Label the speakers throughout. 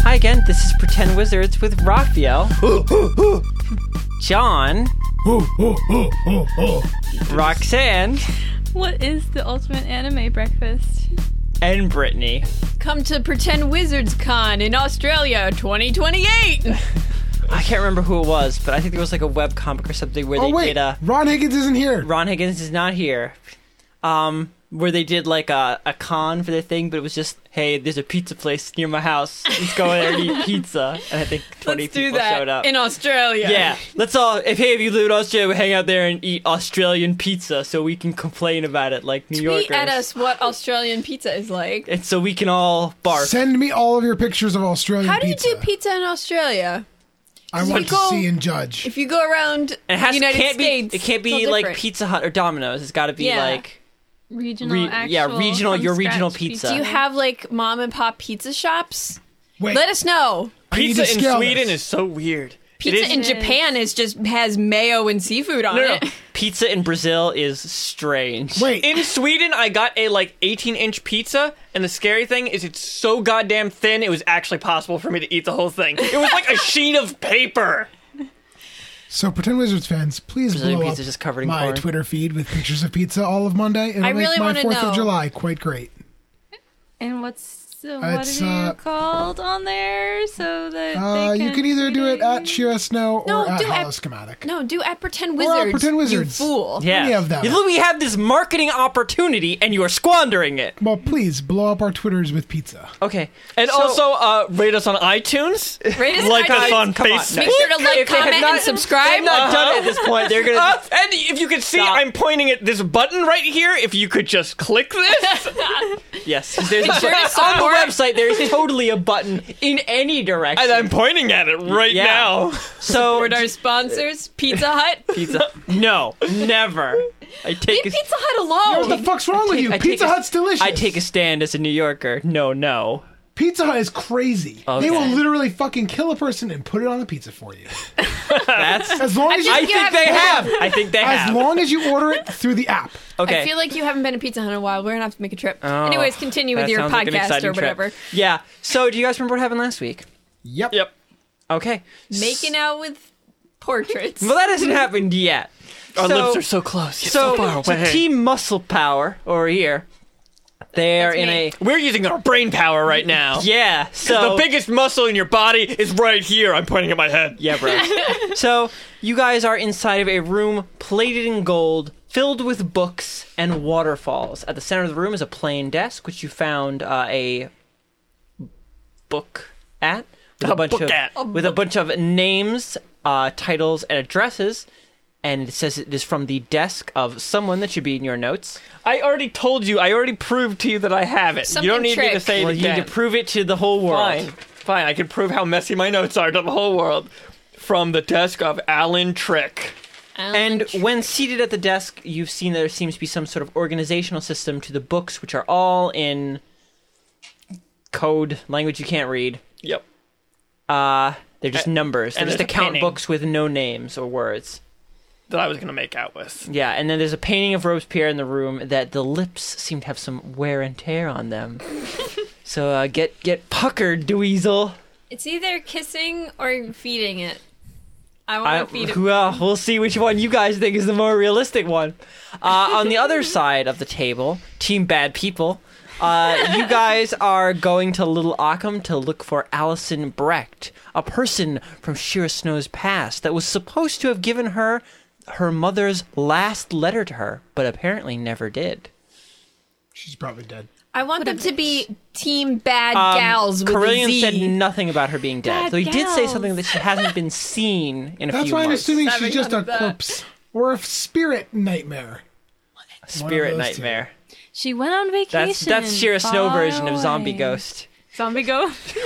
Speaker 1: Hi again, this is Pretend Wizards with Raphael, John, Roxanne,
Speaker 2: What is the ultimate anime breakfast?
Speaker 1: and Brittany.
Speaker 3: Come to Pretend Wizards Con in Australia 2028.
Speaker 1: I can't remember who it was, but I think there was like a web comic or something where
Speaker 4: Oh
Speaker 1: they
Speaker 4: wait,
Speaker 1: did a
Speaker 4: Ron Higgins isn't here.
Speaker 1: Ron Higgins is not here. Um, where they did like a, a con for the thing, but it was just, hey, there's a pizza place near my house. Let's go there and eat pizza. And I think 20
Speaker 3: Let's do
Speaker 1: people showed
Speaker 3: that
Speaker 1: up.
Speaker 3: in Australia.
Speaker 1: yeah, let's all. If hey, if you live in Australia, we hang out there and eat Australian pizza, so we can complain about it like New
Speaker 3: Tweet
Speaker 1: Yorkers.
Speaker 3: at us what Australian pizza is like.
Speaker 1: and so we can all barf.
Speaker 4: Send me all of your pictures of Australian
Speaker 3: How do you
Speaker 4: pizza.
Speaker 3: do pizza in Australia?
Speaker 4: I want to
Speaker 3: Pickle?
Speaker 4: see and judge.
Speaker 3: If you go around
Speaker 1: and it has,
Speaker 3: United
Speaker 1: can't
Speaker 3: States,
Speaker 1: be. It can't
Speaker 3: it's
Speaker 1: be
Speaker 3: all
Speaker 1: like
Speaker 3: different.
Speaker 1: Pizza Hut or Domino's. It's got to be
Speaker 3: Yeah.
Speaker 1: like
Speaker 2: Regional,
Speaker 1: Re-
Speaker 2: actual,
Speaker 1: yeah, regional-
Speaker 2: from
Speaker 1: your regional
Speaker 2: scratch
Speaker 1: pizza.
Speaker 3: Do you have like mom and pop pizza shops?
Speaker 4: Wait,
Speaker 3: Let us know.
Speaker 4: I need
Speaker 1: pizza
Speaker 4: to
Speaker 1: in
Speaker 4: scale
Speaker 1: Sweden is
Speaker 4: this.
Speaker 1: so weird.
Speaker 3: Pizza
Speaker 1: it is,
Speaker 3: in
Speaker 2: Yes.
Speaker 3: Japan is just has mayo and seafood on
Speaker 1: no, no,
Speaker 3: it.
Speaker 1: no. pizza in Brazil is strange.
Speaker 4: Wait,
Speaker 5: In Sweden, I got a like 18 inch pizza, and the scary thing is it's so goddamn thin, it was actually possible for me to eat the whole thing. It was like a sheet of paper.
Speaker 4: so pretend Wizards fans, please
Speaker 1: Brazilian
Speaker 4: blow
Speaker 1: pizza
Speaker 4: up
Speaker 1: just covered in
Speaker 4: my
Speaker 1: corn.
Speaker 4: Twitter feed with pictures of pizza all of Monday. It'll
Speaker 3: I
Speaker 4: make
Speaker 3: really
Speaker 4: my
Speaker 3: wanna
Speaker 4: Fourth of
Speaker 3: know.
Speaker 4: July quite great.
Speaker 2: And what's so what
Speaker 4: It's,
Speaker 2: are
Speaker 4: uh,
Speaker 2: you called on there? So that
Speaker 4: Uh,
Speaker 2: they
Speaker 4: you can either do it at Shira Snow or
Speaker 3: No,
Speaker 4: at
Speaker 3: do it-
Speaker 4: Hollow Schematic.
Speaker 3: No, do at Pretend
Speaker 4: at
Speaker 3: Wizards.
Speaker 4: Pretend Wizards.
Speaker 3: You fool.
Speaker 1: Yeah.
Speaker 4: Any of them.
Speaker 1: You look, we have this marketing opportunity, and you are squandering it.
Speaker 4: Well, please blow up our Twitters with pizza.
Speaker 1: Okay,
Speaker 5: And
Speaker 1: So-
Speaker 5: also, uh, rate us on iTunes.
Speaker 3: Rate us on
Speaker 5: like us
Speaker 3: iTunes.
Speaker 5: on
Speaker 1: Come on,
Speaker 5: Facebook.
Speaker 3: Make sure to like,
Speaker 1: If they have
Speaker 3: comment,
Speaker 1: not-
Speaker 3: and subscribe.
Speaker 1: They're not done at this point. They're gonna.
Speaker 5: Uh, and if you could see,
Speaker 1: Stop.
Speaker 5: I'm pointing at this button right here. If you could just click this,
Speaker 1: Yes, there's
Speaker 3: Sure to
Speaker 1: on the
Speaker 3: support.
Speaker 1: website. There is totally a button in any direction.
Speaker 5: and I'm pointing at it right
Speaker 1: Yeah.
Speaker 5: now.
Speaker 1: so
Speaker 3: Support our sponsors, Pizza Hut. Leave
Speaker 1: pizza. No, never. I take
Speaker 3: Pizza
Speaker 1: a,
Speaker 3: Hut
Speaker 4: What
Speaker 3: alone.
Speaker 4: the fuck's wrong with
Speaker 1: take-
Speaker 4: you?
Speaker 1: I take
Speaker 4: pizza
Speaker 1: a-
Speaker 4: Hut's delicious.
Speaker 1: I take a stand as a New Yorker. No, no.
Speaker 4: Pizza Hut is crazy.
Speaker 1: Okay.
Speaker 4: They will literally fucking kill a person and put it on the pizza for you.
Speaker 1: That's.
Speaker 4: As long as you,
Speaker 1: I
Speaker 3: You
Speaker 1: think
Speaker 3: have-
Speaker 1: they have. I think they
Speaker 4: as
Speaker 1: have.
Speaker 4: long as you order it through the app.
Speaker 1: okay.
Speaker 3: I feel like you haven't been to Pizza Hut in a while. We're gonna have to make a trip.
Speaker 1: Oh,
Speaker 3: Anyways, continue with
Speaker 1: that
Speaker 3: your
Speaker 1: sounds like an
Speaker 3: podcast
Speaker 1: exciting
Speaker 3: or
Speaker 1: trip.
Speaker 3: whatever.
Speaker 1: Yeah. So, do you guys remember what happened last week?
Speaker 4: Yep.
Speaker 5: Yep.
Speaker 1: Okay.
Speaker 3: Making out with portraits.
Speaker 1: Well, that hasn't happened yet.
Speaker 5: Our
Speaker 1: So-
Speaker 5: lips are so close. yet
Speaker 1: so,
Speaker 5: so far
Speaker 1: so
Speaker 5: away.
Speaker 1: Team Muscle Power over here. They are
Speaker 3: That's
Speaker 1: in a
Speaker 3: me.
Speaker 5: We're using our brain power right now.
Speaker 1: yeah. So
Speaker 5: the biggest muscle in your body is right here. I'm pointing at my head.
Speaker 1: Yeah, bro. so you guys are inside of a room plated in gold, filled with books and waterfalls. At the center of the room is a plain desk, which you found uh, a book at with a, bunch
Speaker 5: book
Speaker 1: of
Speaker 5: at. A
Speaker 1: with a bunch of names, uh, titles, and addresses. And it says it is from the desk of someone that should be in your notes.
Speaker 5: I already told you. I already proved to you that I have it. you
Speaker 3: Something
Speaker 5: don't need me to
Speaker 3: trick.
Speaker 5: say
Speaker 1: Well,
Speaker 5: it
Speaker 1: you
Speaker 5: again.
Speaker 1: need to prove it to the whole world.
Speaker 5: Fine, fine. I can prove how messy my notes are to the whole world. From the desk of Alan Trick.
Speaker 1: And when seated at the desk, you've seen there seems to be some sort of organizational system to the books, which are all in code language you can't read.
Speaker 5: Yep.
Speaker 1: Uh, they're just numbers. They're
Speaker 5: and
Speaker 1: just
Speaker 5: there's a
Speaker 1: account
Speaker 5: painting.
Speaker 1: books with no names or words.
Speaker 5: That I was gonna make out with.
Speaker 1: Yeah, and then there's a painting of Robespierre in the room that the lips seem to have some wear and tear on them. so uh, get get puckered, Dweezil.
Speaker 3: it's either kissing or feeding it. I
Speaker 1: I,
Speaker 3: want to feed it.
Speaker 1: well, we'll see which one you guys think is the more realistic one. Uh, on the other side of the table, Team Bad People, uh, you guys are going to Little Occam to look for Allison Brecht, a person from Shira Snow's past that was supposed to have given her her mother's last letter to her, but apparently never did.
Speaker 4: She's probably dead.
Speaker 3: I want them to be team bad gals with a
Speaker 1: Carillion
Speaker 3: Z.
Speaker 1: Um, said nothing about her being dead,
Speaker 2: Bad
Speaker 1: though he did say
Speaker 2: gals.
Speaker 1: something that she hasn't been seen in a
Speaker 4: That's
Speaker 1: few
Speaker 4: why I'm
Speaker 1: months.
Speaker 4: assuming
Speaker 3: Having
Speaker 4: she's just
Speaker 3: none
Speaker 4: a
Speaker 3: of that.
Speaker 4: corpse or a spirit nightmare.
Speaker 1: Spirit
Speaker 4: One of those two.
Speaker 1: nightmare.
Speaker 2: She went on vacation.
Speaker 1: That's that's Shira Snow
Speaker 2: far
Speaker 1: version of Zombie
Speaker 2: away.
Speaker 1: Ghost.
Speaker 2: Zombie Ghost.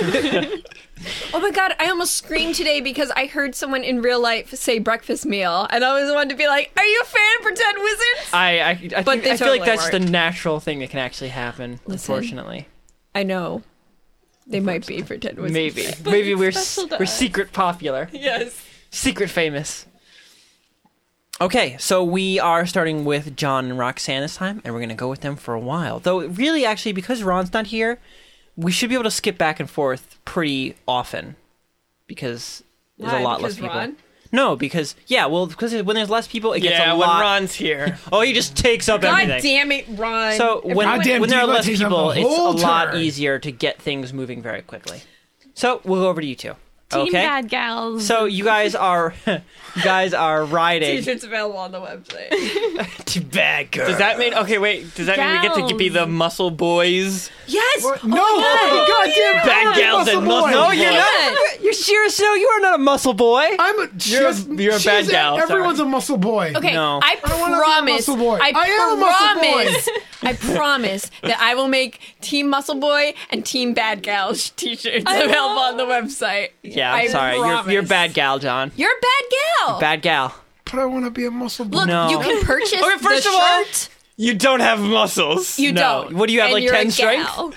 Speaker 3: Oh my god, I almost screamed today because I heard someone in real life say breakfast meal, and I always wanted to be like, "Are you a fan of Pretend Wizards?" I,
Speaker 1: I I, I,
Speaker 3: But
Speaker 1: think-
Speaker 3: they
Speaker 1: I feel like
Speaker 3: totally
Speaker 1: that's
Speaker 3: weren't.
Speaker 1: the natural thing that can actually happen. Unfortunately,
Speaker 3: know they might be Pretend Wizards.
Speaker 1: maybe maybe we're
Speaker 2: it's
Speaker 1: s-
Speaker 2: special to
Speaker 1: we're
Speaker 2: us.
Speaker 1: secret popular,
Speaker 3: Yes.
Speaker 1: secret famous. Okay, so we are starting with John and Roxanne this time, and we're gonna go with them for a while. Though really, actually, because Ron's not here, we should be able to skip back and forth pretty often because there's
Speaker 3: Why?
Speaker 1: a lot
Speaker 3: Because
Speaker 1: less people.
Speaker 3: Ron?
Speaker 1: No, because yeah, well, because when there's less people, it gets
Speaker 5: yeah,
Speaker 1: a
Speaker 5: when
Speaker 1: lot.
Speaker 5: Ron's here.
Speaker 1: Oh, he just takes up
Speaker 3: God
Speaker 1: everything.
Speaker 3: damn it, Ron.
Speaker 1: So when,
Speaker 4: God damn
Speaker 1: when there are
Speaker 4: Diva
Speaker 1: less
Speaker 4: takes up
Speaker 1: people,
Speaker 4: the
Speaker 1: it's a
Speaker 4: whole
Speaker 1: lot
Speaker 4: turn.
Speaker 1: easier to get things moving very quickly. So we'll go over to you two.
Speaker 2: Team
Speaker 1: okay.
Speaker 2: bad gals.
Speaker 1: So you guys are you guys are riding
Speaker 3: T-shirts available on the website.
Speaker 1: to bad girl.
Speaker 5: Does that mean okay? Wait, does that mean we get to be the muscle boys?
Speaker 3: yes. Oh,
Speaker 4: no, fucking goddamn
Speaker 5: Bad gals and muscle.
Speaker 1: No,
Speaker 5: boys.
Speaker 1: you're not. You're serious. No, you are not a muscle boy.
Speaker 4: I'm a
Speaker 5: You're a-
Speaker 4: just,
Speaker 5: you're a bad
Speaker 4: she's
Speaker 5: gal,
Speaker 4: Everyone's
Speaker 5: sorry.
Speaker 4: a muscle boy.
Speaker 3: Okay,
Speaker 1: No.
Speaker 3: I
Speaker 4: don't wanna be a
Speaker 3: promise. I,
Speaker 4: muscle boy. I am a muscle boy.
Speaker 3: promise. I promise that I will make Team Muscle Boy and Team Bad Gal sh- t-shirts available on the website.
Speaker 1: yeah, I'm
Speaker 3: I
Speaker 1: sorry. You're, you're
Speaker 3: promise.
Speaker 1: bad gal, John.
Speaker 3: You're a bad gal.
Speaker 1: Bad gal.
Speaker 4: But I want to be a muscle boy.
Speaker 3: Look,
Speaker 1: No.
Speaker 3: you can purchase
Speaker 5: Okay, first
Speaker 3: the
Speaker 5: of all,
Speaker 3: shirt.
Speaker 5: You don't have muscles.
Speaker 3: You
Speaker 1: no.
Speaker 3: don't.
Speaker 1: What do you have,
Speaker 3: And
Speaker 1: like,
Speaker 3: you're
Speaker 1: 10
Speaker 3: a
Speaker 1: strength?
Speaker 3: gal.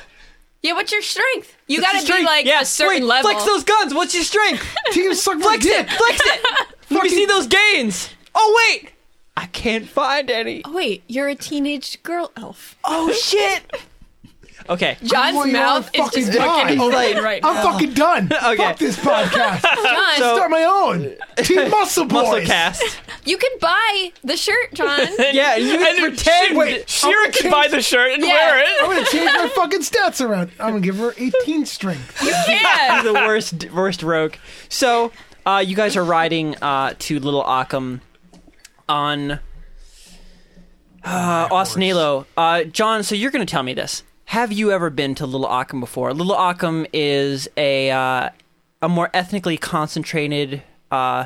Speaker 3: Yeah, what's your strength? You
Speaker 1: What's
Speaker 3: gotta
Speaker 1: your
Speaker 3: be
Speaker 1: strength?
Speaker 3: like
Speaker 1: yeah,
Speaker 3: a certain
Speaker 1: wait,
Speaker 3: level.
Speaker 1: Flex those guns. What's your strength?
Speaker 4: Team suck my
Speaker 1: Flex
Speaker 4: dick.
Speaker 1: it. Flex it. Let me see those gains. Oh wait, I can't find any.
Speaker 5: Oh,
Speaker 3: Wait, you're a teenage girl elf.
Speaker 1: Oh shit. Okay.
Speaker 3: John's
Speaker 4: Well, you're
Speaker 3: mouth
Speaker 4: on
Speaker 3: is just fucking
Speaker 4: fucking die.
Speaker 1: Like,
Speaker 3: open right now.
Speaker 4: I'm fucking done.
Speaker 1: Okay.
Speaker 4: Fuck this podcast.
Speaker 3: John,
Speaker 1: So-
Speaker 4: Start my own. Team muscle boys.
Speaker 1: Muscle cast.
Speaker 3: you can buy the shirt, John.
Speaker 1: Yeah, you
Speaker 5: and
Speaker 1: pretend.
Speaker 5: Wait, Shira can buy the shirt and
Speaker 3: Yeah.
Speaker 5: wear
Speaker 4: I'm
Speaker 5: it.
Speaker 4: gonna change my fucking stats around. I'm gonna give her 18 strength.
Speaker 3: you can.
Speaker 1: the worst worst rogue. So uh, you guys are riding uh, to Little Occam on uh, Osnalo. Uh, John, so you're going to tell me this. Have you ever been to Little Occam before? Little Occam is a uh, a more ethnically concentrated uh,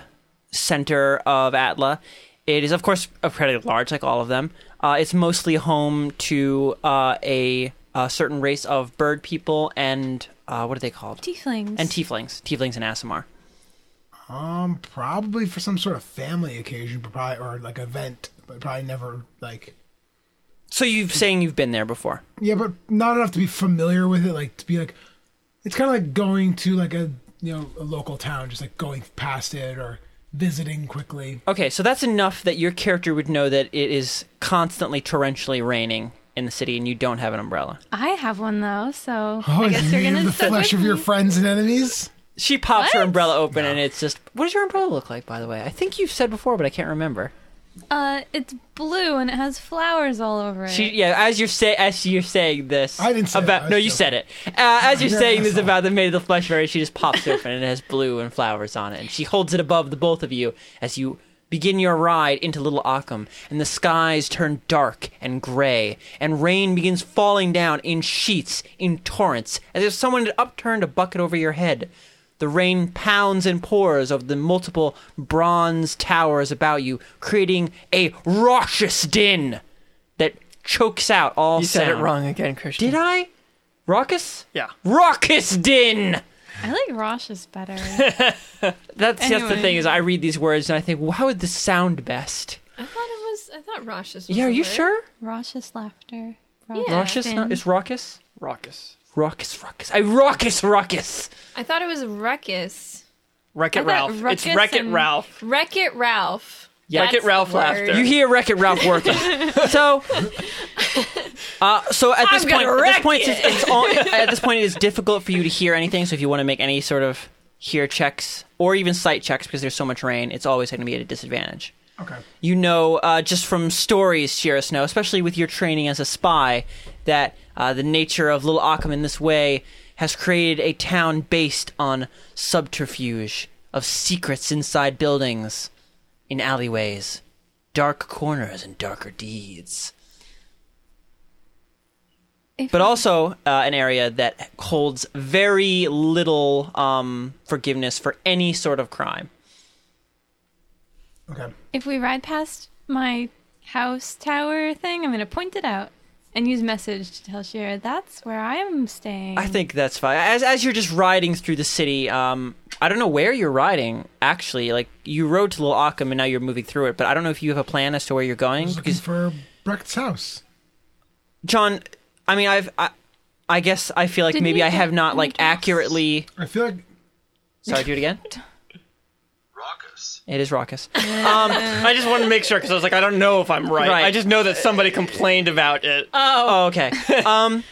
Speaker 1: center of Atla. It is, of course, uh, pretty large, like all of them. Uh, it's mostly home to uh, a, a certain race of bird people and uh, what are they called?
Speaker 2: tieflings.
Speaker 1: and tieflings, tieflings and Asimar.
Speaker 4: Um, probably for some sort of family occasion, but probably or like event, but probably never like.
Speaker 1: So you're saying you've been there before?
Speaker 4: Yeah, but not enough to be familiar with it. Like to be like, it's kind of like going to like a you know a local town, just like going past it or visiting quickly.
Speaker 1: Okay, so that's enough that your character would know that it is constantly torrentially raining in the city, and you don't have an umbrella.
Speaker 2: I have one though, so
Speaker 4: Oh,
Speaker 2: I guess
Speaker 4: you
Speaker 2: you're
Speaker 4: need
Speaker 2: gonna
Speaker 4: the
Speaker 2: stick
Speaker 4: flesh
Speaker 2: with
Speaker 4: of your
Speaker 2: me.
Speaker 4: friends and enemies.
Speaker 1: She pops her
Speaker 2: What?
Speaker 1: umbrella open, and it's just. What does your umbrella look like, by the way? I think you've said before, but I can't remember.
Speaker 2: Uh, it's blue and it has flowers all over it.
Speaker 1: She, yeah, as you're say, as you're saying this,
Speaker 4: I didn't say that,
Speaker 1: about.
Speaker 4: I was
Speaker 1: no, you
Speaker 4: joking.
Speaker 1: said it. Uh, as you're
Speaker 4: You're an
Speaker 1: saying this
Speaker 4: asshole.
Speaker 1: about the maid of the flesh fairy, she just pops it open, and it has blue and flowers on it, and she holds it above the both of you as you begin your ride into Little Occam, and the skies turn dark and gray, and rain begins falling down in sheets, in torrents, as if someone had upturned a bucket over your head. The rain pounds and pours over the multiple bronze towers about you, creating a raucous din that chokes out all
Speaker 5: You said it
Speaker 1: sound.
Speaker 5: wrong again, Christian.
Speaker 1: Did I? Raucous?
Speaker 5: Yeah.
Speaker 1: Raucous din!
Speaker 2: I like Rosh's better.
Speaker 1: That's, that's the
Speaker 2: Anyway.
Speaker 1: thing is I read these words and I think, well, how would this sound best?
Speaker 3: I thought it was. I thought Rosh was.
Speaker 1: Yeah, are you sure?
Speaker 2: Rosh's laughter.
Speaker 3: Yeah.
Speaker 1: Raucous? No, it's raucous?
Speaker 5: Raucous.
Speaker 1: Raucous, raucous. I raucous, raucous!
Speaker 3: I thought it was Ruckus.
Speaker 5: Wreck
Speaker 2: I
Speaker 5: It
Speaker 2: thought
Speaker 5: Ralph. It's
Speaker 2: ruckus
Speaker 5: Wreck It
Speaker 2: and-
Speaker 5: Ralph.
Speaker 3: Wreck It Ralph.
Speaker 1: Yeah.
Speaker 5: Wreck It
Speaker 3: That's
Speaker 5: Ralph
Speaker 3: the word.
Speaker 5: laughter.
Speaker 1: You hear Wreck It Ralph working. so, uh, so at this point,
Speaker 3: I'm gonna
Speaker 1: at this
Speaker 3: wreck
Speaker 1: point, it's, it's all, at this point, it is difficult for you to hear anything. So if you want to make any sort of hear checks or even sight checks, because there's so much rain, it's always going to be at a disadvantage.
Speaker 4: Okay.
Speaker 1: you know uh, just from stories, Shira Snow, especially with your training as a spy, that uh, the nature of Little Occam in this way has created a town based on subterfuge of secrets inside buildings, in alleyways, dark corners, and darker deeds.
Speaker 2: If-
Speaker 1: But also uh, an area that holds very little um, forgiveness for any sort of crime.
Speaker 4: Okay.
Speaker 2: If we ride past my house tower thing, I'm gonna point it out and use message to tell Shira that's where I'm staying.
Speaker 4: Mm.
Speaker 1: I think that's fine. As as you're just riding through the city, um, I don't know where you're riding. Actually, like you rode to Little Occam and now you're moving through it, but I don't know if you have a plan as to where you're going.
Speaker 4: Just looking
Speaker 1: Because
Speaker 4: for Brecht's house.
Speaker 1: John, I mean, I've I, I guess I feel like
Speaker 2: Didn't
Speaker 1: maybe
Speaker 2: you
Speaker 1: I have
Speaker 2: get
Speaker 1: not
Speaker 2: an
Speaker 1: like
Speaker 2: address?
Speaker 1: accurately.
Speaker 4: I feel like
Speaker 1: Sorry, do it again.
Speaker 6: Raucous.
Speaker 1: It is raucous.
Speaker 5: I just wanted to make sure because I was like, I don't know if I'm right. Uh,
Speaker 1: Right.
Speaker 5: I just know that somebody complained about it.
Speaker 1: Oh, okay. Oh, Um,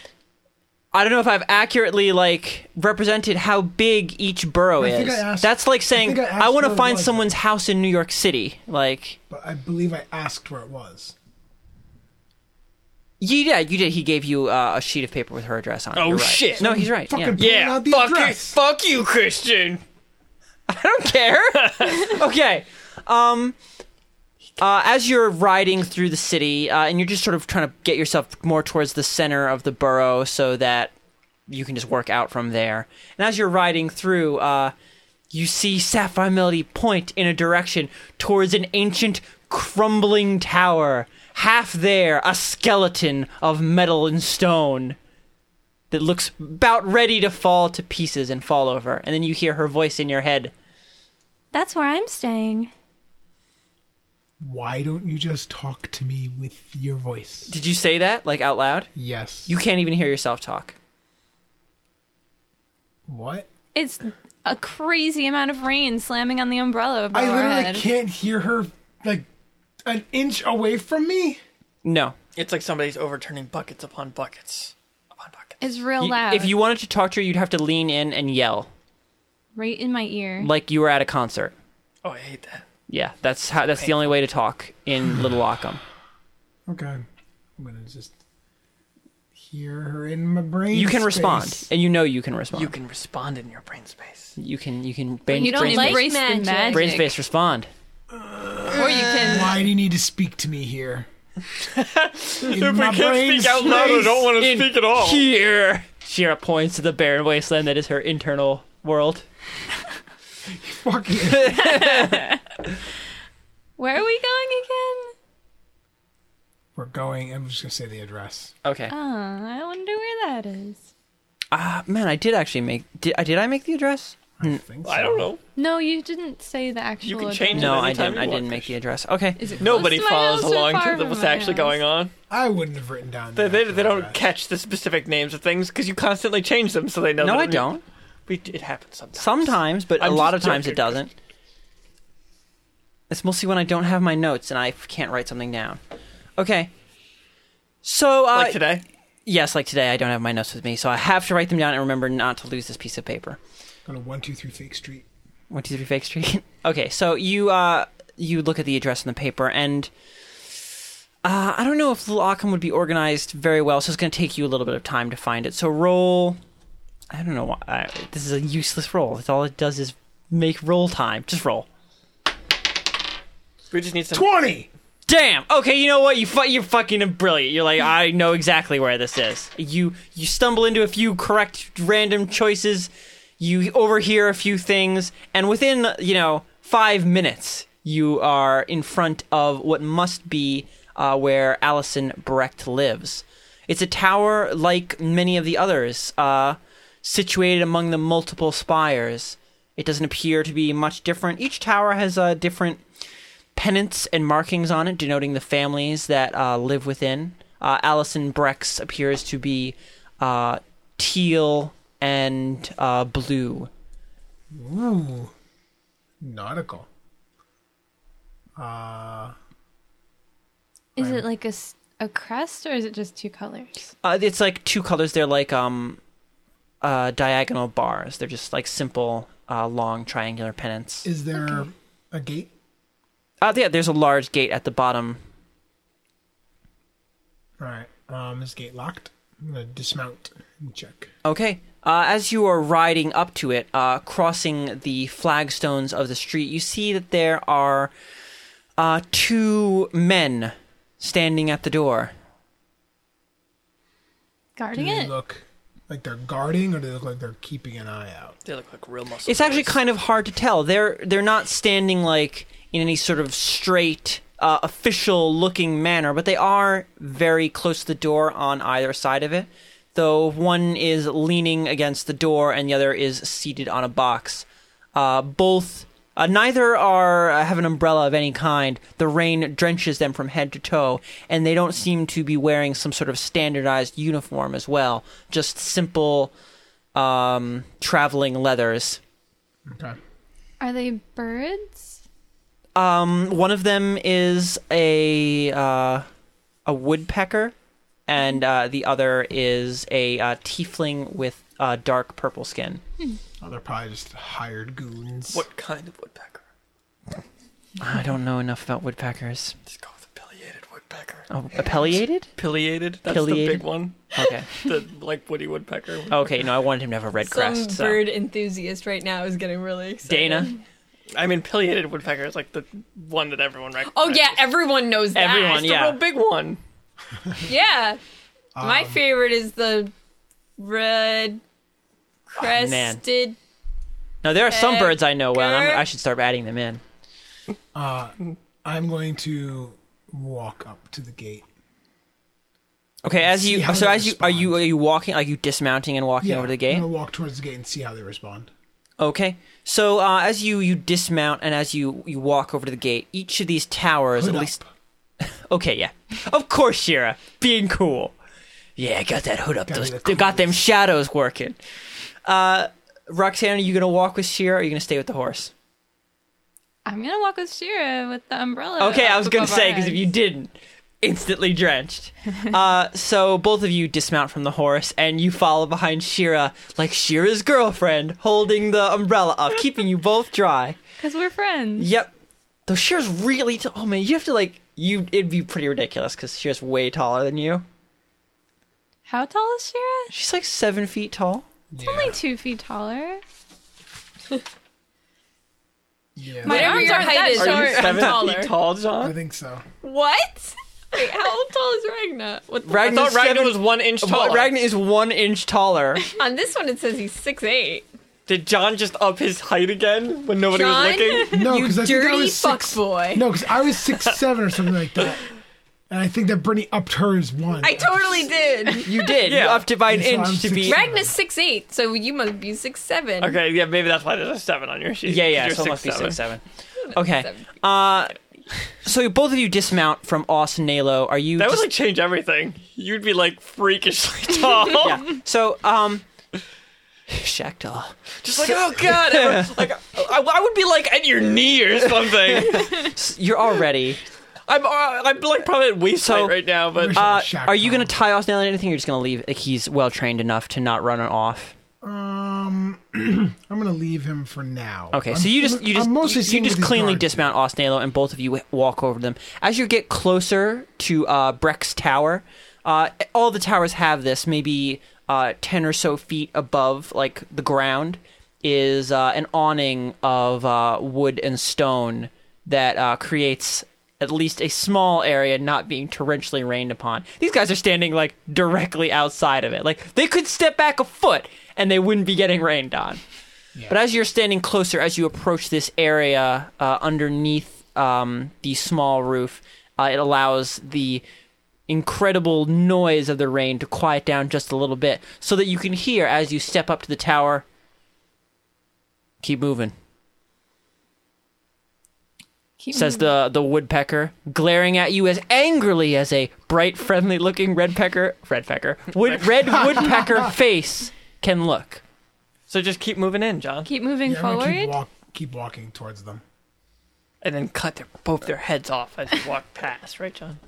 Speaker 1: I don't know if I've accurately like represented how big each borough
Speaker 4: I
Speaker 1: is.
Speaker 4: think I asked-
Speaker 1: That's like
Speaker 4: I
Speaker 1: saying
Speaker 4: think I
Speaker 1: I,
Speaker 4: asked
Speaker 1: want
Speaker 4: what
Speaker 1: to
Speaker 4: it
Speaker 1: find
Speaker 4: was.
Speaker 1: someone's house in New York City. Like,
Speaker 4: But I believe I asked where it was.
Speaker 1: you- yeah, you did. He gave you uh, a sheet of paper with her address on it.
Speaker 5: Oh,
Speaker 1: You're right.
Speaker 5: shit.
Speaker 1: No, he's right.
Speaker 4: Fucking
Speaker 1: Yeah.
Speaker 4: pulling
Speaker 5: Yeah,
Speaker 4: out the
Speaker 5: fuck you,
Speaker 4: address.
Speaker 5: fuck you, Christian.
Speaker 1: I don't care. okay. Um, uh, as you're riding through the city, uh, and you're just sort of trying to get yourself more towards the center of the borough so that you can just work out from there. And as you're riding through, uh, you see Sapphire Melody point in a direction towards an ancient crumbling tower. Half there, a skeleton of metal and stone that looks about ready to fall to pieces and fall over. And then you hear her voice in your head.
Speaker 2: That's where I'm staying.
Speaker 4: Why don't you just talk to me with your voice?
Speaker 1: Did you say that like out loud?
Speaker 4: Yes.
Speaker 1: You can't even hear yourself talk.
Speaker 4: what?
Speaker 2: It's a crazy amount of rain slamming on the umbrella over
Speaker 4: I
Speaker 2: our
Speaker 4: literally
Speaker 2: head.
Speaker 4: can't hear her like an inch away from me.
Speaker 1: No.
Speaker 5: It's like somebody's overturning buckets upon buckets upon buckets.
Speaker 2: It's real
Speaker 1: You-
Speaker 2: loud.
Speaker 1: if you wanted to talk to her, you'd have to lean in and yell
Speaker 2: right in my ear.
Speaker 1: like you were at a concert.
Speaker 5: Oh, I hate that.
Speaker 1: Yeah, that's how. That's the only way to talk in Little Ockham.
Speaker 4: Okay. I'm gonna just hear her in my brain.
Speaker 1: You can
Speaker 4: space.
Speaker 1: respond, and you know you can respond.
Speaker 5: You can respond in your brain space.
Speaker 1: You can. You can. Brain,
Speaker 2: you don't
Speaker 1: brain,
Speaker 3: like
Speaker 1: space,
Speaker 2: embrace the
Speaker 3: magic.
Speaker 2: magic.
Speaker 1: brain space respond.
Speaker 2: Or you can.
Speaker 4: Why do you need to speak to me here? in
Speaker 5: If we can't speak out loud, I don't want to speak at all.
Speaker 1: Here, Shira points to the barren wasteland that is her internal world.
Speaker 4: Fuck you.
Speaker 2: Where are we going again?
Speaker 4: We're going. I'm just gonna say the address.
Speaker 1: Okay.
Speaker 2: Oh, I wonder where that is.
Speaker 1: Ah, man, I did actually make. Did I? Did I make the address?
Speaker 4: I, think so.
Speaker 5: I don't know.
Speaker 2: No, you didn't say the actual.
Speaker 5: can
Speaker 2: address.
Speaker 5: change it.
Speaker 1: No, I
Speaker 5: Anytime
Speaker 1: didn't.
Speaker 5: you
Speaker 1: I
Speaker 5: want,
Speaker 1: didn't make the address. Okay.
Speaker 2: Is it close
Speaker 5: Nobody
Speaker 2: to my
Speaker 5: follows
Speaker 2: house or
Speaker 5: along
Speaker 2: far
Speaker 5: to the,
Speaker 2: from
Speaker 5: what's
Speaker 2: my
Speaker 5: actually
Speaker 2: house?
Speaker 5: going on.
Speaker 4: I wouldn't have written down.
Speaker 5: They,
Speaker 4: the
Speaker 5: they,
Speaker 4: actual
Speaker 5: they don't
Speaker 4: address.
Speaker 5: catch the specific names of things because you constantly change them, so they know.
Speaker 1: No,
Speaker 5: that
Speaker 1: I
Speaker 5: we-
Speaker 1: don't.
Speaker 5: We, it happens sometimes.
Speaker 1: Sometimes, but
Speaker 5: I'm
Speaker 1: a lot of
Speaker 5: just
Speaker 1: times it
Speaker 5: joking.
Speaker 1: doesn't. It's mostly when I don't have my notes and I f- can't write something down. Okay. So, uh,
Speaker 5: like today.
Speaker 1: yes, like today, I don't have my notes with me, so I have to write them down and remember not to lose this piece of paper.
Speaker 4: Go to one two three Fake Street.
Speaker 1: One, two, three, Fake Street. okay, so you uh, you look at the address in the paper, and uh, I don't know if Little Occam would be organized very well, so it's going to take you a little bit of time to find it. So roll. I don't know. Why, I, this is a useless roll. It's all it does is make roll time. Just roll.
Speaker 5: We just need some.
Speaker 4: Twenty.
Speaker 1: Damn. Okay, you know what? You fu- you're fucking brilliant. You're like, I know exactly where this is. You you stumble into a few correct random choices. You overhear a few things, and within you know five minutes, you are in front of what must be uh, where Allison Brecht lives. It's a tower like many of the others, uh, situated among the multiple spires. It doesn't appear to be much different. Each tower has a different pennants and markings on it denoting the families that uh, live within. Uh, Allison Brex appears to be uh, teal and uh, blue.
Speaker 4: Ooh. Nautical.
Speaker 2: Is it like a, s- a crest or is it just two colors?
Speaker 1: Uh, it's like two colors. They're like um, uh, diagonal bars. They're just like simple, uh, long triangular pennants.
Speaker 4: Is there a gate?
Speaker 1: Uh, yeah, there's a large gate at the bottom.
Speaker 4: All right. Um, is gate locked? I'm gonna dismount and check.
Speaker 1: Okay. Uh, as you are riding up to it, uh, crossing the flagstones of the street, you see that there are uh, two men standing at the door.
Speaker 4: Do
Speaker 2: Guarding
Speaker 4: they
Speaker 1: Eh.
Speaker 2: it.
Speaker 4: look like they're guarding, or do they look like they're keeping an eye out?
Speaker 5: They look like real muscle.
Speaker 1: It's actually
Speaker 5: boys.
Speaker 1: kind of hard to tell. They're they're not standing like in any sort of straight, uh, official looking manner, but they are very close to the door on either side of it. Though one is leaning against the door and the other is seated on a box. Uh, both, uh, neither are uh, have an umbrella of any kind. The rain drenches them from head to toe, and they don't seem to be wearing some sort of standardized uniform as well. Just simple um, traveling leathers.
Speaker 4: Okay.
Speaker 2: Are they birds?
Speaker 1: Um, one of them is a uh, a woodpecker, and uh, the other is a uh, tiefling with uh, dark purple skin.
Speaker 4: Oh, they're probably just hired goons.
Speaker 5: What kind of woodpecker?
Speaker 1: I don't know enough about woodpeckers.
Speaker 5: Let's go with a pileated woodpecker.
Speaker 1: Oh, appellated?
Speaker 5: Pileated? That's the
Speaker 1: Pileated? Oh,
Speaker 5: big one.
Speaker 1: Okay.
Speaker 5: The like woody woodpecker.
Speaker 1: Okay, no, I wanted him to have a red crest.
Speaker 3: Some
Speaker 1: so.
Speaker 3: bird enthusiast right now is getting really excited.
Speaker 1: Dana,
Speaker 5: I mean, pileated woodpecker is like the one that everyone recognizes.
Speaker 3: Oh yeah, everyone knows that.
Speaker 1: Everyone,
Speaker 5: It's
Speaker 1: yeah.
Speaker 5: the real big one.
Speaker 3: Yeah. My
Speaker 4: Um,
Speaker 3: favorite is the red
Speaker 1: Ah,
Speaker 3: crested.
Speaker 1: now there are some
Speaker 3: Pecker.
Speaker 1: birds I know well. and I'm, I should start adding them in.
Speaker 4: I'm going to walk up to the gate.
Speaker 1: Okay, as
Speaker 4: See
Speaker 1: you
Speaker 4: how
Speaker 1: so
Speaker 4: they
Speaker 1: as you are you are you walking like you dismounting and walking over to the
Speaker 4: I'm
Speaker 1: gate?
Speaker 4: gonna walk towards the gate and see how they respond.
Speaker 1: Okay. So uh, as you you dismount and as you you walk over to the gate, each of these towers at
Speaker 4: Hood up.
Speaker 1: least Okay, yeah. Of course, Shira, being cool. Yeah, got that hood up.
Speaker 4: Gotta
Speaker 1: Those,
Speaker 4: be the
Speaker 1: they got them
Speaker 4: coolest.
Speaker 1: shadows working. Uh Roxanne, are you gonna walk with Shira or are you gonna stay with the horse?
Speaker 2: I'm gonna walk with Shira with Uh, the umbrella.
Speaker 1: Okay, I
Speaker 2: up
Speaker 1: was gonna
Speaker 2: above
Speaker 1: say
Speaker 2: our
Speaker 1: because if you
Speaker 2: heads.
Speaker 1: didn't, instantly drenched. uh, so both of you dismount from the horse and you follow behind Shira, like Shira's girlfriend, holding the umbrella up, keeping you both dry.
Speaker 2: because we're friends.
Speaker 1: Yep. Though Shira's really t- oh man, you have to like you it'd be pretty ridiculous because Shira's way taller than you.
Speaker 2: How tall is Shira?
Speaker 1: She's like seven feet tall.
Speaker 2: She's only two feet taller.
Speaker 4: Yeah,
Speaker 2: My
Speaker 3: Whatever
Speaker 2: arms
Speaker 3: your
Speaker 2: aren't
Speaker 3: height
Speaker 2: that
Speaker 3: is,
Speaker 2: short.
Speaker 3: you
Speaker 2: Are
Speaker 3: I'm taller.
Speaker 5: feet tall,
Speaker 4: I
Speaker 5: John?
Speaker 4: think so.
Speaker 3: What? Wait, how tall is Ragna? What the-
Speaker 5: I
Speaker 1: Ragnar's
Speaker 5: thought Ragnar
Speaker 1: seven-
Speaker 5: was one inch
Speaker 1: Well,
Speaker 5: tall.
Speaker 1: Ragnar is one inch taller.
Speaker 3: On this one, it says he's six eight.
Speaker 5: Did John just up his height again when nobody
Speaker 3: John?
Speaker 5: was looking?
Speaker 4: No, because I think I
Speaker 3: Dirty
Speaker 4: was
Speaker 3: fuck
Speaker 4: six.
Speaker 3: boy.
Speaker 4: No, because I was six seven or something like that, and I think that Brittany upped hers one.
Speaker 3: I totally did.
Speaker 1: you did. You
Speaker 5: Yeah.
Speaker 1: upped it by an
Speaker 4: So I'm
Speaker 1: inch to
Speaker 4: six-
Speaker 1: be
Speaker 3: Ragna's six eight, so you must be six seven.
Speaker 5: Okay, yeah, maybe that's why there's a seven on your sheet.
Speaker 1: Yeah, yeah.
Speaker 5: You're
Speaker 1: So it
Speaker 5: six,
Speaker 1: must be
Speaker 5: seven.
Speaker 1: six seven. Okay.
Speaker 3: Seven.
Speaker 1: Uh, so both of you dismount from Austin Nalo. Are you?
Speaker 5: That would
Speaker 1: just-
Speaker 5: like change everything. You'd be like freakishly tall.
Speaker 1: yeah. So um, Shacktaw.
Speaker 5: Just like, oh god, everyone- like I, I would be like at your knee or something.
Speaker 1: You're already.
Speaker 5: I'm uh, I'm like probably at waist
Speaker 1: So,
Speaker 5: height right now, but
Speaker 1: Uh,
Speaker 4: Shacktaw.
Speaker 1: are you gonna tie Austin Nalo to anything? Or you're just gonna leave? Like, he's well trained enough to not run off.
Speaker 4: Um, I'm gonna leave him for now.
Speaker 1: Okay.
Speaker 4: I'm-
Speaker 1: so you just
Speaker 4: I'm-
Speaker 1: you
Speaker 4: I'm mostly
Speaker 1: just you
Speaker 4: seeing
Speaker 1: just
Speaker 4: what these
Speaker 1: cleanly
Speaker 4: guards
Speaker 1: dismount Austin Nalo, and both of you walk over them. As you get closer to uh, Breck's tower, uh, all the towers have this. Maybe uh, ten or so feet above, like the ground, is uh, an awning of uh, wood and stone that uh, creates at least a small area not being torrentially rained upon. These guys are standing like directly outside of it. Like they could step back a foot and they wouldn't be getting rained on. But as you're standing closer, as you approach this area uh, underneath um, the small roof, uh, it allows the incredible noise of the rain to quiet down just a little bit so that you can hear as you step up to the tower keep moving
Speaker 2: Keep
Speaker 1: says the the woodpecker, glaring at you as angrily as a bright, friendly-looking red pecker, red pecker, wood, red woodpecker face can look.
Speaker 5: so just keep moving in, John,
Speaker 2: Keep moving
Speaker 4: Yeah, I'm gonna
Speaker 2: forward.
Speaker 4: Keep, walk, keep walking towards them.
Speaker 5: and then cut their, both their heads off as you walk past, right, John?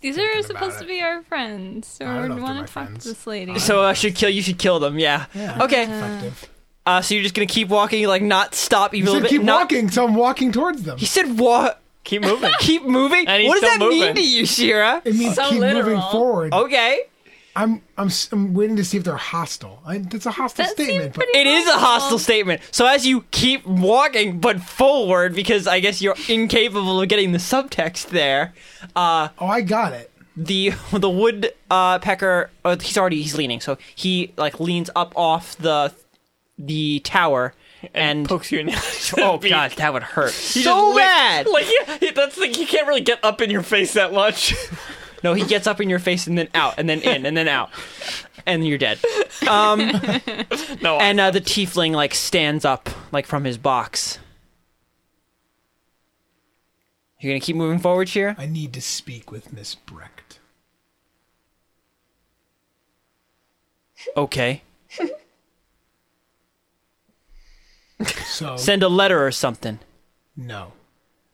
Speaker 2: These are
Speaker 4: about
Speaker 2: supposed to
Speaker 4: it.
Speaker 2: be our friends, so
Speaker 4: I don't
Speaker 2: we
Speaker 4: know if they're my
Speaker 2: want to talk
Speaker 4: friends. Uh,
Speaker 2: to this lady.
Speaker 1: So I should kill. You should kill them. Yeah. Okay.
Speaker 4: Effective.
Speaker 1: Uh, so you're just gonna keep walking, like not stop even a
Speaker 4: You
Speaker 1: little
Speaker 4: said
Speaker 1: bit.
Speaker 4: keep
Speaker 1: not-
Speaker 4: walking, so I'm walking towards them.
Speaker 1: He said what?
Speaker 5: Keep moving.
Speaker 1: Keep moving.
Speaker 5: And he's
Speaker 1: what does that
Speaker 5: still
Speaker 1: mean
Speaker 5: moving.
Speaker 1: to you, Shira?
Speaker 4: It means
Speaker 3: So
Speaker 4: keep moving
Speaker 3: literal.
Speaker 4: forward.
Speaker 1: Okay.
Speaker 4: I'm, I'm s- I'm waiting to see if they're hostile. I, that's a hostile
Speaker 2: That seemed
Speaker 4: statement. But
Speaker 1: It is a hostile statement. So as you keep walking, but forward, because I guess you're incapable of getting the subtext there. Uh,
Speaker 4: oh, I got it.
Speaker 1: the the wood uh, pecker uh, he's already he's leaning so he like leans up off the the tower and,
Speaker 5: Pokes you in the
Speaker 1: oh
Speaker 5: beak.
Speaker 1: god that would hurt
Speaker 5: He just
Speaker 1: so
Speaker 5: lick-
Speaker 1: bad
Speaker 5: Like yeah, yeah, that's like you can't really get up in your face that much.
Speaker 1: no he gets up in your face and then out and then in and then out and you're dead
Speaker 5: no,
Speaker 1: and uh, the tiefling like stands up like from his box you're gonna keep moving forward here
Speaker 4: I need to speak with Miss Brecht.
Speaker 1: okay
Speaker 4: So
Speaker 1: send a letter or something
Speaker 4: no,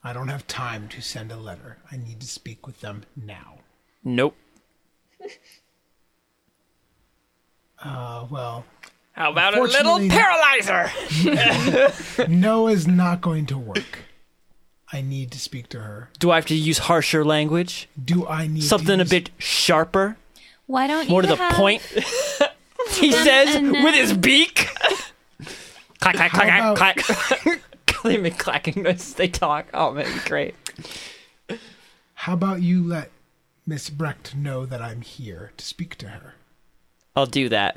Speaker 4: I don't have time to send a letter. I need to speak with them now.
Speaker 1: nope
Speaker 4: Uh, well,
Speaker 5: How about a little
Speaker 4: Unfortunately-
Speaker 5: paralyzer?
Speaker 4: no is not going to work. I need to speak to her.
Speaker 1: Do I have to use harsher language?
Speaker 4: Do I need to
Speaker 1: Something a
Speaker 4: use-
Speaker 1: bit sharper?
Speaker 2: Why don't
Speaker 1: More to
Speaker 2: you
Speaker 1: the
Speaker 2: have-
Speaker 1: point? he says
Speaker 2: and, uh,
Speaker 1: with his beak. clack, clack,
Speaker 4: How
Speaker 1: clack, clack, clack. they make clacking noises. They talk. Oh, man, great.
Speaker 4: How about you let Miss Brecht know that I'm here to speak to her
Speaker 1: I'll do that.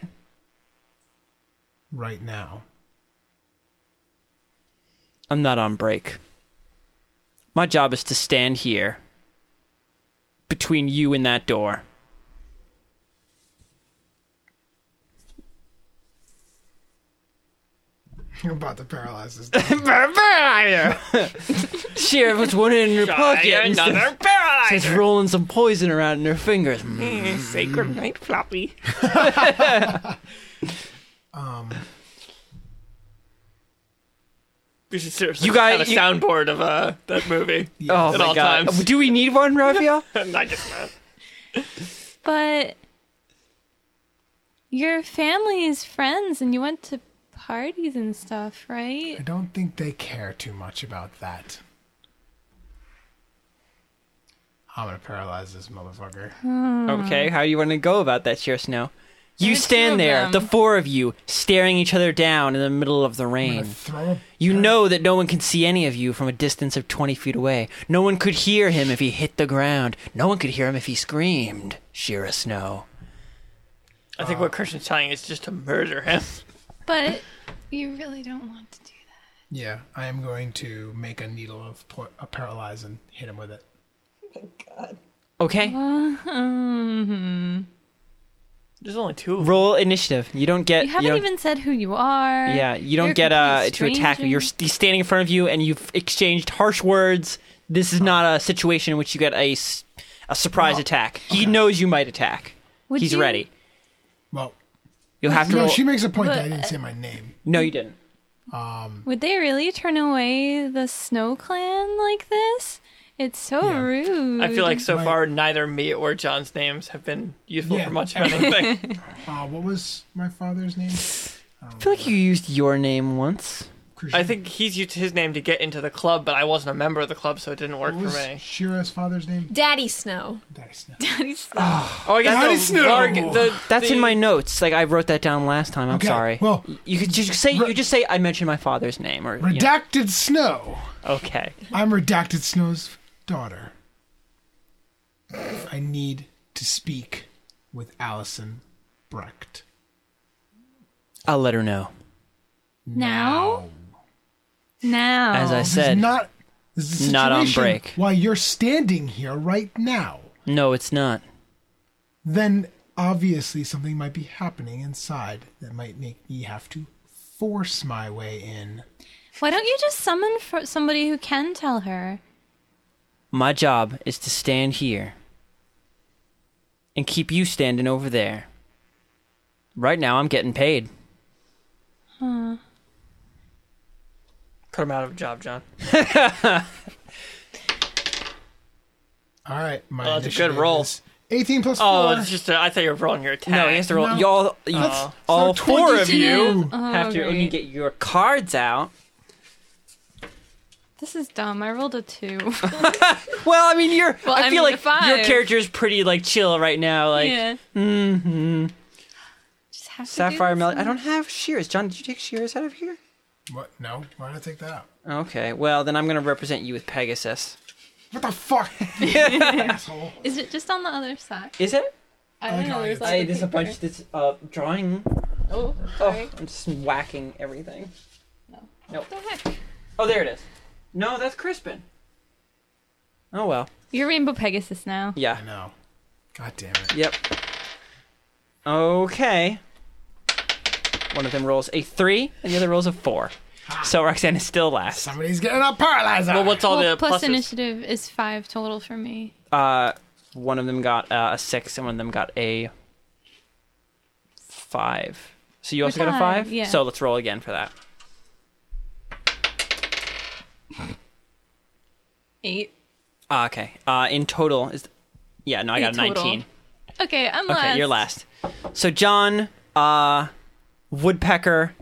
Speaker 4: right now?
Speaker 1: I'm not on break. My job is to stand here between you and that door.
Speaker 4: You're about to paralyze this.
Speaker 1: Paralyzer! Sheriff was one in her pocket.
Speaker 5: Try
Speaker 1: and
Speaker 5: another
Speaker 1: She's
Speaker 5: paralyzer.
Speaker 1: rolling some poison around in her fingers. Mm.
Speaker 5: Sacred night, floppy. We should seriously
Speaker 1: You guys-
Speaker 5: have a
Speaker 1: you-
Speaker 5: soundboard of uh, that movie.
Speaker 1: Oh
Speaker 5: At
Speaker 1: my
Speaker 5: all
Speaker 1: god.
Speaker 5: times.
Speaker 1: Do we need one, Raphael?
Speaker 5: I just uh,
Speaker 2: But your family is friends and you went to parties and stuff,
Speaker 4: I
Speaker 2: right?
Speaker 4: don't think they care too much about that. I'm gonna paralyze this motherfucker.
Speaker 1: Okay, how do you want to go about that, Sheriff Snow? You
Speaker 2: There's two of
Speaker 1: stand there,
Speaker 2: them.
Speaker 1: the four of you, staring each other down in the middle of the
Speaker 4: I'm
Speaker 1: rain.
Speaker 5: Hmm.
Speaker 4: gonna throw a
Speaker 1: You know that no one can see any of you from a distance of 20 feet away. No one could hear him if he hit the ground. No one could hear him if he screamed, Shira Snow.
Speaker 5: I think what Christian's telling you is just to murder him.
Speaker 2: But you really don't want to do that.
Speaker 4: Yeah, I am going to make a needle of po- a paralyze and hit him with it.
Speaker 1: Okay,
Speaker 4: Hmm.
Speaker 5: There's only two of them.
Speaker 1: roll initiative. You don't get.
Speaker 2: You haven't
Speaker 1: don't-
Speaker 2: even said who you are.
Speaker 1: Yeah, you don't
Speaker 2: You're a
Speaker 1: get uh, to
Speaker 2: complete
Speaker 1: attack.
Speaker 2: stranger.
Speaker 1: You're s- he's standing in front of you, and you've exchanged harsh words. This is not a situation in which you get a, s- a surprise attack. He knows you might attack.
Speaker 2: Would
Speaker 1: he's
Speaker 2: you-
Speaker 1: ready.
Speaker 4: Well,
Speaker 1: You'll have to.
Speaker 4: no,
Speaker 1: roll-
Speaker 4: she makes a point that I didn't say my name.
Speaker 1: no, you didn't.
Speaker 2: Would they really turn away the Snow Clan like this? It's so
Speaker 4: Yeah.
Speaker 2: rude.
Speaker 5: I feel like so
Speaker 4: Right.
Speaker 5: far neither me or John's names have been useful
Speaker 4: Yeah.
Speaker 5: for much of anything.
Speaker 4: Uh, what was my father's name?
Speaker 1: I feel like you used your name once.
Speaker 4: Christian.
Speaker 5: I think he's used his name to get into the club, but I wasn't a member of the club, so it didn't work
Speaker 4: What
Speaker 5: for
Speaker 4: was
Speaker 5: me.
Speaker 4: Shira's father's name?
Speaker 3: Daddy Snow.
Speaker 4: Daddy Snow.
Speaker 5: Oh, I guess
Speaker 4: That's-
Speaker 5: the, larg-
Speaker 4: No.
Speaker 5: the-
Speaker 1: That's
Speaker 5: the-
Speaker 1: in my notes. Like I wrote that down last time. I'm
Speaker 4: Okay,
Speaker 1: sorry.
Speaker 4: well-
Speaker 1: you could just say
Speaker 4: Re-
Speaker 1: you just say I mentioned my father's name or you know.
Speaker 4: Redacted Snow.
Speaker 1: okay.
Speaker 4: I'm Redacted Snow's daughter. I need to speak with Allison Brecht.
Speaker 1: I'll let her know.
Speaker 2: now. Now,
Speaker 1: As I
Speaker 4: It's
Speaker 1: said,
Speaker 4: Oh. not. This is the
Speaker 1: Not on
Speaker 4: situation
Speaker 1: break.
Speaker 4: Why you're standing here right now?
Speaker 1: no, it's not.
Speaker 4: then obviously something might be happening inside that might make me have to force my way in.
Speaker 2: why don't you just summon for somebody who can tell her?
Speaker 1: My job is to stand here and keep you standing over there. Right now, I'm getting paid.
Speaker 5: Cut him out of a job, John.
Speaker 4: All right, my
Speaker 5: Oh, that's a
Speaker 4: initiative
Speaker 5: good roll.
Speaker 4: is 18 plus 4.
Speaker 5: Oh, it's just a, I thought you were rolling your attack.
Speaker 1: No, he has to roll.
Speaker 4: No.
Speaker 1: Y'all, you, uh, all
Speaker 4: not
Speaker 1: four of
Speaker 4: 22.
Speaker 1: you
Speaker 2: Oh,
Speaker 1: have to.
Speaker 2: great.
Speaker 1: You get your cards out.
Speaker 2: This is dumb. I rolled a two.
Speaker 1: Well, I mean, you're.
Speaker 2: Well,
Speaker 1: I,
Speaker 2: I
Speaker 1: feel
Speaker 2: mean,
Speaker 1: like
Speaker 2: a five.
Speaker 1: your character is pretty like chill right now. Like mm-hmm.
Speaker 2: yeah. Just have to do
Speaker 1: Sapphire
Speaker 2: this
Speaker 1: Melody. I don't have Shears. John, did you take Shears out of here?
Speaker 4: What? No, why did I take that out?
Speaker 1: Okay. Well, then I'm gonna represent you with Pegasus.
Speaker 4: What the fuck? Asshole.
Speaker 2: Is it just on the other side?
Speaker 1: Is it?
Speaker 2: I
Speaker 4: don't know, there's
Speaker 1: I, there's a bunch that's uh, drawing.
Speaker 2: Oh,
Speaker 1: Oh, I'm just whacking everything. Oh, there it is. No, that's Crispin. Oh well.
Speaker 2: You're Rainbow Pegasus now.
Speaker 1: Yeah.
Speaker 4: I know. God damn it.
Speaker 1: Yep. Okay. One of them rolls a three, and the other rolls a four. So Roxanne is still last.
Speaker 4: Somebody's getting a paralyzer.
Speaker 5: Well, what's all
Speaker 2: Well,
Speaker 5: the
Speaker 2: plus
Speaker 5: pluses?
Speaker 2: initiative is five total for me.
Speaker 1: Uh, one of them got uh, a six, and one of them got a five. So you also got a
Speaker 2: tied,
Speaker 1: five.
Speaker 2: yeah.
Speaker 1: So let's roll again for that.
Speaker 2: Eight.
Speaker 1: Uh, okay. Uh, in total is, yeah. No, I got a
Speaker 2: In total.
Speaker 1: nineteen.
Speaker 2: Okay, I'm
Speaker 1: Okay,
Speaker 2: last.
Speaker 1: you're last. So John, uh, woodpecker,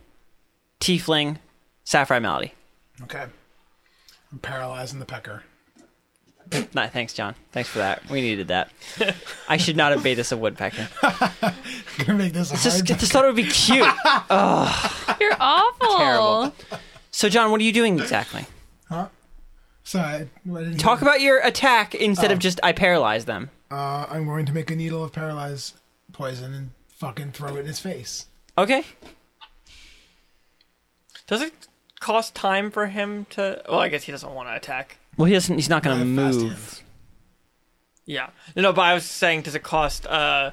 Speaker 1: tiefling, sapphire malady.
Speaker 4: Okay. I'm paralyzing the pecker.
Speaker 1: No, thanks, John. Thanks for that. We needed that. I should not have made this a woodpecker.
Speaker 4: Gonna make this a hard.
Speaker 1: Just, just thought it would be cute.
Speaker 2: You're awful.
Speaker 1: Terrible. So, John, what are you doing exactly?
Speaker 4: Sorry, I didn't
Speaker 1: Talk about your attack
Speaker 5: Oh.
Speaker 1: instead of just I paralyze them.
Speaker 4: Uh, I'm going to make a needle of paralyzed poison and fucking throw it in his face.
Speaker 1: Okay.
Speaker 5: Does it cost time for him to? Well, I guess he doesn't want to attack.
Speaker 1: Well, he doesn't. He's not going to
Speaker 4: I have fast
Speaker 1: move.
Speaker 4: hands.
Speaker 5: Yeah. No, no, but I was saying, does it cost uh,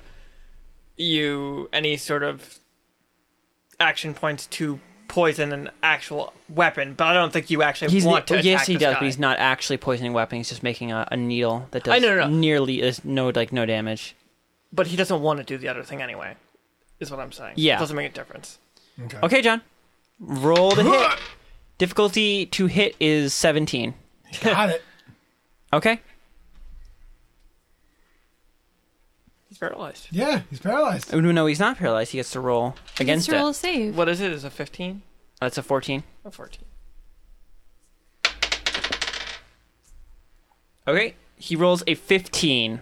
Speaker 5: you any sort of action points to poison an actual weapon? But I don't think you actually
Speaker 1: He's
Speaker 5: want to.
Speaker 1: yes,
Speaker 5: attack
Speaker 1: he
Speaker 5: this
Speaker 1: does,
Speaker 5: guy.
Speaker 1: but he's not actually poisoning weapon. He's just making a, a needle that does
Speaker 5: I know, no, no.
Speaker 1: nearly is no like no damage.
Speaker 5: But he doesn't want to do the other thing anyway. Is what I'm saying.
Speaker 1: Yeah.
Speaker 5: It doesn't make a difference.
Speaker 1: Okay, John, roll the hit. Difficulty to hit is seventeen.
Speaker 4: Got it.
Speaker 1: Okay.
Speaker 5: He's paralyzed.
Speaker 4: Yeah, he's paralyzed.
Speaker 1: Oh, No, he's not paralyzed. He gets to roll
Speaker 2: Let's
Speaker 1: against
Speaker 2: roll
Speaker 1: it.
Speaker 2: save.
Speaker 5: What is it? Is it 15
Speaker 1: That's a fourteen.
Speaker 5: or 14?
Speaker 1: Okay. He rolls a fifteen.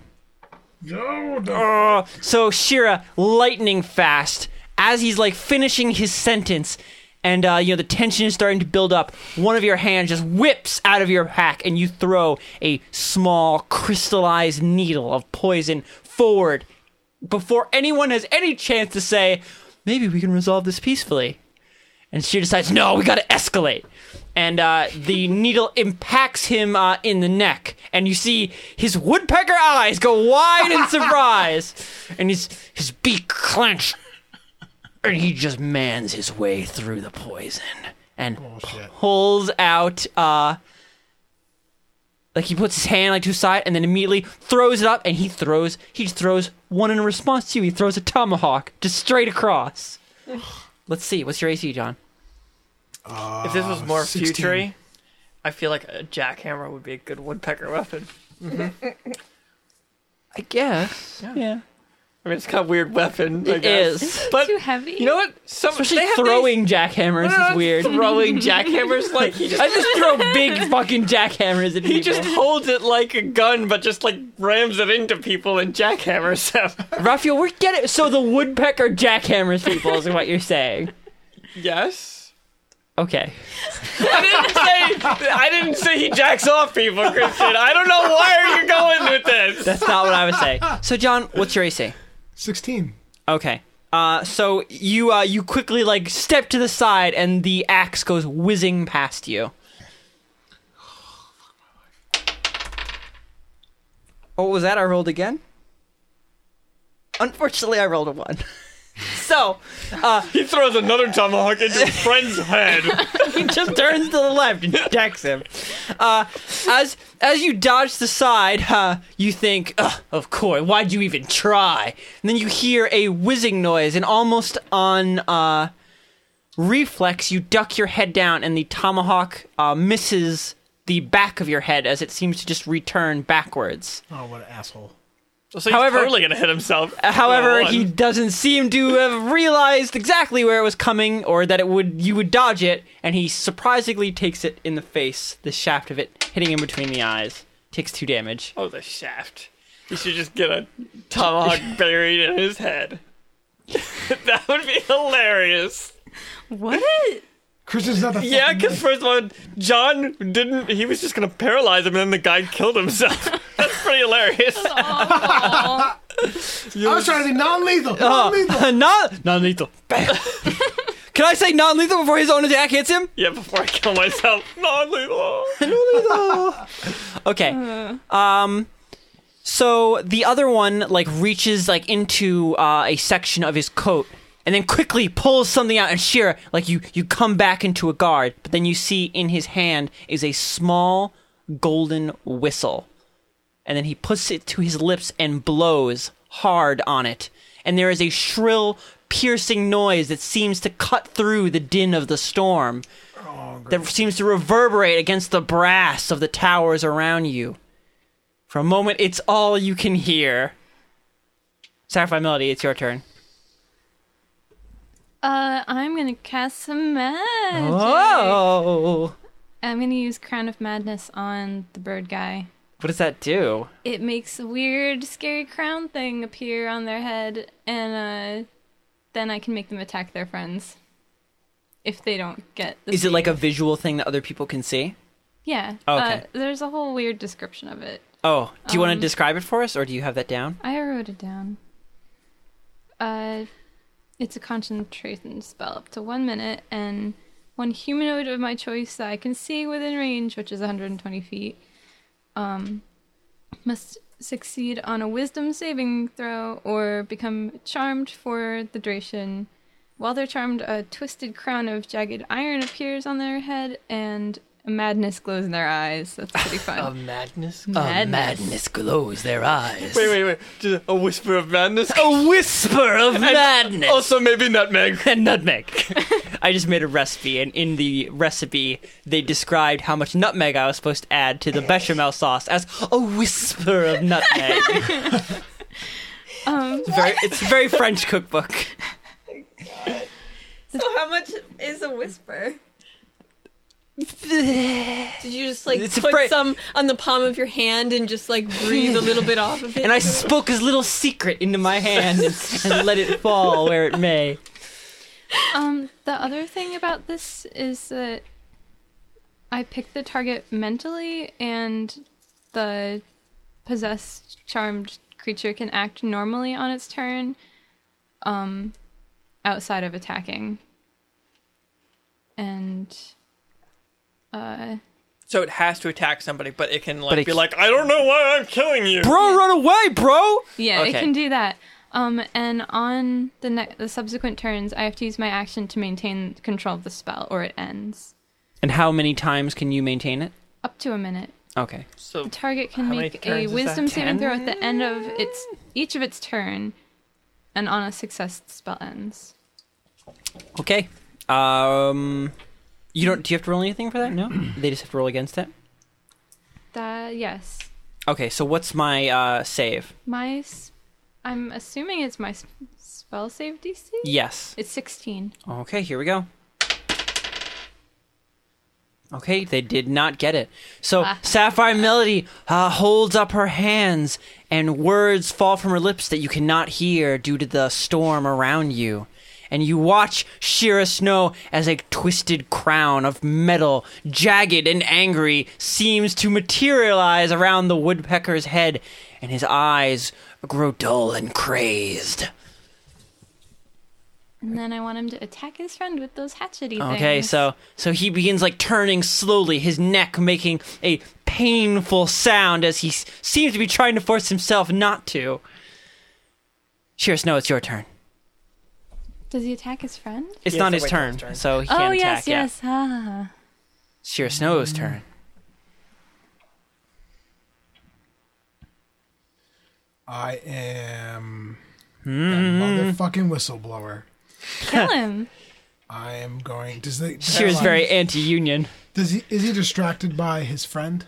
Speaker 4: No,
Speaker 1: So Shira, lightning fast, as he's like finishing his sentence, and uh, you know the tension is starting to build up. One of your hands just whips out of your pack, and you throw a small crystallized needle of poison forward before anyone has any chance to say, "Maybe we can resolve this peacefully." And she decides, no, we gotta escalate. And uh, the needle impacts him uh, in the neck. And you see his woodpecker eyes go wide in surprise. And his, his beak clenched. And he just mans his way through the poison. And
Speaker 4: Bullshit.
Speaker 1: pulls out, uh, like he puts his hand like to his side and then immediately throws it up. And he throws, he just throws one in response to you. He throws a tomahawk just straight across. Let's see, what's your AC, John?
Speaker 5: if this was more
Speaker 4: 16.
Speaker 5: futury, I feel like a jackhammer would be a good woodpecker weapon.
Speaker 1: I guess. Yeah.
Speaker 5: I mean, it's kind of a weird weapon. I
Speaker 1: It
Speaker 5: guess.
Speaker 1: is.
Speaker 5: But
Speaker 2: Too heavy.
Speaker 5: You know what? Some,
Speaker 1: Especially
Speaker 5: they have
Speaker 1: throwing jackhammers
Speaker 5: these- No, no,
Speaker 1: is weird.
Speaker 5: Throwing jackhammers like he just
Speaker 1: I just throw big fucking jackhammers at people.
Speaker 5: he just holds it like a gun, but just like rams it into people and jackhammers them.
Speaker 1: Raphael, we're getting so the woodpecker jackhammers people is what you're saying.
Speaker 5: yes.
Speaker 1: Okay.
Speaker 5: I didn't say I didn't say he jacks off people, Christian. I don't know why are you going with this.
Speaker 1: That's not what I was saying. So John, what's your AC?
Speaker 4: Sixteen.
Speaker 1: Okay. Uh, so you uh, you quickly like step to the side and the axe goes whizzing past you. Oh, what was that? I rolled again. Unfortunately, I rolled a one. so uh,
Speaker 5: he throws another tomahawk into his friend's head.
Speaker 1: he just turns to the left and decks him. Uh, as as you dodge the side, uh, you think, Ugh, "Of course, why'd you even try?" And then you hear a whizzing noise, and almost on uh, reflex, you duck your head down, and the tomahawk uh, misses the back of your head as it seems to just return backwards.
Speaker 4: Oh, what an asshole.
Speaker 5: So he's
Speaker 1: However-
Speaker 5: totally gonna hit himself.
Speaker 1: However,
Speaker 5: One.
Speaker 1: he doesn't seem to have realized exactly where it was coming or that it would you would dodge it, and he surprisingly takes it in the face, the shaft of it hitting him between the eyes. Takes two damage.
Speaker 5: Oh, the shaft. You should just get a tomahawk buried in his head. that would be hilarious.
Speaker 2: What?
Speaker 4: Christian's not the
Speaker 5: Yeah,
Speaker 4: fucking-
Speaker 5: because first of all, John didn't. He was just gonna paralyze him, and then the guy killed himself. That's pretty hilarious.
Speaker 4: I
Speaker 2: Aw.
Speaker 4: was trying to be non-lethal. Non-lethal.
Speaker 1: non non lethal. Can I say non lethal before his own attack hits him?
Speaker 5: yeah, before I kill myself, non-lethal.
Speaker 1: Okay. Um so the other one like reaches like into uh, a section of his coat and then quickly pulls something out and Shira like you you come back into a guard, but then you see in his hand is a small golden whistle. And then he puts it to his lips and blows hard on it. And there is a shrill piercing noise that seems to cut through the din of the storm that seems to reverberate against the brass of the towers around you. For a moment, it's all you can hear. Sapphire Melody, it's your turn.
Speaker 2: Uh, I'm gonna cast some magic.
Speaker 5: Oh.
Speaker 1: Whoa!
Speaker 2: I'm gonna use Crown of Madness on the bird guy.
Speaker 1: What does that do?
Speaker 2: It makes a weird, scary crown thing appear on their head, and uh, then I can make them attack their friends if they don't get. The
Speaker 1: Is it like a
Speaker 2: save.
Speaker 1: visual thing that other people can see?
Speaker 2: yeah?
Speaker 1: Oh,
Speaker 2: uh,
Speaker 1: okay.
Speaker 2: there's a whole weird description of it.
Speaker 1: Oh, do you want
Speaker 2: Um,
Speaker 1: to describe it for us, or do you have that down?
Speaker 2: I wrote it down. Uh, it's a concentration spell up to one minute, and one humanoid of my choice that I can see within range, which is 120 feet, um, must succeed on a Wisdom saving throw or become charmed for the duration. While they're charmed, a twisted crown of jagged iron appears on their head, and madness glows in their eyes. That's pretty fun.
Speaker 5: A madness?
Speaker 1: glows their eyes.
Speaker 5: Wait, wait, wait. Just a whisper of madness?
Speaker 1: A whisper of madness.
Speaker 5: Also, maybe nutmeg.
Speaker 1: and nutmeg. I just made a recipe, and in the recipe, they described how much nutmeg I was supposed to add to the bechamel sauce as a whisper of nutmeg.
Speaker 2: Um,
Speaker 1: It's very, it's a very French cookbook.
Speaker 3: So how much is a whisper? Did you just like
Speaker 1: It's a
Speaker 3: put
Speaker 1: fra-
Speaker 3: some on the palm of your hand and just like breathe a little bit off of it?
Speaker 1: And I spoke his little secret into my hand and, and let it fall where it may.
Speaker 2: Um, the other thing about this is that I pick the target mentally, and the possessed, charmed creature can act normally on its turn, um, outside of attacking. And, uh,
Speaker 5: So it has to attack somebody, but it can like
Speaker 1: it
Speaker 5: be
Speaker 1: c-
Speaker 5: like, I don't know why I'm killing you.
Speaker 1: Bro, run away, bro!
Speaker 2: yeah, it
Speaker 1: Okay.
Speaker 2: can do that. Um, and on the ne- the subsequent turns, I have to use my action to maintain control of the spell, or it ends
Speaker 1: And how many times can you maintain it?
Speaker 2: up to a minute.
Speaker 1: Okay.
Speaker 5: So
Speaker 2: The target can
Speaker 5: How many
Speaker 2: make
Speaker 5: turns
Speaker 2: a
Speaker 5: is that?
Speaker 2: wisdom saving throw at the
Speaker 1: Ten?
Speaker 2: end of its each of its turn, and on a success the spell ends.
Speaker 1: Okay. Um, you don't. Do you have to roll anything for that? No, they just have to roll against it.
Speaker 2: That yes,
Speaker 1: Okay. So what's my uh, save?
Speaker 2: my s- I'm assuming it's my s- spell save DC.
Speaker 1: Yes.
Speaker 2: It's sixteen.
Speaker 1: Okay, here we go. Okay, they did not get it. So
Speaker 2: Ah.
Speaker 1: Sapphire Melody uh, holds up her hands, and words fall from her lips that you cannot hear due to the storm around you. And you watch Shira Snow as a twisted crown of metal, jagged and angry, seems to materialize around the woodpecker's head, and his eyes grow dull and crazed.
Speaker 2: And then I want him to attack his friend with those hatchety things.
Speaker 1: Okay, so so he begins like turning slowly, his neck making a painful sound as he s- seems to be trying to force himself not to. Sheer Snow, it's your turn.
Speaker 2: does he attack his friend?
Speaker 1: It's
Speaker 5: He has
Speaker 1: not
Speaker 5: to
Speaker 1: his
Speaker 5: wait till his
Speaker 1: turn,
Speaker 5: turn.
Speaker 1: so he
Speaker 2: oh
Speaker 1: can't
Speaker 2: yes,
Speaker 1: attack. yeah.
Speaker 2: yes. Ah.
Speaker 1: Sheer Snow's turn.
Speaker 4: Mm-hmm. I am the motherfucking whistleblower.
Speaker 2: kill him.
Speaker 4: I am going. Does the
Speaker 1: Sheer is
Speaker 4: does-
Speaker 1: very anti-union.
Speaker 4: Does he is he distracted by his friend,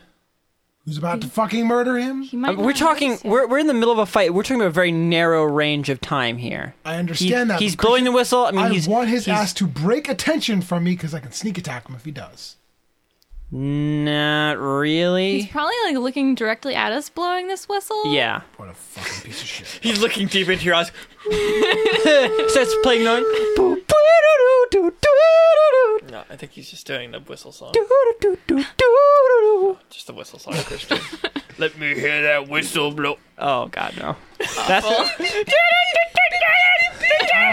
Speaker 4: who's about to fucking murder him?
Speaker 2: He might.
Speaker 1: Um, we're
Speaker 2: not
Speaker 1: talking.
Speaker 2: notice him.
Speaker 1: We're we're in the middle of a fight. We're talking about a very narrow range of time here.
Speaker 4: I
Speaker 1: He-
Speaker 4: understand that.
Speaker 1: he's
Speaker 4: but could
Speaker 1: blowing the whistle. I mean,
Speaker 4: I
Speaker 1: he's
Speaker 4: want his
Speaker 1: he's-
Speaker 4: ass to break attention from me because I can sneak attack him if he does.
Speaker 1: Not
Speaker 2: He's
Speaker 1: really.
Speaker 2: probably like looking directly at us, blowing this whistle.
Speaker 1: Yeah.
Speaker 4: What a fucking piece of shit.
Speaker 5: he's looking deep into your eyes.
Speaker 1: Starts playing on.
Speaker 5: No, I think he's just doing the whistle song.
Speaker 1: Oh
Speaker 5: Just the whistle song, Christian. Let me hear that whistle blow.
Speaker 1: Oh, God, no! That's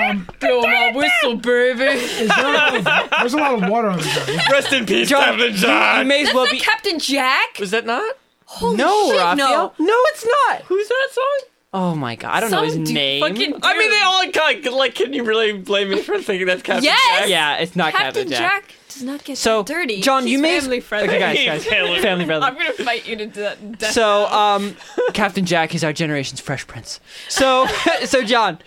Speaker 4: Um,
Speaker 5: Blow my whistle, baby.
Speaker 4: is there a lot of- there's a lot of water on the ground.
Speaker 5: Rest in peace,
Speaker 1: John.
Speaker 5: Captain John.
Speaker 1: You may as well be.
Speaker 3: Captain Jack?
Speaker 5: Was that not?
Speaker 3: Holy
Speaker 1: No,
Speaker 3: shit,
Speaker 1: Raphael.
Speaker 3: no.
Speaker 1: No. it's not.
Speaker 5: Who's that song?
Speaker 1: Oh my God! I don't know his
Speaker 3: Some dude
Speaker 1: name.
Speaker 3: fucking-
Speaker 5: I mean, they all got like. Can you really blame me for thinking that's Captain
Speaker 3: Yes!
Speaker 5: Jack?
Speaker 1: yeah, it's not Captain,
Speaker 3: Captain Jack does not get
Speaker 1: So,
Speaker 3: dirty.
Speaker 1: John, you
Speaker 3: He's
Speaker 1: may
Speaker 3: family friendly.
Speaker 1: Okay, guys, guys,
Speaker 5: Family-
Speaker 1: family brother.
Speaker 3: I'm gonna fight you to de- death.
Speaker 1: So, um, Captain Jack is our generation's Fresh Prince. So, so John,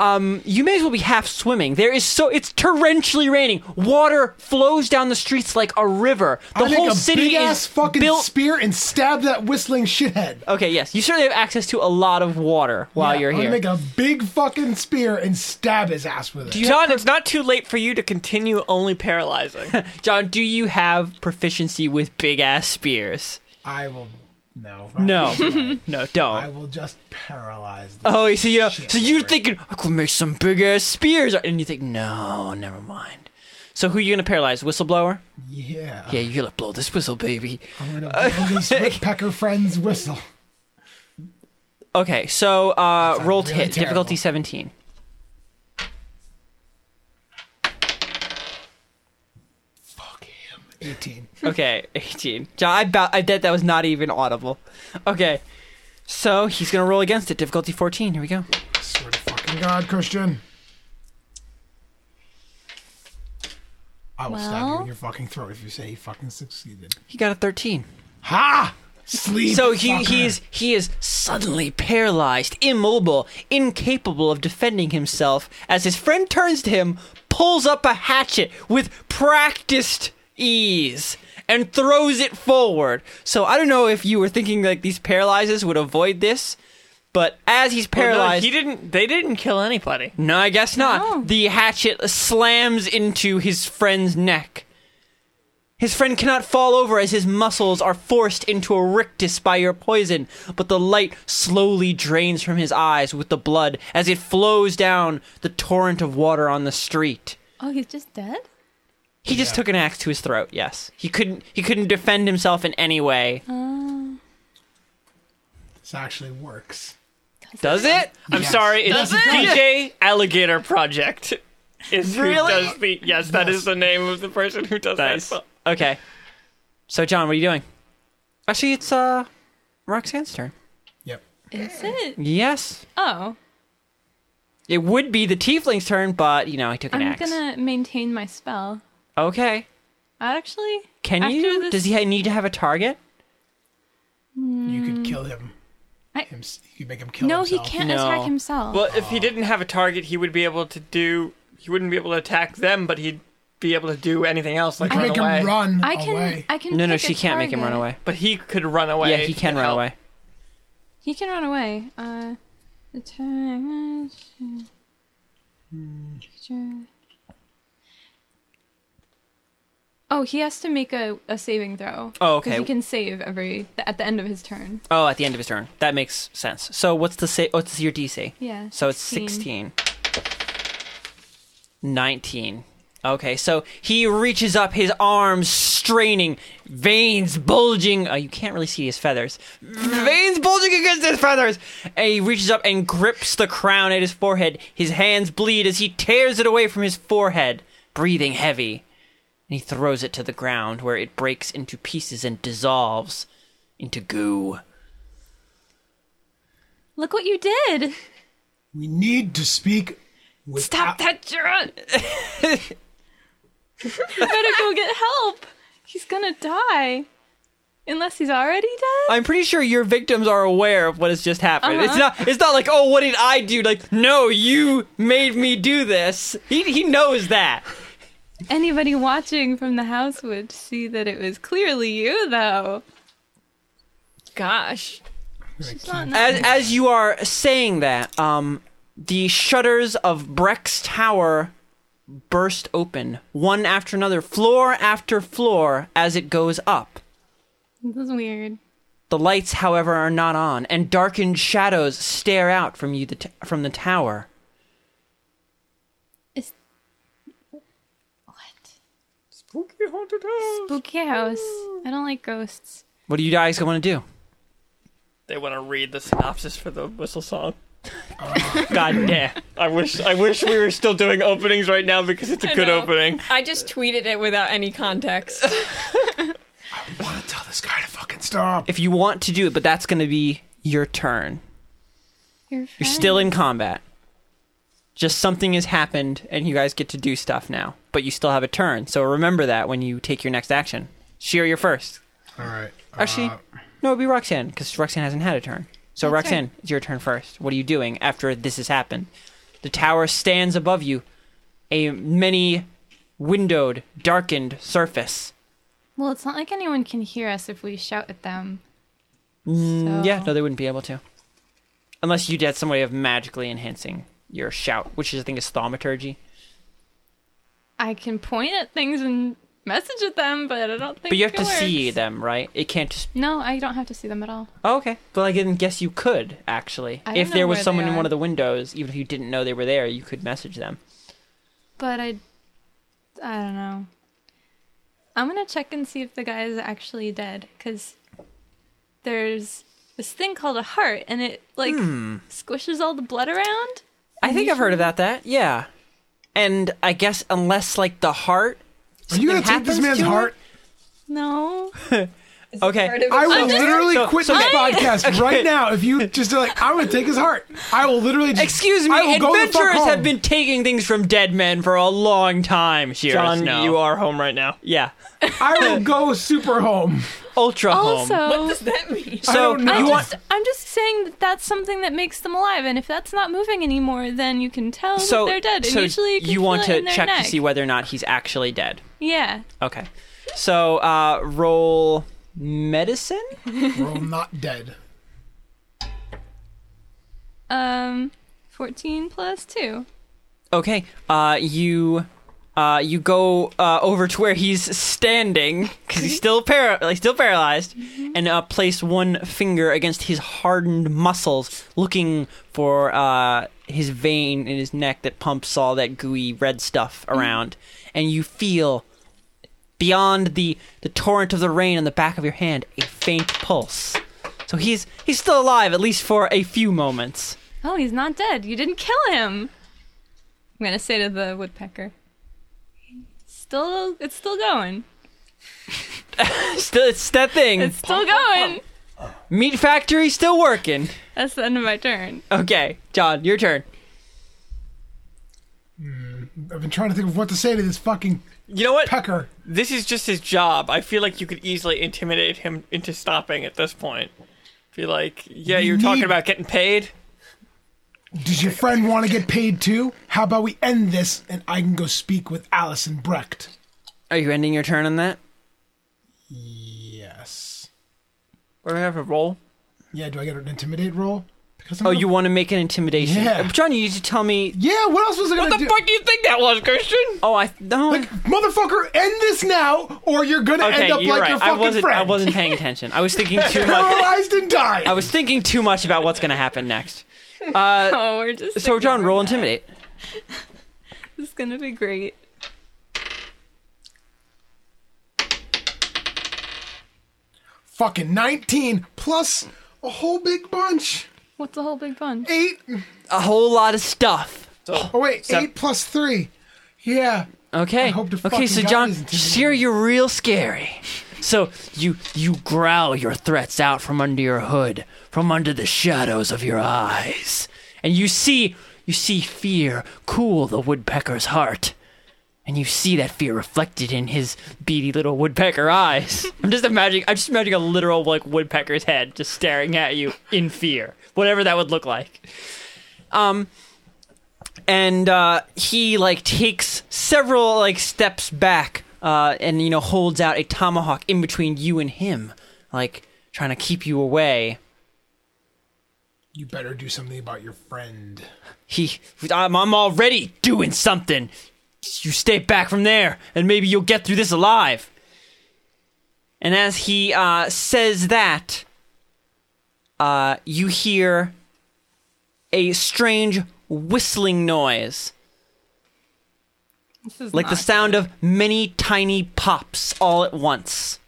Speaker 1: Um, you may as well be half swimming. There is so it's torrentially raining. Water flows down the streets like a river. The
Speaker 4: I make
Speaker 1: whole
Speaker 4: a
Speaker 1: city
Speaker 4: big ass
Speaker 1: is
Speaker 4: fucking
Speaker 1: built.
Speaker 4: spear and stab that whistling shithead.
Speaker 1: okay, yes, you certainly have access to a lot of water while
Speaker 4: Yeah,
Speaker 1: you're
Speaker 4: I'm
Speaker 1: here.
Speaker 4: gonna make a big fucking spear and stab his ass with it.
Speaker 5: John, it's not too late for you to continue only paralyzing.
Speaker 1: John, do you have proficiency with big ass spears?
Speaker 4: I will. No.
Speaker 1: No,
Speaker 4: I-
Speaker 1: no,
Speaker 4: I
Speaker 1: don't.
Speaker 4: will just paralyze. This.
Speaker 1: Oh, so you
Speaker 4: Shit,
Speaker 1: so you're
Speaker 4: right.
Speaker 1: thinking I could make some big ass spears, and you think no, never mind. So who you gonna paralyze? Whistleblower?
Speaker 4: Yeah.
Speaker 1: Yeah, you're gonna blow this whistle, baby.
Speaker 4: I'm gonna blow this woodpecker friend's whistle.
Speaker 1: Okay, so uh,
Speaker 4: sounds
Speaker 1: roll to
Speaker 4: really
Speaker 1: hit
Speaker 4: terrible.
Speaker 1: difficulty seventeen.
Speaker 4: Fuck him. Eighteen.
Speaker 1: Okay, 18. John, I, bow- I bet that was not even audible. Okay, so he's going to roll against it. Difficulty 14. Here we go.
Speaker 4: Swear to fucking God, Christian. I will stab you
Speaker 2: Well?
Speaker 4: in your fucking throat if you say he fucking succeeded.
Speaker 1: He got a 13.
Speaker 4: Ha! Sleep.
Speaker 1: So he,
Speaker 4: fucker.
Speaker 1: he, is, he is suddenly paralyzed, immobile, incapable of defending himself as his friend turns to him, pulls up a hatchet with practiced ease, and throws it forward. So I don't know if you were thinking like these paralyzes would avoid this, but as he's
Speaker 5: Well, no,
Speaker 1: paralyzed.
Speaker 5: he didn't. They didn't kill anybody.
Speaker 1: No, I guess not.
Speaker 2: No.
Speaker 1: The hatchet slams into his friend's neck. His friend cannot fall over as his muscles are forced into a rictus by your poison, but the light slowly drains from his eyes with the blood as it flows down the torrent of water on the street.
Speaker 2: Oh, he's just dead?
Speaker 1: He just took an axe to his throat, yes. He couldn't he couldn't defend himself in any way.
Speaker 4: This actually works.
Speaker 1: Does it?
Speaker 5: I'm
Speaker 4: Yes.
Speaker 5: sorry. It's
Speaker 4: Does it?
Speaker 5: DJ Alligator Project. Is
Speaker 1: Really?
Speaker 5: Who does the, yes, that is the name of the person who does
Speaker 1: Nice.
Speaker 5: that.
Speaker 1: Okay. So John, what are you doing? Actually it's uh Roxanne's turn.
Speaker 4: Yep.
Speaker 2: Is it?
Speaker 1: Yes.
Speaker 2: Oh.
Speaker 1: It would be the tiefling's turn, but you know, he took an
Speaker 2: I'm
Speaker 1: axe.
Speaker 2: gonna maintain my spell.
Speaker 1: Okay.
Speaker 2: Actually,
Speaker 1: Can
Speaker 2: after
Speaker 1: you?
Speaker 2: This,
Speaker 1: Does he ha- need to have a target?
Speaker 4: You could kill him.
Speaker 2: Mm. I-
Speaker 4: Him- you could make him kill
Speaker 2: No,
Speaker 4: himself.
Speaker 2: he can't
Speaker 1: No.
Speaker 2: attack himself.
Speaker 5: Well, if he didn't have a target, he would be able to do. He wouldn't be able to attack them, but he'd be able to do anything else, like
Speaker 4: You can
Speaker 5: run
Speaker 4: make
Speaker 5: away.
Speaker 4: him run
Speaker 2: I can.
Speaker 4: away.
Speaker 2: I can.
Speaker 1: No, no,
Speaker 2: pick a
Speaker 1: she can't make him run
Speaker 2: target.
Speaker 1: away.
Speaker 5: But he could run away.
Speaker 1: Yeah, he can
Speaker 5: to
Speaker 1: run
Speaker 5: help.
Speaker 1: away.
Speaker 2: He can run away. Uh, attack. Hmm. Oh, he has to make a, a saving throw.
Speaker 1: Oh,
Speaker 2: 'Cause
Speaker 1: okay.
Speaker 2: He can save every at the end of his turn.
Speaker 1: Oh, at the end of his turn. That makes sense. So what's the sa- what's your DC?
Speaker 2: Yeah,
Speaker 1: So it's
Speaker 2: 16.
Speaker 1: 16. 19. Okay, so he reaches up, his arms straining, veins bulging. Oh, you can't really see his feathers. Veins bulging against his feathers! And he reaches up and grips the crown at his forehead. His hands bleed as he tears it away from his forehead, breathing heavy. And he throws it to the ground where it breaks into pieces and dissolves into goo.
Speaker 2: Look what you did!
Speaker 4: we need to speak. With
Speaker 2: Stop
Speaker 1: Ah.
Speaker 2: that, Gerard! you better go get help. He's gonna die, unless he's already dead.
Speaker 1: I'm pretty sure your victims are aware of what has just happened. It's not it's not like, oh what did I do? Like, no, you made me do this. He he knows that.
Speaker 2: Anybody watching from the house would see that it was clearly you, though.
Speaker 3: Gosh.
Speaker 4: She's
Speaker 1: As as you are saying that, um the shutters of Breck's tower burst open, one after another, floor after floor as it goes up.
Speaker 2: This is weird.
Speaker 1: The lights, however, are not on, and darkened shadows stare out from you the t- from the tower.
Speaker 2: Is what? Spooky haunted house. Spooky house. I don't like ghosts.
Speaker 1: What do you guys want to do?
Speaker 5: They want to read the synopsis for the whistle song.
Speaker 1: God damn.
Speaker 5: I wish. I wish we were still doing openings right now because it's a good
Speaker 3: know.
Speaker 5: opening.
Speaker 3: I just tweeted it without any context.
Speaker 4: I want to tell this guy to fucking stop.
Speaker 1: if you want to do it, but that's going to be your turn.
Speaker 2: You're,
Speaker 1: You're still in combat. Just something has happened, and you guys get to do stuff now. But you still have a turn, so remember that when you take your next action. Sheer, you're first.
Speaker 4: All right.
Speaker 1: Actually,
Speaker 4: uh,
Speaker 1: no, it'd be Roxanne because Roxanne hasn't had a turn. So
Speaker 2: That's
Speaker 1: Roxanne, it's your turn first. What are you doing after this has happened? The tower stands above you, a many windowed, darkened surface.
Speaker 2: Well, it's not like anyone can hear us if we shout at them.
Speaker 1: Mm,
Speaker 2: So-
Speaker 1: Yeah, no, they wouldn't be able to. Unless you had some way of magically enhancing your shout, which is, I think is thaumaturgy.
Speaker 2: I can point at things and message at them, but I don't think.
Speaker 1: But you have
Speaker 2: it
Speaker 1: to see
Speaker 2: works.
Speaker 1: them, right? It can't just.
Speaker 2: No, I don't have to see them at all.
Speaker 1: Oh, okay. But I didn't guess you could, actually.
Speaker 2: I don't
Speaker 1: If there
Speaker 2: know
Speaker 1: was
Speaker 2: where they
Speaker 1: someone in
Speaker 2: are.
Speaker 1: one of the windows, even if you didn't know they were there, you could message them.
Speaker 2: But I, I don't know. I'm gonna check and see if the guy is actually dead, cause there's this thing called a heart, and it like
Speaker 1: Hmm.
Speaker 2: squishes all the blood around.
Speaker 1: I think I've heard about that, yeah. And I guess unless, like, the heart.
Speaker 4: Are you gonna
Speaker 1: something
Speaker 4: take this
Speaker 1: happens
Speaker 4: man's
Speaker 1: to it-
Speaker 4: heart?
Speaker 1: Um,
Speaker 2: No,
Speaker 1: Okay.
Speaker 3: Part of it-
Speaker 4: I will
Speaker 3: I'm just-
Speaker 4: literally
Speaker 1: so-
Speaker 4: quit
Speaker 1: so-
Speaker 4: this
Speaker 1: okay.
Speaker 4: podcast right now if you just are like I'm gonna take his heart. I will literally. Just,
Speaker 1: Excuse me,
Speaker 4: I will go the fuck
Speaker 1: adventurers
Speaker 4: home.
Speaker 1: have been taking things from dead men for a long time, Sheer.
Speaker 5: John,
Speaker 1: Snow.
Speaker 5: you are home right now.
Speaker 1: Yeah.
Speaker 4: I will go super home.
Speaker 1: Ultra
Speaker 2: also.
Speaker 1: home.
Speaker 3: What does that mean?
Speaker 1: So
Speaker 4: I don't know.
Speaker 1: you
Speaker 2: I'm
Speaker 1: want-
Speaker 2: just, I'm just saying that that's something that makes them alive, and if that's not moving anymore, then you can tell
Speaker 1: so,
Speaker 2: that they're dead. And
Speaker 1: so
Speaker 2: usually, you, can
Speaker 1: you want
Speaker 2: feel it
Speaker 1: to
Speaker 2: in their
Speaker 1: check
Speaker 2: neck.
Speaker 1: to see whether or not he's actually dead.
Speaker 2: Yeah,
Speaker 1: Okay. So uh, roll medicine.
Speaker 4: Roll not dead.
Speaker 2: um, fourteen plus two.
Speaker 1: Okay. Uh, you uh, you go uh, over to where he's standing because he's still para- like, still paralyzed, and uh, place one finger against his hardened muscles, looking for uh, his vein in his neck that pumps all that gooey red stuff around, and you feel beyond the the torrent of the rain on the back of your hand a faint pulse. So he's he's still alive at least for a few moments.
Speaker 2: Oh, he's not dead. You didn't kill him. I'm gonna say to the woodpecker. Still, it's still going.
Speaker 1: Still, it's that thing.
Speaker 2: It's still going.
Speaker 1: Meat factory still working.
Speaker 2: That's the end of my turn.
Speaker 1: Okay, John, your turn.
Speaker 4: I've been trying to think of what to say to this fucking
Speaker 5: You know what?
Speaker 4: pecker.
Speaker 5: This is just his job. I feel like you could easily intimidate him into stopping at this point. Be like, yeah, you're talking
Speaker 4: need-
Speaker 5: about getting paid.
Speaker 4: Does your friend want to get paid too? How about we end this and I can go speak with Alison Brecht?
Speaker 1: Are you ending your turn on that?
Speaker 4: Yes.
Speaker 5: We're gonna have a roll.
Speaker 4: Yeah. Do I get an intimidate roll? Because I'm
Speaker 1: Oh,
Speaker 4: gonna-
Speaker 1: you want to make an intimidation?
Speaker 4: Yeah.
Speaker 1: Uh, John, you need to tell me.
Speaker 4: Yeah. What else was I gonna
Speaker 5: What the
Speaker 4: do?
Speaker 5: fuck do you think that was, Christian?
Speaker 1: Oh, I no.
Speaker 4: Like, motherfucker, end this now, or you're gonna
Speaker 1: okay,
Speaker 4: end up
Speaker 1: you're
Speaker 4: like
Speaker 1: right.
Speaker 4: your
Speaker 1: I
Speaker 4: fucking
Speaker 1: wasn't.
Speaker 4: friend.
Speaker 1: I wasn't paying attention. I was thinking too much.
Speaker 4: paralyzed and died.
Speaker 1: I was thinking too much about what's going to happen next.
Speaker 2: Oh, we're just.
Speaker 1: So, John,
Speaker 2: ignoring
Speaker 1: roll
Speaker 2: that.
Speaker 1: intimidate.
Speaker 2: This is gonna be great.
Speaker 4: fucking 19 plus a whole big bunch.
Speaker 2: What's the whole big bunch?
Speaker 4: Eight.
Speaker 1: A whole lot of stuff.
Speaker 4: Oh wait,
Speaker 5: Seven.
Speaker 4: eight plus three. Yeah.
Speaker 1: Okay.
Speaker 4: I hope to
Speaker 1: okay,
Speaker 4: fucking
Speaker 1: so
Speaker 4: God
Speaker 1: John,
Speaker 4: isn't intimidating.
Speaker 1: Seer, you're real scary. So you you growl your threats out from under your hood, from under the shadows of your eyes, and you see you see fear cool the woodpecker's heart, and you see that fear reflected in his beady little woodpecker eyes. I'm just imagining I'm just imagining a literal like woodpecker's head just staring at you in fear, whatever that would look like and uh, he like takes several like steps back uh, and you know holds out a tomahawk in between you and him like trying to keep you away
Speaker 4: You better do something about your friend.
Speaker 1: he i'm, I'm already doing something you stay back from there and maybe you'll get through this alive and as he uh, says that uh, you hear a strange whistling noise
Speaker 2: This is
Speaker 1: like the
Speaker 2: not-
Speaker 1: sound of many tiny pops all at once.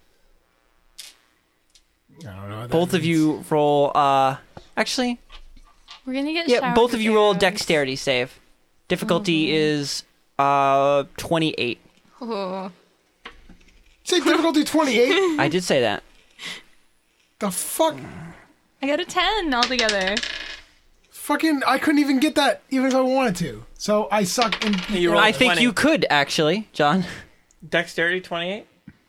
Speaker 4: I don't know. what that
Speaker 1: Both of
Speaker 4: means.
Speaker 1: you roll. uh Actually,
Speaker 2: We're gonna get.
Speaker 1: yeah,
Speaker 2: showered
Speaker 1: both of you roll a
Speaker 2: tomorrow.
Speaker 1: dexterity save. Difficulty is uh twenty-eight.
Speaker 2: Oh.
Speaker 4: Say difficulty 28.
Speaker 1: I did say that.
Speaker 4: the fuck?
Speaker 2: I got a ten altogether.
Speaker 4: Fucking, I couldn't even get that even if I wanted to. So I suck in.
Speaker 5: You roll
Speaker 1: I think
Speaker 5: 20.
Speaker 1: you could actually, John.
Speaker 5: dexterity twenty-eight.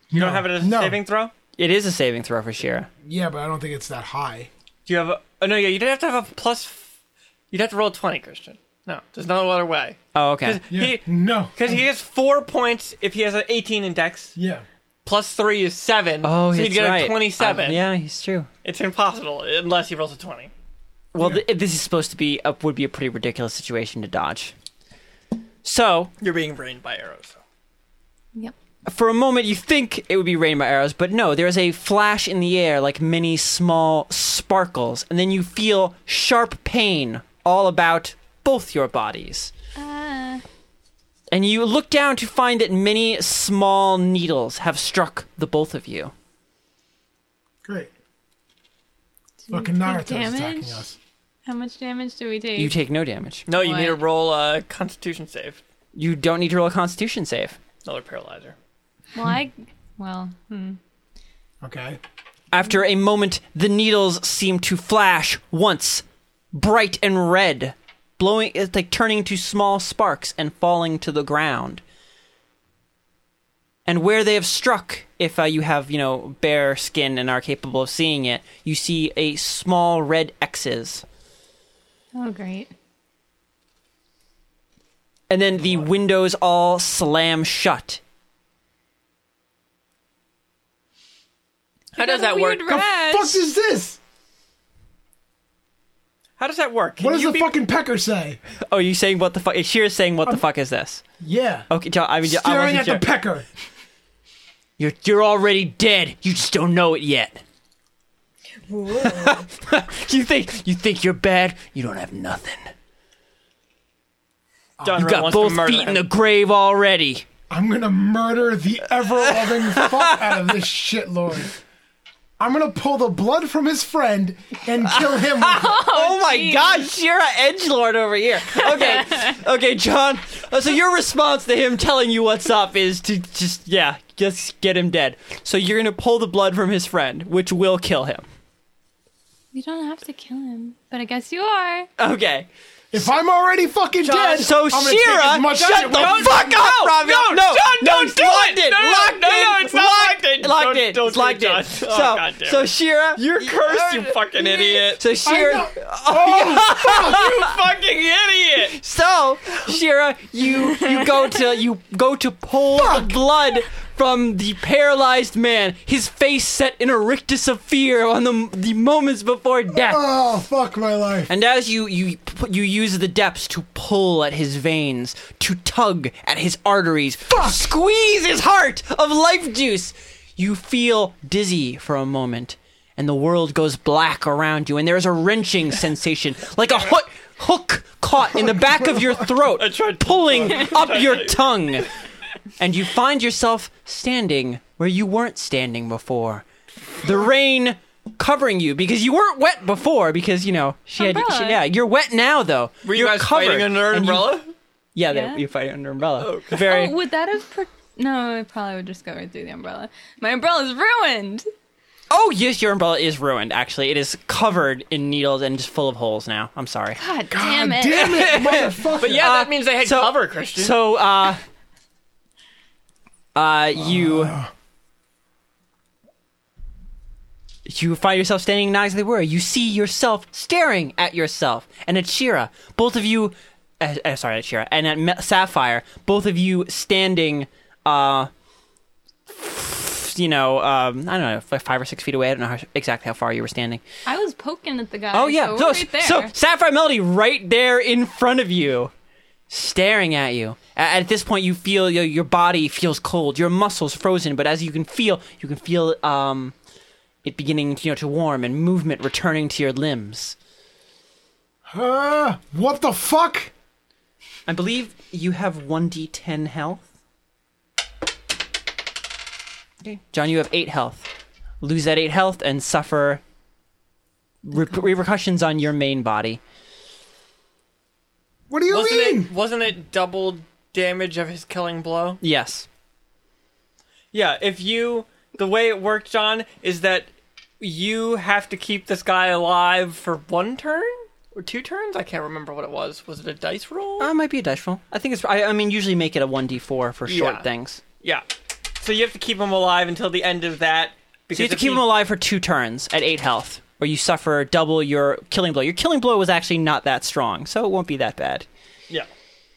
Speaker 5: You don't have it as a
Speaker 4: No.
Speaker 5: saving throw.
Speaker 1: It is a saving throw for Shira.
Speaker 4: Yeah, but I don't think it's that high.
Speaker 5: Do you have? A, oh no, yeah, you didn't have to have a plus. F- You'd have to roll a twenty, Christian. No, there's no other way.
Speaker 1: Oh, okay.
Speaker 4: Yeah.
Speaker 5: He
Speaker 4: no.
Speaker 5: because he gets four points if he has an 18 index.
Speaker 4: Yeah.
Speaker 5: Plus three is seven.
Speaker 1: Oh,
Speaker 5: so
Speaker 1: he's
Speaker 5: he'd get
Speaker 1: right.
Speaker 5: a 27.
Speaker 1: Um, yeah, he's true.
Speaker 5: It's impossible unless he rolls a 20.
Speaker 1: Well, th- this is supposed to be a, would be a pretty ridiculous situation to dodge. So,
Speaker 5: You're being brained by arrows.
Speaker 2: Yep.
Speaker 1: for a moment, you think it would be rain by arrows, but no, there is a flash in the air, like many small sparkles, and then you feel sharp pain all about both your bodies.
Speaker 2: Uh,
Speaker 1: And you look down to find that many small needles have struck the both of you.
Speaker 4: Great. Fucking Naruto's attacking
Speaker 2: damage?
Speaker 4: us.
Speaker 2: How much damage do we take?
Speaker 1: You take no damage.
Speaker 5: No, you need to
Speaker 2: What?
Speaker 5: roll a Constitution save.
Speaker 1: You don't need to roll a constitution save.
Speaker 5: Another paralyzer.
Speaker 2: well, I. Well, hmm.
Speaker 4: Okay.
Speaker 1: After a moment, the needles seem to flash once, bright and red, blowing it's like turning to small sparks and falling to the ground. And where they have struck, if uh, you have you know bare skin and are capable of seeing it, you see a small red X's,
Speaker 2: Oh, great.
Speaker 1: and then the windows all slam shut.
Speaker 5: How does
Speaker 2: got a
Speaker 5: that work?
Speaker 2: weird
Speaker 5: Go-
Speaker 2: rash.
Speaker 4: Fuck is this?
Speaker 5: How does that work? Can
Speaker 4: What does
Speaker 5: you
Speaker 4: the
Speaker 5: be-
Speaker 4: fucking pecker say?
Speaker 1: Oh, you saying what the fuck? Shira's saying what the fuck is this?
Speaker 4: Yeah.
Speaker 1: Okay, John, I mean, I
Speaker 4: Staring
Speaker 1: wasn't
Speaker 4: at
Speaker 1: sure.
Speaker 4: the pecker.
Speaker 1: You're you're already dead. You just don't know it yet. you think you think you're bad? You don't have nothing.
Speaker 5: John
Speaker 1: You
Speaker 5: Rowe
Speaker 1: got
Speaker 5: wants to
Speaker 1: both
Speaker 5: murder
Speaker 1: feet in
Speaker 5: him.
Speaker 1: the grave already.
Speaker 4: I'm gonna murder the ever loving fuck out of this shit lord. I'm gonna pull the blood from his friend and kill him. With it.
Speaker 1: Oh my God, Shira Edgelord over here. Okay, okay, John. Uh, So your response to him telling you what's up is to just yeah, just get him dead. So you're gonna pull the blood from his friend, which will kill him.
Speaker 2: You don't have to kill him, but I guess you are.
Speaker 1: Okay.
Speaker 4: If I'm already fucking dead,
Speaker 1: So
Speaker 4: I'm gonna take as
Speaker 1: Shira,
Speaker 4: much
Speaker 1: shut
Speaker 4: shit
Speaker 1: the
Speaker 4: away from
Speaker 1: fuck
Speaker 4: him.
Speaker 1: up, Robbie. No, no,
Speaker 5: John, don't
Speaker 1: it's
Speaker 5: do
Speaker 1: locked
Speaker 5: it.
Speaker 1: in,
Speaker 5: No, no, no,
Speaker 1: locked
Speaker 5: no,
Speaker 1: in,
Speaker 5: no, it's not locked in.
Speaker 1: locked
Speaker 5: Don't-
Speaker 1: in,
Speaker 5: don't
Speaker 1: it's
Speaker 5: do it,
Speaker 1: locked in.
Speaker 5: John.
Speaker 1: So,
Speaker 5: Oh, God damn
Speaker 1: so
Speaker 5: it.
Speaker 1: Shira,
Speaker 5: You're cursed, you fucking idiot.
Speaker 1: So
Speaker 4: know.
Speaker 1: Shira, Oh,
Speaker 5: fucking idiot.
Speaker 1: so Shira, you you go to you go to pull the blood from the paralyzed man, his face set in a rictus of fear on the the moments before death.
Speaker 4: Oh fuck my life.
Speaker 1: And as you you pu- you use the depths to pull at his veins, to tug at his arteries, squeeze his heart of life juice, you feel dizzy for a moment, and the world goes black around you, and there is a wrenching sensation, like a hook hook caught in the back of your throat,
Speaker 5: tried to-
Speaker 1: pulling up your tongue, and you find yourself standing where you weren't standing before the rain covering you because you weren't wet before because you know she
Speaker 2: Oh,
Speaker 1: had she,
Speaker 2: Umbrella.
Speaker 1: yeah you're wet now though
Speaker 5: Were you
Speaker 1: you're
Speaker 5: guys
Speaker 1: covered
Speaker 5: fighting under an
Speaker 1: and you-
Speaker 5: umbrella?
Speaker 1: yeah,
Speaker 2: Yeah.
Speaker 1: They, you fight under umbrella very
Speaker 2: Oh, would that have? Pro- no, I probably would just go right through the umbrella. My umbrella's ruined.
Speaker 1: oh yes your umbrella is ruined actually it is covered in needles and just full of holes now i'm sorry
Speaker 2: God, damn it!
Speaker 4: Damn it, motherfucker.
Speaker 5: But yeah, that
Speaker 1: Uh,
Speaker 5: means they had
Speaker 1: so-
Speaker 5: cover, Christian.
Speaker 1: so uh uh you you find yourself standing not as they were you see yourself staring at yourself and at shira both of you uh, uh, sorry at shira and at Me- sapphire both of you standing uh you know um i don't know like five or six feet away i don't know how, exactly how far you were standing
Speaker 2: I was poking at the guy.
Speaker 1: Oh yeah,
Speaker 2: so,
Speaker 1: so,
Speaker 2: we're right there.
Speaker 1: so Sapphire Melody right there in front of you, staring at you. A- At this point, you feel your, your body feels cold, your muscles frozen, but as you can feel, you can feel um, it beginning you know to warm and movement returning to your limbs.
Speaker 4: Uh, what the fuck?
Speaker 1: I believe you have one d10 health. Okay, John, you have eight health. Lose that eight health and suffer re- repercussions on your main body.
Speaker 4: What do you
Speaker 5: wasn't
Speaker 4: mean?
Speaker 5: it wasn't it double damage of his killing blow?
Speaker 1: Yes.
Speaker 5: Yeah, if you the way it worked, John, is that you have to keep this guy alive for one turn or two turns. I can't remember what it was. Was it a dice roll?
Speaker 1: Uh, it might be a dice roll. I think it's. I, I mean, usually make it a one d four for short
Speaker 5: Yeah.
Speaker 1: things.
Speaker 5: yeah. So you have to keep him alive until the end of that. Because
Speaker 1: So you have to
Speaker 5: if
Speaker 1: keep
Speaker 5: he-
Speaker 1: him alive for two turns at eight health, or you suffer double your killing blow. Your killing blow was actually not that strong, so it won't be that bad.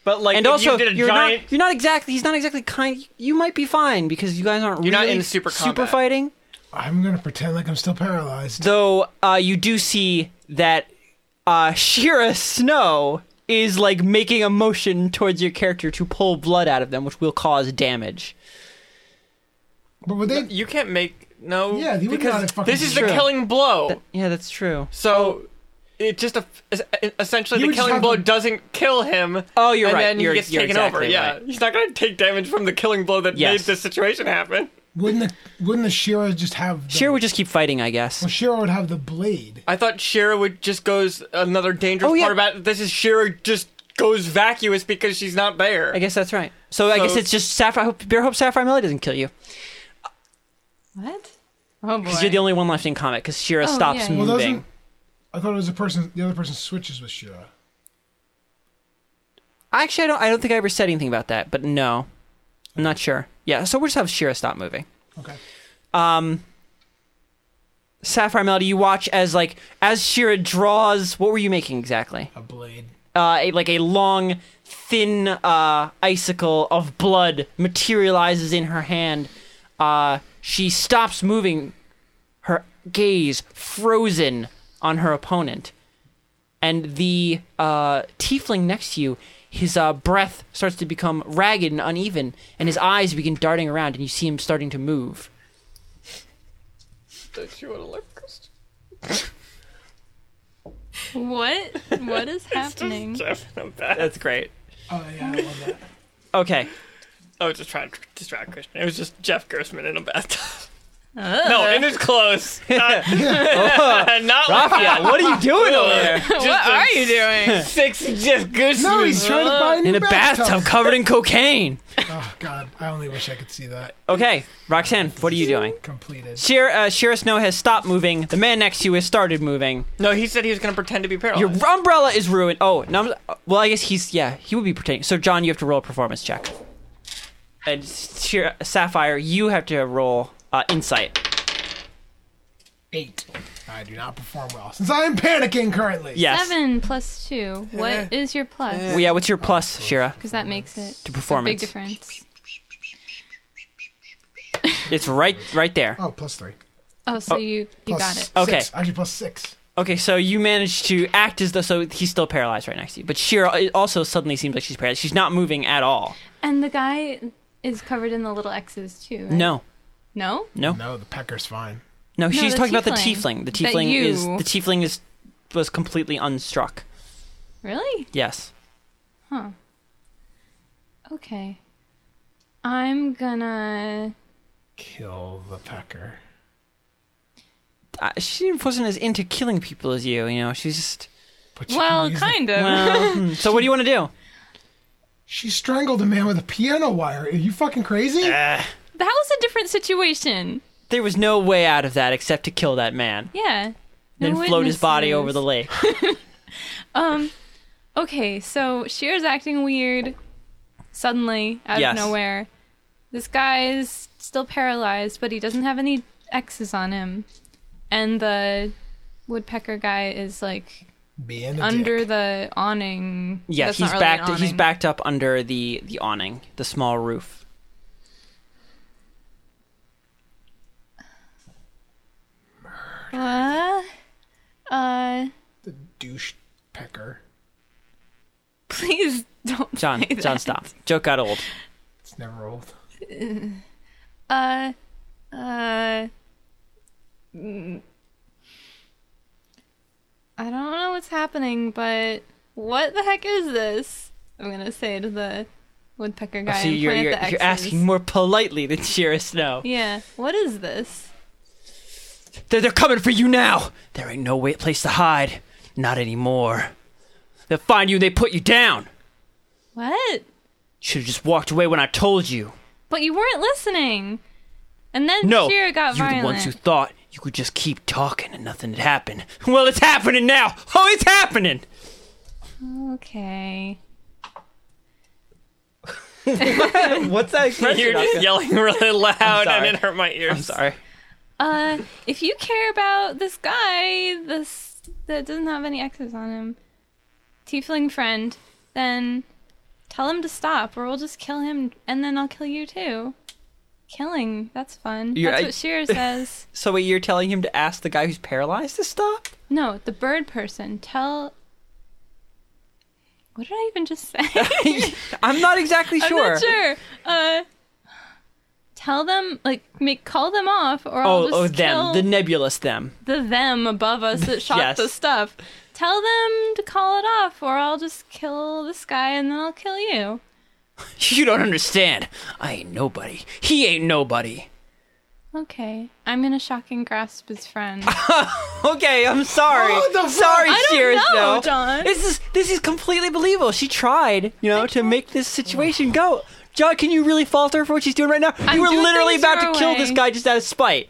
Speaker 5: But like,
Speaker 1: and
Speaker 5: if
Speaker 1: also
Speaker 5: you did a
Speaker 1: are
Speaker 5: giant.
Speaker 1: not you're not exactly he's not exactly kind. You might be fine because you guys aren't
Speaker 5: You're not
Speaker 1: really
Speaker 5: in super
Speaker 1: super
Speaker 5: combat.
Speaker 1: fighting.
Speaker 4: I'm gonna pretend like I'm still paralyzed.
Speaker 1: Though uh, you do see that uh, Shira Snow is like making a motion towards your character to pull blood out of them, which will cause damage.
Speaker 4: But would they?
Speaker 5: you can't make no.
Speaker 4: Yeah, you would not
Speaker 5: because
Speaker 4: have fucking
Speaker 5: this is
Speaker 4: True.
Speaker 5: the killing blow.
Speaker 1: Yeah, that's true.
Speaker 5: so it just a, essentially
Speaker 4: You
Speaker 5: the
Speaker 4: would just
Speaker 5: killing
Speaker 4: have
Speaker 5: blow
Speaker 4: to-
Speaker 5: doesn't kill him.
Speaker 1: Oh, you're
Speaker 5: and
Speaker 1: right.
Speaker 5: Then
Speaker 1: You're-
Speaker 5: he gets
Speaker 1: you're
Speaker 5: taken over.
Speaker 1: exactly
Speaker 5: Yeah,
Speaker 1: right.
Speaker 5: he's not going to take damage from the killing blow that
Speaker 1: Yes.
Speaker 5: made this situation happen.
Speaker 4: Wouldn't the wouldn't the Shira just have? The,
Speaker 1: Shira would just keep fighting, I guess.
Speaker 4: Well, Shira would have the blade.
Speaker 5: I thought Shira would just goes another dangerous
Speaker 1: Oh, yeah.
Speaker 5: part about it. this is Shira just goes vacuous because she's not there.
Speaker 1: I guess that's right. So, I
Speaker 5: So-
Speaker 1: guess it's just Sapphire. I hope, bear hope Sapphire Melee doesn't kill you
Speaker 2: What? Oh boy.
Speaker 1: because you're the only one left in combat because Shira
Speaker 2: Oh,
Speaker 1: stops
Speaker 2: yeah, yeah.
Speaker 1: moving.
Speaker 4: Well, doesn't I thought it was a person. The other person switches with Shira.
Speaker 1: Actually, I don't. I don't think I ever said anything about that, but no, I'm not sure. Yeah, so we'll just have Shira stop moving.
Speaker 4: Okay.
Speaker 1: Sapphire Melody, you watch as like as Shira draws. What were you making exactly?
Speaker 4: A blade.
Speaker 1: Uh, a, like a long, thin uh, icicle of blood materializes in her hand. Uh, she stops moving, her gaze frozen on her opponent, and the uh, tiefling next to you. His uh, breath starts to become ragged and uneven, and his eyes begin darting around, and you see him starting to move.
Speaker 5: Don't you want to live, Christ?
Speaker 2: What? What is happening?
Speaker 5: Jeff, I'm bad.
Speaker 1: That's great.
Speaker 4: Oh yeah, I love that.
Speaker 1: Okay.
Speaker 5: I was just trying to distract Christian. It was just Jeff Gersman in a bathtub. No, in his clothes. Not, Uh, not like
Speaker 1: Raphael, what are you doing over there?
Speaker 5: What
Speaker 3: are you doing?
Speaker 5: Six Jeff Gersman.
Speaker 4: No, he's trying to buy a new
Speaker 1: In a bathtub covered in cocaine.
Speaker 4: Oh God, I only wish I could see that
Speaker 1: Okay, Roxanne, what are you doing?
Speaker 4: completed.
Speaker 1: Shira, uh, Shira Snow has stopped moving. The man next to you has started moving.
Speaker 5: No, he said he was going to pretend to be paralyzed.
Speaker 1: Your umbrella is ruined. Oh, no, I'm- well, I guess he's, yeah, he would be pretending. So, John, you have to roll a performance check. And Shira, Sapphire, you have to roll uh, insight.
Speaker 4: Eight. I do not perform well since I am panicking currently.
Speaker 1: Yes.
Speaker 2: Seven plus two. What is your plus?
Speaker 1: Well, yeah, what's your plus, Shira?
Speaker 2: Because that makes it to a big
Speaker 1: performance.
Speaker 2: difference.
Speaker 1: It's right right there.
Speaker 4: Oh, plus three.
Speaker 2: Oh, so you you
Speaker 4: Plus Oh.
Speaker 2: got it.
Speaker 1: Okay.
Speaker 4: Six. Actually, plus six.
Speaker 1: Okay, so you managed to act as though, so he's still paralyzed right next to you. But Shira also suddenly seems like she's paralyzed. She's not moving at all.
Speaker 2: And the guy is covered in the little X's too. right?
Speaker 1: No.
Speaker 2: No.
Speaker 1: No.
Speaker 4: No, the pecker's fine.
Speaker 1: No, she's
Speaker 2: the
Speaker 1: talking about the tiefling. The
Speaker 2: tiefling. That
Speaker 1: tiefling is
Speaker 2: you-
Speaker 1: the tiefling is was completely unstruck.
Speaker 2: Really?
Speaker 1: Yes.
Speaker 2: Okay. I'm gonna.
Speaker 4: Kill the pecker.
Speaker 1: Uh, she wasn't as into killing people as you. You know, she's just.
Speaker 4: But you
Speaker 2: Well,
Speaker 4: can use the-
Speaker 2: kind of.
Speaker 1: Well, hmm. so what do you want to do?
Speaker 4: She strangled a man with a piano wire. Are you fucking crazy?
Speaker 2: that was a different situation.
Speaker 1: There was no way out of that except to kill that man,
Speaker 2: Yeah.
Speaker 1: then
Speaker 2: No
Speaker 1: float his body over
Speaker 2: witnesses.
Speaker 1: the lake.
Speaker 2: Okay, so Shear's acting weird suddenly out
Speaker 1: Yes.
Speaker 2: of nowhere. This guy's still paralyzed, but he doesn't have any X's on him. And the woodpecker guy is like
Speaker 4: Being a
Speaker 2: under
Speaker 4: dick.
Speaker 2: the awning.
Speaker 1: Yes,
Speaker 2: That's not
Speaker 1: he's
Speaker 2: really an
Speaker 1: backed. He's
Speaker 2: awning.
Speaker 1: backed up under the the awning, the small roof.
Speaker 2: What? Uh,
Speaker 4: the douche pecker.
Speaker 2: please don't.
Speaker 1: John,
Speaker 2: say
Speaker 1: John,
Speaker 2: that.
Speaker 1: stop. Joke got old.
Speaker 4: It's never old.
Speaker 2: Uh, uh. mm. I don't know what's happening, but what the heck is this? I'm gonna say to the woodpecker guy.
Speaker 1: So
Speaker 2: and
Speaker 1: Oh, you're
Speaker 2: point
Speaker 1: you're,
Speaker 2: at the
Speaker 1: you're
Speaker 2: X's.
Speaker 1: asking more politely than Shira Snow.
Speaker 2: Yeah. What is this?
Speaker 1: They're, they're coming for you now. There ain't no way, place to hide. Not anymore. They'll find you. They put you down.
Speaker 2: What?
Speaker 1: Should have just walked away when I told you.
Speaker 2: But you weren't listening. And then
Speaker 1: No,
Speaker 2: Shira got
Speaker 1: you're
Speaker 2: violent.
Speaker 1: the ones who thought you could just keep talking and nothing would happen. Well, it's happening now. Oh, it's happening.
Speaker 2: okay.
Speaker 1: What's that
Speaker 5: You're just yelling really loud and
Speaker 1: sorry.
Speaker 5: it hurt my ears.
Speaker 1: I'm sorry.
Speaker 2: Uh, if you care about this guy, this that doesn't have any X's on him, tiefling friend, then Tell him to stop, or we'll just kill him, and then I'll kill you too. Killing, that's fun.
Speaker 1: You're-
Speaker 2: that's
Speaker 1: I-
Speaker 2: what Shearer says.
Speaker 1: So wait, you're telling him to ask the guy who's paralyzed to stop?
Speaker 2: No, the bird person. Tell. What did I even just say?
Speaker 1: I'm not exactly
Speaker 2: I'm
Speaker 1: sure.
Speaker 2: not sure. Uh, tell them, like, make call them off, or I'll
Speaker 1: Oh,
Speaker 2: just
Speaker 1: oh,
Speaker 2: kill
Speaker 1: them, the nebulous them.
Speaker 2: the them above us that shot
Speaker 1: Yes.
Speaker 2: the stuff. Tell them to call it off, or I'll just kill this guy and then I'll kill you.
Speaker 1: You don't understand. I ain't nobody. He ain't nobody.
Speaker 2: Okay, I'm gonna shock and grasp his friend.
Speaker 1: Okay, I'm sorry.
Speaker 4: What the fuck?
Speaker 1: sorry,
Speaker 2: I don't
Speaker 1: Shears,
Speaker 2: know,
Speaker 1: though.
Speaker 2: John.
Speaker 1: This is this is completely believable. She tried, you know, to make this situation go. John, can you really fault her for what she's doing right now?
Speaker 2: I'm
Speaker 1: you were
Speaker 2: doing
Speaker 1: literally
Speaker 2: things
Speaker 1: about to
Speaker 2: your
Speaker 1: kill
Speaker 2: way.
Speaker 1: this guy just out of spite.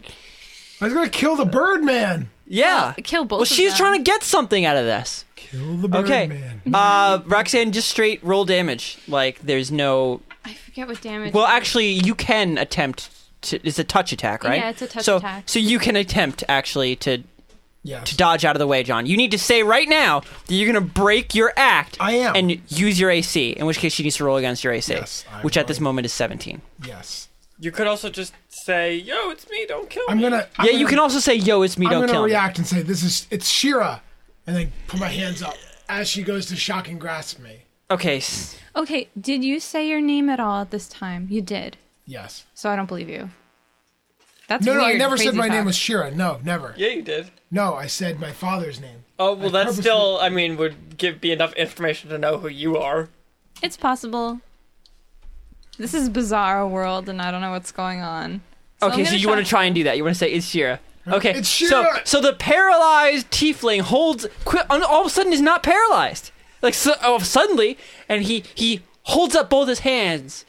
Speaker 4: I was gonna kill the Birdman.
Speaker 1: Yeah.
Speaker 2: Well, kill both
Speaker 1: Well,
Speaker 2: of
Speaker 1: she's
Speaker 2: them.
Speaker 1: trying to get something out of this.
Speaker 4: Kill the
Speaker 1: Okay.
Speaker 4: Birdman.
Speaker 1: Uh, Roxanne, just straight roll damage. Like, there's no
Speaker 2: I forget what damage.
Speaker 1: Well, actually, you can attempt. To, it's a touch attack, right?
Speaker 2: Yeah, it's a touch
Speaker 1: so,
Speaker 2: attack.
Speaker 1: So you can attempt actually to
Speaker 4: Yes.
Speaker 1: to dodge out of the way, John. You need to say right now that you're going to break your act.
Speaker 4: I am.
Speaker 1: And use your AC, in which case she needs to roll against your AC,
Speaker 4: Yes, I
Speaker 1: which at this
Speaker 4: will.
Speaker 1: moment is 17.
Speaker 4: Yes.
Speaker 5: You could also just say, "Yo, it's me. Don't kill
Speaker 4: I'm
Speaker 5: me."
Speaker 4: gonna. I'm
Speaker 1: yeah,
Speaker 4: gonna,
Speaker 1: you can also say, "Yo, it's me,
Speaker 4: I'm
Speaker 1: don't
Speaker 4: gonna
Speaker 1: kill me."
Speaker 4: react and say this is it's Shira, and then put my hands up as she goes to shock and grasp me.
Speaker 1: Okay. s-
Speaker 2: Okay, did you say your name at all at this time? You did,
Speaker 4: Yes.
Speaker 2: so I don't believe you. That's
Speaker 4: No, no, I
Speaker 2: weird,
Speaker 4: never said
Speaker 2: crazy
Speaker 4: my
Speaker 2: thought.
Speaker 4: name was Shira. No, never.
Speaker 5: Yeah, you did.
Speaker 4: No, I said my father's name.
Speaker 5: Oh well,
Speaker 4: I
Speaker 5: that's
Speaker 4: purposely-
Speaker 5: still. I mean, would give be enough information to know who you are.
Speaker 2: It's possible. This is bizarre world, and I don't know what's going on. I'm
Speaker 1: Okay, so
Speaker 2: gonna
Speaker 1: you want to
Speaker 2: shock-
Speaker 1: try and do that. You want to say, "It's Shira." Okay.
Speaker 4: It's
Speaker 1: So,
Speaker 4: Shira!
Speaker 1: so the paralyzed tiefling holds qui- and all of a sudden is not paralyzed. Like so, oh, suddenly and he he holds up both his hands.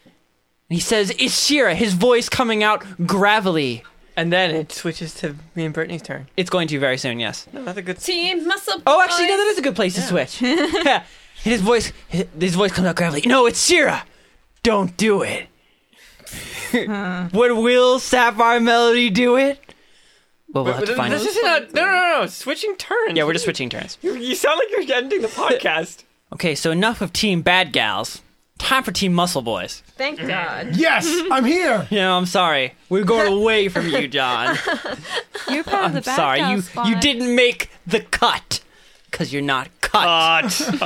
Speaker 1: And he says, "It's Shira," his voice coming out gravelly.
Speaker 5: And then it switches to me and Brittany's turn.
Speaker 1: It's going to very soon, yes.
Speaker 5: Another good.
Speaker 3: Team muscle.
Speaker 1: Oh, actually, no,
Speaker 3: boys.
Speaker 1: that is a good place to switch. Yeah. his voice his, his voice comes out gravelly. No, it's Shira. Don't do it. Would Will Sapphire Melody do it? Well, we'll have to find
Speaker 5: this
Speaker 1: out.
Speaker 5: is not, no, no, no, no. Switching turns.
Speaker 1: Yeah, we're just switching turns.
Speaker 5: You, you sound like you're ending the podcast.
Speaker 1: Okay, so enough of Team Bad Gals. Time for Team Muscle Boys.
Speaker 3: Thank God.
Speaker 4: Yes, I'm here.
Speaker 1: You know, I'm sorry. We're going away from you, John.
Speaker 2: You're part of the
Speaker 1: I'm
Speaker 2: bad
Speaker 1: sorry.
Speaker 2: gal
Speaker 1: You
Speaker 2: squad.
Speaker 1: you didn't make the cut because you're not cut.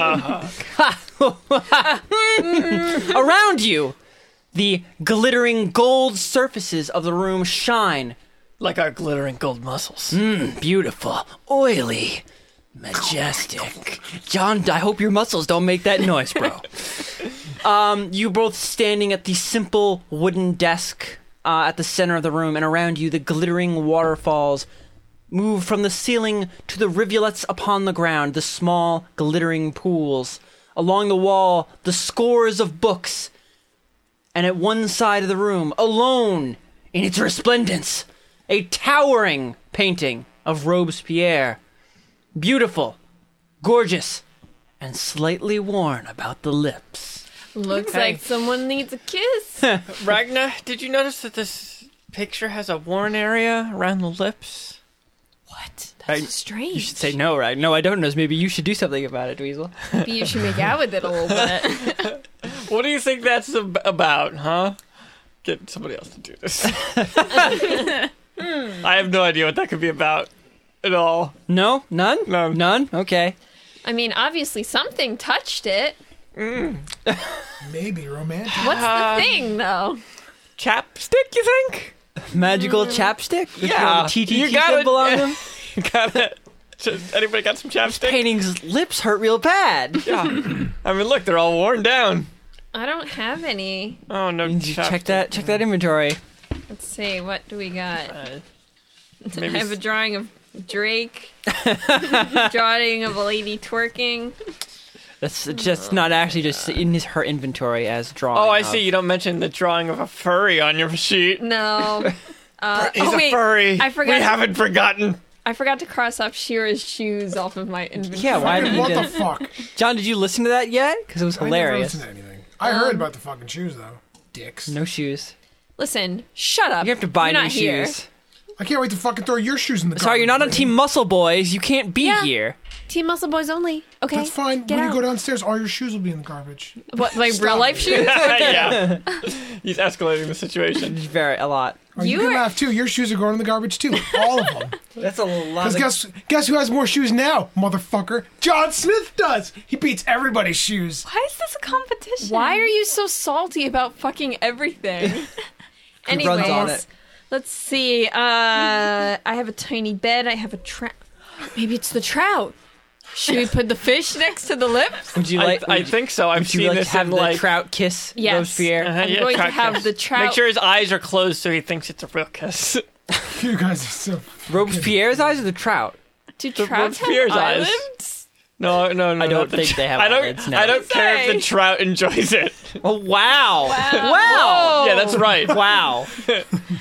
Speaker 1: Around you, the glittering gold surfaces of the room shine.
Speaker 5: like our glittering gold muscles.
Speaker 1: Beautiful, oily, majestic. John, I hope your muscles don't make that noise, bro. um, you both standing at the simple wooden desk uh, at the center of the room, and around you, the glittering waterfalls move from the ceiling to the rivulets upon the ground, the small, glittering pools. Along the wall, the scores of books. And at one side of the room, alone in its resplendence, a towering painting of Robespierre. Beautiful, gorgeous, and slightly worn about the lips.
Speaker 3: Looks
Speaker 5: Hey.
Speaker 3: like someone needs a kiss.
Speaker 5: Ragna, did you notice that this picture has a worn area around the lips?
Speaker 3: what? That's
Speaker 1: Hey,
Speaker 3: strange.
Speaker 1: You should say no, right? No, I don't know. Maybe you should do something about it, Dweezil.
Speaker 3: Maybe you should make out with it a little bit.
Speaker 5: What do you think that's ab- about, huh? Get somebody else to do this. I have no idea what that could be about at all.
Speaker 1: No? None?
Speaker 5: None.
Speaker 1: None? Okay.
Speaker 3: I mean, obviously something touched it.
Speaker 4: Maybe romantic.
Speaker 3: What's
Speaker 5: Uh,
Speaker 3: the thing, though?
Speaker 5: Chapstick, you think?
Speaker 1: Magical chapstick? With
Speaker 5: Mm. Yeah.
Speaker 1: the TTT
Speaker 5: You got
Speaker 1: symbol
Speaker 5: it.
Speaker 1: on them?
Speaker 5: got it. Just, anybody got some chapstick?
Speaker 1: Painting's lips hurt real bad.
Speaker 5: Yeah. I mean, look, they're all worn down.
Speaker 3: I don't have any.
Speaker 5: Oh no!
Speaker 1: Did you check
Speaker 5: chapstick.
Speaker 1: that check that inventory.
Speaker 3: Let's see. What do we got?
Speaker 5: Uh,
Speaker 3: I
Speaker 5: maybe
Speaker 3: have a drawing of Drake. drawing of a lady twerking.
Speaker 1: That's just not actually just in his her inventory as drawn.
Speaker 5: Oh, I see. You don't mention the drawing of a furry on your sheet.
Speaker 3: No. Uh,
Speaker 5: He's
Speaker 3: oh,
Speaker 5: a
Speaker 3: wait.
Speaker 5: furry.
Speaker 3: I forgot
Speaker 5: We
Speaker 3: to-
Speaker 5: haven't forgotten.
Speaker 3: I forgot to cross off Shira's shoes off of my inventory.
Speaker 1: Yeah, why did
Speaker 4: Dude,
Speaker 1: you
Speaker 4: what
Speaker 1: do
Speaker 4: the fuck? I never
Speaker 1: John, did you listen to that yet? Because it was hilarious. Um,
Speaker 4: listened to anything. I heard about the fucking shoes though. Dicks.
Speaker 1: No shoes.
Speaker 3: Listen, shut up.
Speaker 1: You have to buy
Speaker 3: You're
Speaker 1: new
Speaker 3: not here.
Speaker 1: shoes.
Speaker 4: I can't wait to fucking throw your shoes in the.
Speaker 1: Sorry, you're not on
Speaker 4: garbage.
Speaker 1: Team Muscle Boys. You can't be
Speaker 3: Yeah.
Speaker 1: here.
Speaker 3: Team Muscle Boys only. Okay.
Speaker 4: That's fine.
Speaker 3: Get
Speaker 4: when
Speaker 3: out.
Speaker 4: you go downstairs, all your shoes will be in the garbage.
Speaker 3: what, like real life shoes?
Speaker 5: yeah. He's escalating the situation.
Speaker 1: Very a lot.
Speaker 4: Or Oh, you
Speaker 3: You
Speaker 4: can
Speaker 3: are-
Speaker 4: laugh too. Your shoes are going in the garbage too. All of them.
Speaker 1: That's a lot.
Speaker 4: Because guess guess who has more shoes now, motherfucker? John Smith does. He beats everybody's shoes.
Speaker 2: Why is this a competition?
Speaker 3: Why are you so salty about fucking everything?
Speaker 1: runs
Speaker 3: Anyways,
Speaker 1: on it.
Speaker 3: let's see. Uh, I have a tiny bed. I have a trout. Maybe it's the trout. Should we put the fish next to the lips?
Speaker 1: would you
Speaker 5: I,
Speaker 1: like?
Speaker 5: I
Speaker 1: would-
Speaker 5: think so. I've
Speaker 1: Would you
Speaker 5: seen
Speaker 1: like
Speaker 5: this
Speaker 1: have
Speaker 5: in
Speaker 1: the
Speaker 5: like.
Speaker 1: trout kiss
Speaker 3: Yes.
Speaker 1: Robespierre?
Speaker 5: Uh-huh,
Speaker 3: I'm going to
Speaker 5: trout
Speaker 3: have
Speaker 5: kiss.
Speaker 3: the trout-
Speaker 5: Make sure his eyes are closed so he thinks it's a real kiss.
Speaker 4: You guys are so.
Speaker 1: Robespierre's eyes or the trout?
Speaker 3: Do trouts have
Speaker 5: Pierre's eyes.
Speaker 3: eyelids?
Speaker 5: No, no, no.
Speaker 1: I don't
Speaker 5: not the
Speaker 1: think
Speaker 5: tr-
Speaker 1: they have
Speaker 5: I
Speaker 1: eyelids,
Speaker 5: don't.
Speaker 1: no.
Speaker 5: I don't care if the
Speaker 3: Say.
Speaker 5: trout enjoys it.
Speaker 1: Oh wow! Wow!
Speaker 5: Yeah, that's right.
Speaker 1: Oh. Wow.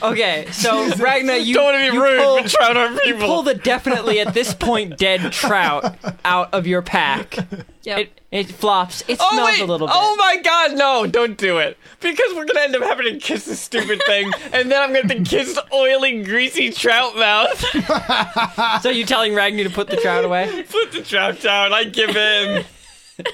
Speaker 1: Okay, so Ragna, you
Speaker 5: don't want to be
Speaker 1: you
Speaker 5: rude,
Speaker 1: pull,
Speaker 5: but trout are people.
Speaker 1: pull the definitely at this point dead trout out of your pack.
Speaker 3: Yep.
Speaker 1: It it flops. It
Speaker 5: Oh
Speaker 1: smells
Speaker 5: wait!
Speaker 1: a little bit.
Speaker 5: Oh my God! No, don't do it because we're gonna end up having to kiss this stupid thing, and then I'm gonna have to kiss oily, greasy trout mouth.
Speaker 1: So you telling Ragnar to put the trout away?
Speaker 5: Put the trout down. I give in.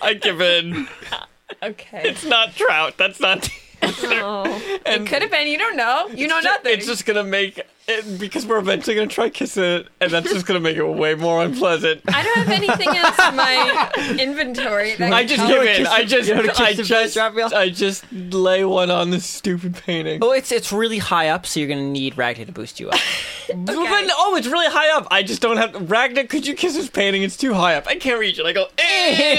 Speaker 5: I give in.
Speaker 3: okay.
Speaker 5: It's not trout. That's not.
Speaker 3: Oh.
Speaker 5: And
Speaker 3: Could have been. You don't know. You know nothing.
Speaker 5: It's just gonna make it because we're eventually gonna try kissing it, and that's just gonna make it way more unpleasant.
Speaker 3: I don't have anything else in my inventory. That
Speaker 5: I
Speaker 3: could
Speaker 5: just
Speaker 3: help.
Speaker 5: give in. I just,
Speaker 1: you wanna kiss
Speaker 5: I
Speaker 1: the fish,
Speaker 5: just,
Speaker 1: Raphael?
Speaker 5: I just lay one on this stupid painting.
Speaker 1: Oh, it's it's really high up, so you're gonna need Ragnar to boost you up.
Speaker 5: Well, then- oh, it's really high up. I just don't have. Ragnar, could you kiss this painting? It's too high up. I can't reach it. I go, eh,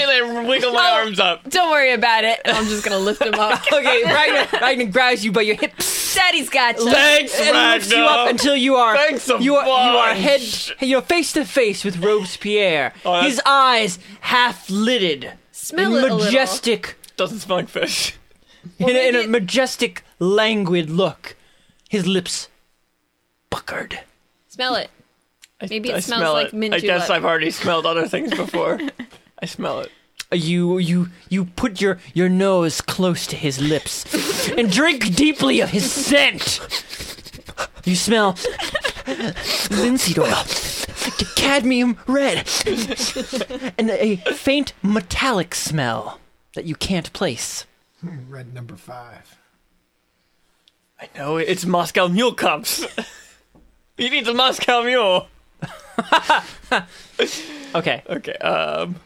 Speaker 5: and I wiggle my
Speaker 3: Oh.
Speaker 5: arms up.
Speaker 3: Don't worry about it. I'm just gonna lift him up.
Speaker 1: Okay, Ragnar, Ragnar grabs you by your hips
Speaker 3: Daddy's got you.
Speaker 5: Thanks,
Speaker 1: and lifts you up
Speaker 5: Ragnar.
Speaker 1: until you are
Speaker 5: Thanks a
Speaker 1: you are you are head
Speaker 5: bunch.
Speaker 1: you're face to face with Robespierre.
Speaker 5: Oh, that's-
Speaker 1: His eyes half lidded,
Speaker 3: Smell it a little.
Speaker 1: majestic.
Speaker 5: Doesn't smell like fish.
Speaker 1: in, a, in a
Speaker 3: maybe-
Speaker 1: majestic, languid look. His lips puckered.
Speaker 3: Smell it. Maybe it
Speaker 5: I
Speaker 3: smells
Speaker 5: smell
Speaker 3: like
Speaker 5: it.
Speaker 3: mint
Speaker 5: I guess
Speaker 3: julep.
Speaker 5: I've already smelled other things before. I smell it.
Speaker 1: Uh, You you you put your your nose close to his lips and drink deeply of his scent. You smell linseed oil, cadmium red, and a faint metallic smell that you can't place.
Speaker 4: Red number five.
Speaker 5: I know it. it's Moscow Mule cups. you need the Moscow Mule.
Speaker 1: Okay,
Speaker 5: Okay. Um.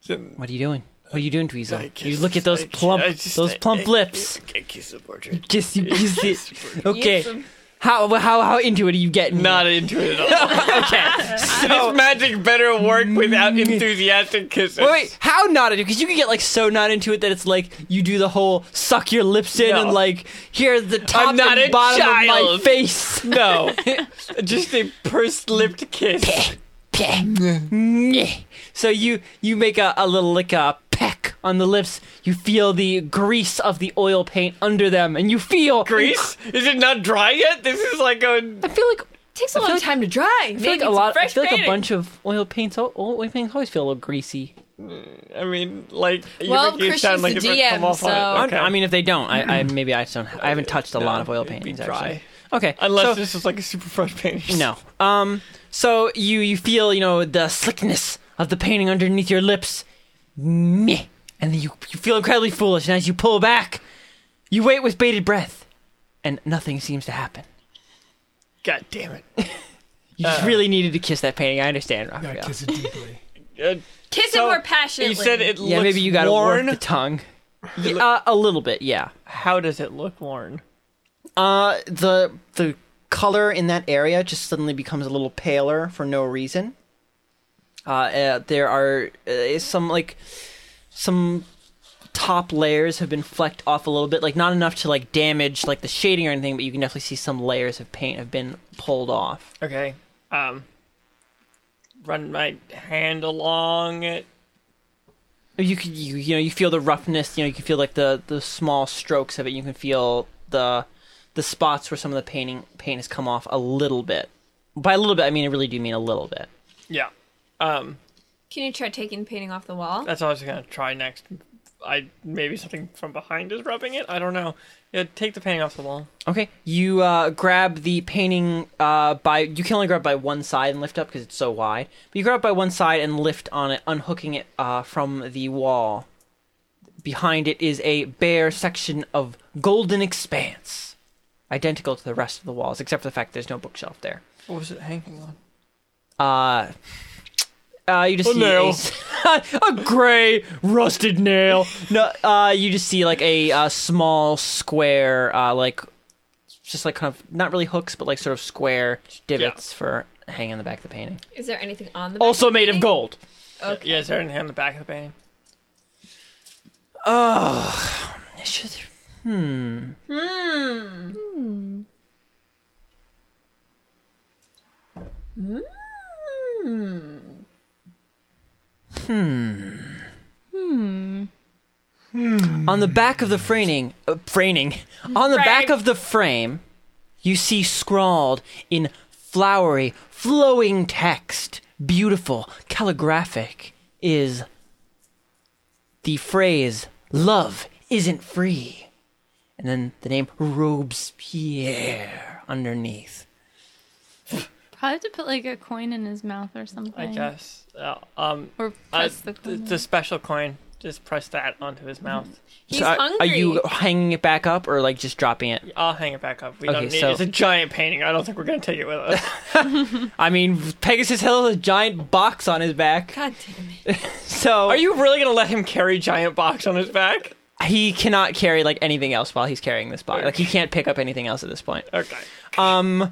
Speaker 5: so-
Speaker 1: what are you doing? What are you doing,
Speaker 5: I
Speaker 1: Dweezil?
Speaker 5: kiss-
Speaker 1: You look at those
Speaker 5: I kiss-
Speaker 1: plump
Speaker 5: I just-
Speaker 1: those
Speaker 5: I-
Speaker 1: plump
Speaker 5: I-
Speaker 1: lips.
Speaker 5: I kiss the portrait.
Speaker 1: Kiss you, kiss it. Okay.
Speaker 3: Use
Speaker 1: How how how into it are you getting?
Speaker 5: Not into it at all.
Speaker 1: okay.
Speaker 5: Does magic better work without enthusiastic kisses?
Speaker 1: Wait, Mm. wait, how not into? Because you can get like so not into it that it's like you do the whole suck your lips in
Speaker 5: No.
Speaker 1: and like here's the top
Speaker 5: not a
Speaker 1: and bottom of
Speaker 5: child.
Speaker 1: my face.
Speaker 5: No. Just a pursed lipped kiss.
Speaker 1: so you you make a, a little like a peck on the lips. You feel the grease of the oil paint under them, and you feel
Speaker 5: Grease? Is it not dry yet? This is like a.
Speaker 1: I feel like I
Speaker 3: It takes a long time to dry. Maybe
Speaker 1: feel like a
Speaker 3: it's
Speaker 1: lot. I
Speaker 3: Fresh
Speaker 1: feel like a
Speaker 3: painting.
Speaker 1: bunch of oil paints. Oil, oil paints always feel a little greasy.
Speaker 5: I mean, like. You
Speaker 3: Well,
Speaker 5: make it sound
Speaker 3: Christian's
Speaker 5: like
Speaker 3: the
Speaker 5: it would
Speaker 3: DM,
Speaker 5: come off
Speaker 3: so-
Speaker 5: on it.
Speaker 1: Aren't-
Speaker 5: Okay.
Speaker 1: I mean, if they don't, I, I maybe I just don't. I haven't touched a lot
Speaker 5: No,
Speaker 1: of oil
Speaker 5: it'd be
Speaker 1: paintings
Speaker 5: dry.
Speaker 1: actually. Okay,
Speaker 5: Unless
Speaker 1: so-
Speaker 5: this is like a super fresh painting.
Speaker 1: No. Um. So you you feel you know the slickness of the painting underneath your lips, meh, and then you you feel incredibly foolish. And as you pull back, you wait with bated breath, and nothing seems to happen.
Speaker 5: God damn it.
Speaker 1: You just really needed to kiss that painting. I understand,
Speaker 4: Gotta
Speaker 1: Raphael.
Speaker 4: kiss it deeply.
Speaker 5: Uh,
Speaker 3: Kiss
Speaker 5: so-
Speaker 3: it more passionately.
Speaker 5: You said it
Speaker 1: yeah,
Speaker 5: looks
Speaker 1: maybe you got to work
Speaker 5: worn.
Speaker 1: the tongue. Yeah, uh, a little bit, yeah.
Speaker 5: How does it look worn?
Speaker 1: Uh, the the color in that area just suddenly becomes a little paler for no reason. Uh, uh there are uh, some like some top layers have been flecked off a little bit, like not enough to like damage like the shading or anything, but you can definitely see some layers of paint have been pulled off.
Speaker 5: Okay. Um. Run my hand along it.
Speaker 1: You could you you know you feel the roughness, you know you can feel like the the small strokes of it. You can feel the the spots where some of the painting paint has come off a little bit. By a little bit, I mean I really do mean a little bit.
Speaker 5: Yeah. Um.
Speaker 3: Can you try taking the painting off the wall?
Speaker 5: That's what I was gonna try next. I maybe something from behind is rubbing it. I don't know. Yeah, take the painting off the wall.
Speaker 1: Okay, you uh, grab the painting uh, by you can only grab by one side and lift up because it's so wide. But you grab by one side and lift on it, unhooking it uh, from the wall. Behind it is a bare section of golden expanse, identical to the rest of the walls, except for the fact there's no bookshelf there.
Speaker 5: What was it hanging on?
Speaker 1: Uh, uh, you just
Speaker 5: A
Speaker 1: see
Speaker 5: nail.
Speaker 1: a s- a, gray rusted nail. No, uh, you just see like a, uh small square, uh, like just like kind of not really hooks, but like sort of square divots for hanging on the back of the painting.
Speaker 3: Is there anything on the? back
Speaker 1: Also
Speaker 3: the
Speaker 1: made of
Speaker 3: painting?
Speaker 1: gold.
Speaker 3: Okay.
Speaker 5: Yeah, is there anything on the back of the painting?
Speaker 1: Oh, I should. Hmm. On the back of the framing, uh, framing. On the back of the frame, you see scrawled in flowery, flowing text, beautiful, calligraphic, is the phrase "Love isn't free," and then the name Robespierre underneath.
Speaker 2: Probably have to put like a coin in his mouth or something.
Speaker 5: I guess. Uh, um,
Speaker 2: Or
Speaker 5: uh,
Speaker 2: press the
Speaker 5: the,
Speaker 2: coin. Mm-hmm.
Speaker 5: the special coin. Just press that onto his mouth.
Speaker 3: He's
Speaker 1: So, uh,
Speaker 3: hungry.
Speaker 1: Are you hanging it back up or like just dropping it?
Speaker 5: I'll hang it back up. We
Speaker 1: Okay,
Speaker 5: don't need.
Speaker 1: so-
Speaker 5: It's a giant painting. I don't think we're gonna take it with us.
Speaker 1: I mean, Pegasus held a giant box on his back,
Speaker 3: God damn it.
Speaker 1: so
Speaker 5: Are you really gonna let him carry giant box on his back?
Speaker 1: he cannot carry like anything else while he's carrying this box. Like he can't pick up anything else at this point.
Speaker 5: Okay.
Speaker 1: Um,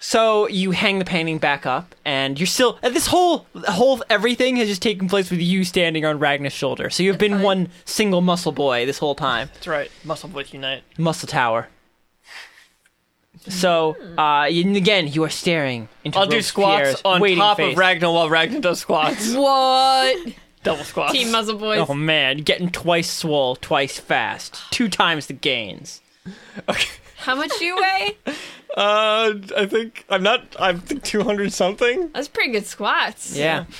Speaker 1: so you hang the painting back up, and you're still and this whole whole everything has just taken place with you standing on Ragnar's shoulder. So you've been one single muscle boy this whole time.
Speaker 5: That's right. Muscle boys unite.
Speaker 1: Muscle Tower. So, uh, and again, you are staring into
Speaker 5: I'll do squats
Speaker 1: Robespierre's
Speaker 5: on
Speaker 1: waiting
Speaker 5: top
Speaker 1: face.
Speaker 5: of Ragnar while Ragnar does squats.
Speaker 3: What?
Speaker 5: Double squats.
Speaker 3: Team Muzzle Boys.
Speaker 1: Oh man, getting twice swole, twice fast, two times the gains.
Speaker 3: How much do you weigh?
Speaker 5: Uh, I think I'm not. I'm two hundred something.
Speaker 3: That's pretty good squats.
Speaker 1: Yeah.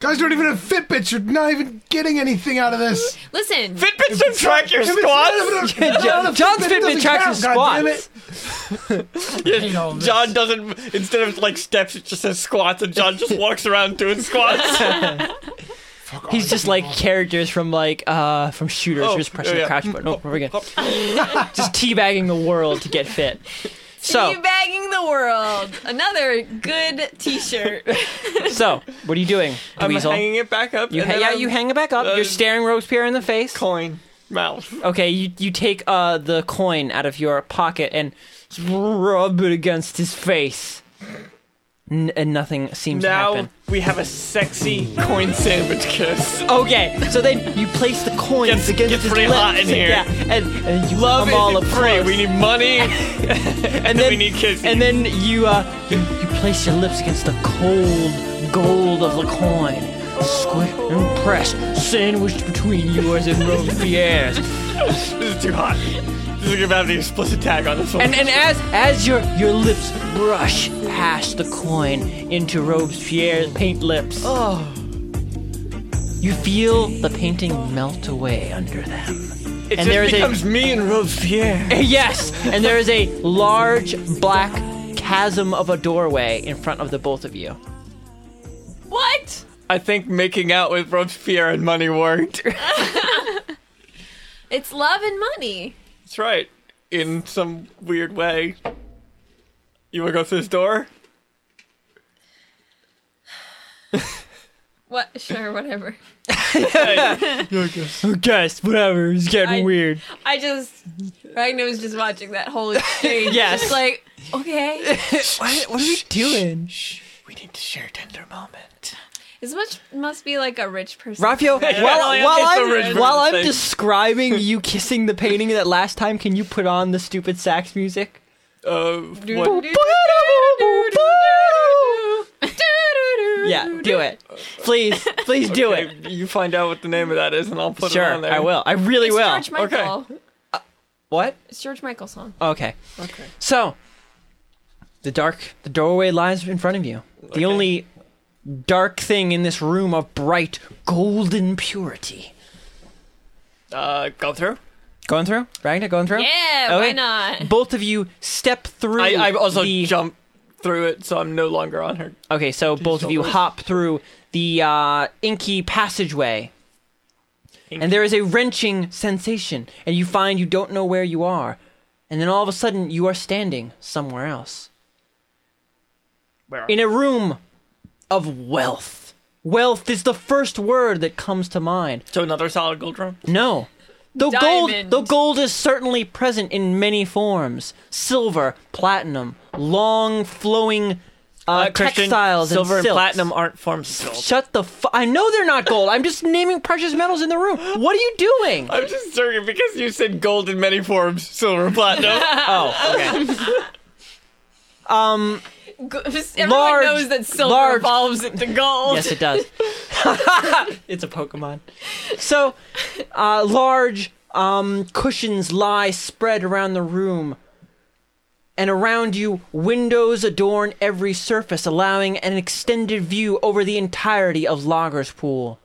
Speaker 4: Guys don't even have Fitbits. You're not even getting anything out of this.
Speaker 3: Listen,
Speaker 5: Fitbits don't track your
Speaker 4: If it's
Speaker 5: squats.
Speaker 4: not even a-
Speaker 1: John's Fitbit
Speaker 4: doesn't
Speaker 1: tracks
Speaker 4: count,
Speaker 1: his
Speaker 4: God damn it.
Speaker 1: squats.
Speaker 4: hate all this.
Speaker 5: John doesn't. Instead of like steps, it just says squats, and John just walks around doing squats.
Speaker 4: Fuck all
Speaker 1: He's
Speaker 4: you
Speaker 1: just like
Speaker 4: people.
Speaker 1: characters from like uh from shooters,
Speaker 5: Oh,
Speaker 1: who's just pressing
Speaker 5: yeah,
Speaker 1: the
Speaker 5: yeah.
Speaker 1: crouch button over and over again. just teabagging the world to get fit. So,
Speaker 3: teabagging the world. Another good T-shirt.
Speaker 1: so what are you doing,
Speaker 5: I'm
Speaker 1: Dweezil?
Speaker 5: hanging it back up.
Speaker 1: you
Speaker 5: and
Speaker 1: ha-
Speaker 5: then
Speaker 1: yeah,
Speaker 5: I'm
Speaker 1: you hang it back up.
Speaker 5: uh,
Speaker 1: You're staring Robespierre in the face.
Speaker 5: coin mouth.
Speaker 1: Okay, you you take uh the coin out of your pocket and rub it against his face, N- and nothing seems to
Speaker 5: Now
Speaker 1: happen.
Speaker 5: we have a sexy coin sandwich kiss.
Speaker 1: Okay, so then you place the coins
Speaker 5: Gets-
Speaker 1: against
Speaker 5: gets
Speaker 1: his
Speaker 5: pretty
Speaker 1: lips.
Speaker 5: hot in here.
Speaker 1: Yeah, and, and you love
Speaker 5: Love
Speaker 1: all
Speaker 5: isn't
Speaker 1: up
Speaker 5: free.
Speaker 1: close.
Speaker 5: We need money,
Speaker 1: and
Speaker 5: then
Speaker 1: then
Speaker 5: we need kisses.
Speaker 1: And then you uh you, you place your lips against the cold gold of the coin, squish and press, sandwiched between yours and Robespierre's.
Speaker 5: this is too hot. This is gonna have the explicit tag on this one.
Speaker 1: And and as as your your lips brush past the coin into Robespierre's paint lips, you feel the painting melt away under them.
Speaker 5: it
Speaker 1: and
Speaker 5: just
Speaker 1: there is a-
Speaker 5: becomes me and Robespierre.
Speaker 1: yes, and there is a large black chasm of a doorway in front of the both of you.
Speaker 3: what?
Speaker 5: I think making out with Robespierre and money worked.
Speaker 3: It's love and money.
Speaker 5: That's right. In some weird way. You wanna go through this door?
Speaker 3: What? Sure, whatever.
Speaker 1: Who guessed? Whatever. It's getting
Speaker 3: I-
Speaker 1: weird.
Speaker 3: I just Ragnar was just watching that whole exchange.
Speaker 1: Yes.
Speaker 3: Just like okay,
Speaker 1: What, what are we doing?
Speaker 5: We need to share a tender moment.
Speaker 3: this much must be like a rich person.
Speaker 1: Raphael,
Speaker 5: Yeah,
Speaker 1: while, while
Speaker 5: it's the
Speaker 1: I'm,
Speaker 5: original
Speaker 1: while I'm
Speaker 5: thing.
Speaker 1: describing you kissing the painting that last time, can you put on the stupid sax music?
Speaker 5: Uh, what?
Speaker 1: Yeah, do it. Please, please do it.
Speaker 5: Okay, You find out what the name of that is and I'll put it on
Speaker 1: Sure,
Speaker 5: there.
Speaker 1: I will. I really
Speaker 3: It's
Speaker 1: will.
Speaker 3: George Michael.
Speaker 1: What?
Speaker 3: It's George Michael song.
Speaker 1: Okay.
Speaker 5: Okay.
Speaker 1: So, the dark, the doorway lies in front of you. The only dark thing in this room of bright golden purity
Speaker 5: Uh, go through.
Speaker 1: Going through? Ragnar, going through?
Speaker 3: Yeah, why not?
Speaker 1: Both of you step through.
Speaker 5: I, I've also
Speaker 1: the-
Speaker 5: jumped through it, so I'm no longer on her.
Speaker 1: Okay, so both of you
Speaker 5: shoulders.
Speaker 1: hop through the uh, inky passageway. And there is a wrenching sensation, and you find you don't know where you are. And then all of a sudden, you are standing somewhere else.
Speaker 5: Where?
Speaker 1: in a room of wealth. Wealth is the first word that comes to mind.
Speaker 5: so another solid gold room.
Speaker 1: No. Though gold,
Speaker 3: Diamond.
Speaker 1: though gold is certainly present in many forms silver, platinum, long flowing uh,
Speaker 5: Christian,
Speaker 1: textiles,
Speaker 5: silver and,
Speaker 1: silks.
Speaker 5: platinum aren't forms of gold.
Speaker 1: Shut the fu- I know they're not gold. I'm just naming precious metals in the room. What are you doing?
Speaker 5: I'm just joking because you said gold in many forms, silver, platinum.
Speaker 1: Oh, okay. Um,
Speaker 3: Everyone
Speaker 1: Large-
Speaker 3: knows that silver
Speaker 1: large-
Speaker 3: evolves into gold.
Speaker 1: yes, it does. it's a Pokemon. So, uh, large um, cushions lie spread around the room, and around you, windows adorn every surface, allowing an extended view over the entirety of Logger's Pool.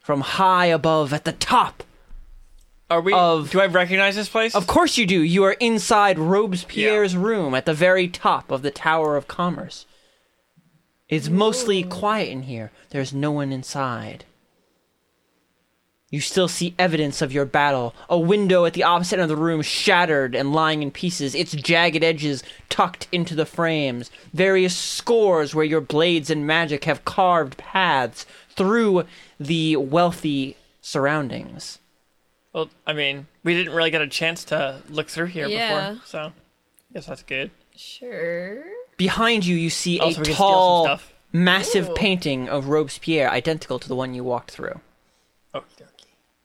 Speaker 1: From high above at the top.
Speaker 5: Are we?
Speaker 1: Of-
Speaker 5: do I recognize this place?
Speaker 1: Of course you do. You are inside Robespierre's room at the very top of the Tower of Commerce. It's mostly quiet in here. There's no one inside. You still see evidence of your battle. A window at the opposite end of the room shattered and lying in pieces, its jagged edges tucked into the frames. Various scores where your blades and magic have carved paths through the wealthy surroundings.
Speaker 5: Well, I mean, we didn't really get a chance to look through here
Speaker 3: Yeah.
Speaker 5: before, so I guess that's good.
Speaker 3: Sure.
Speaker 1: Behind you, you see
Speaker 5: Also,
Speaker 1: a
Speaker 5: we can steal some
Speaker 1: tall,
Speaker 5: stuff.
Speaker 1: massive
Speaker 3: Ooh.
Speaker 1: painting of Robespierre, identical to the one you walked through.
Speaker 5: Okie dokie.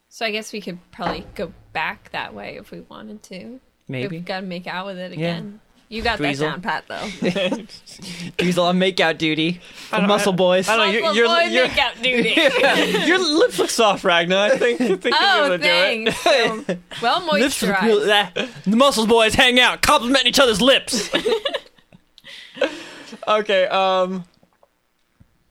Speaker 3: So I guess we could probably go back that way if we wanted to.
Speaker 1: Maybe.
Speaker 3: We've got to make out with it again. You got
Speaker 1: Dweezil.
Speaker 3: that down pat though.
Speaker 1: These are on makeout duty. The muscle boys.
Speaker 5: I don't know. You're, you're, you're,
Speaker 3: makeup duty.
Speaker 5: your lips look soft, Ragna. I think, I think you're
Speaker 3: oh,
Speaker 5: gonna
Speaker 3: thanks. So, well
Speaker 1: Lips look
Speaker 3: moisturized.
Speaker 1: real- ah. the muscles boys hang out, complimenting each other's lips.
Speaker 5: do it. Okay. Um.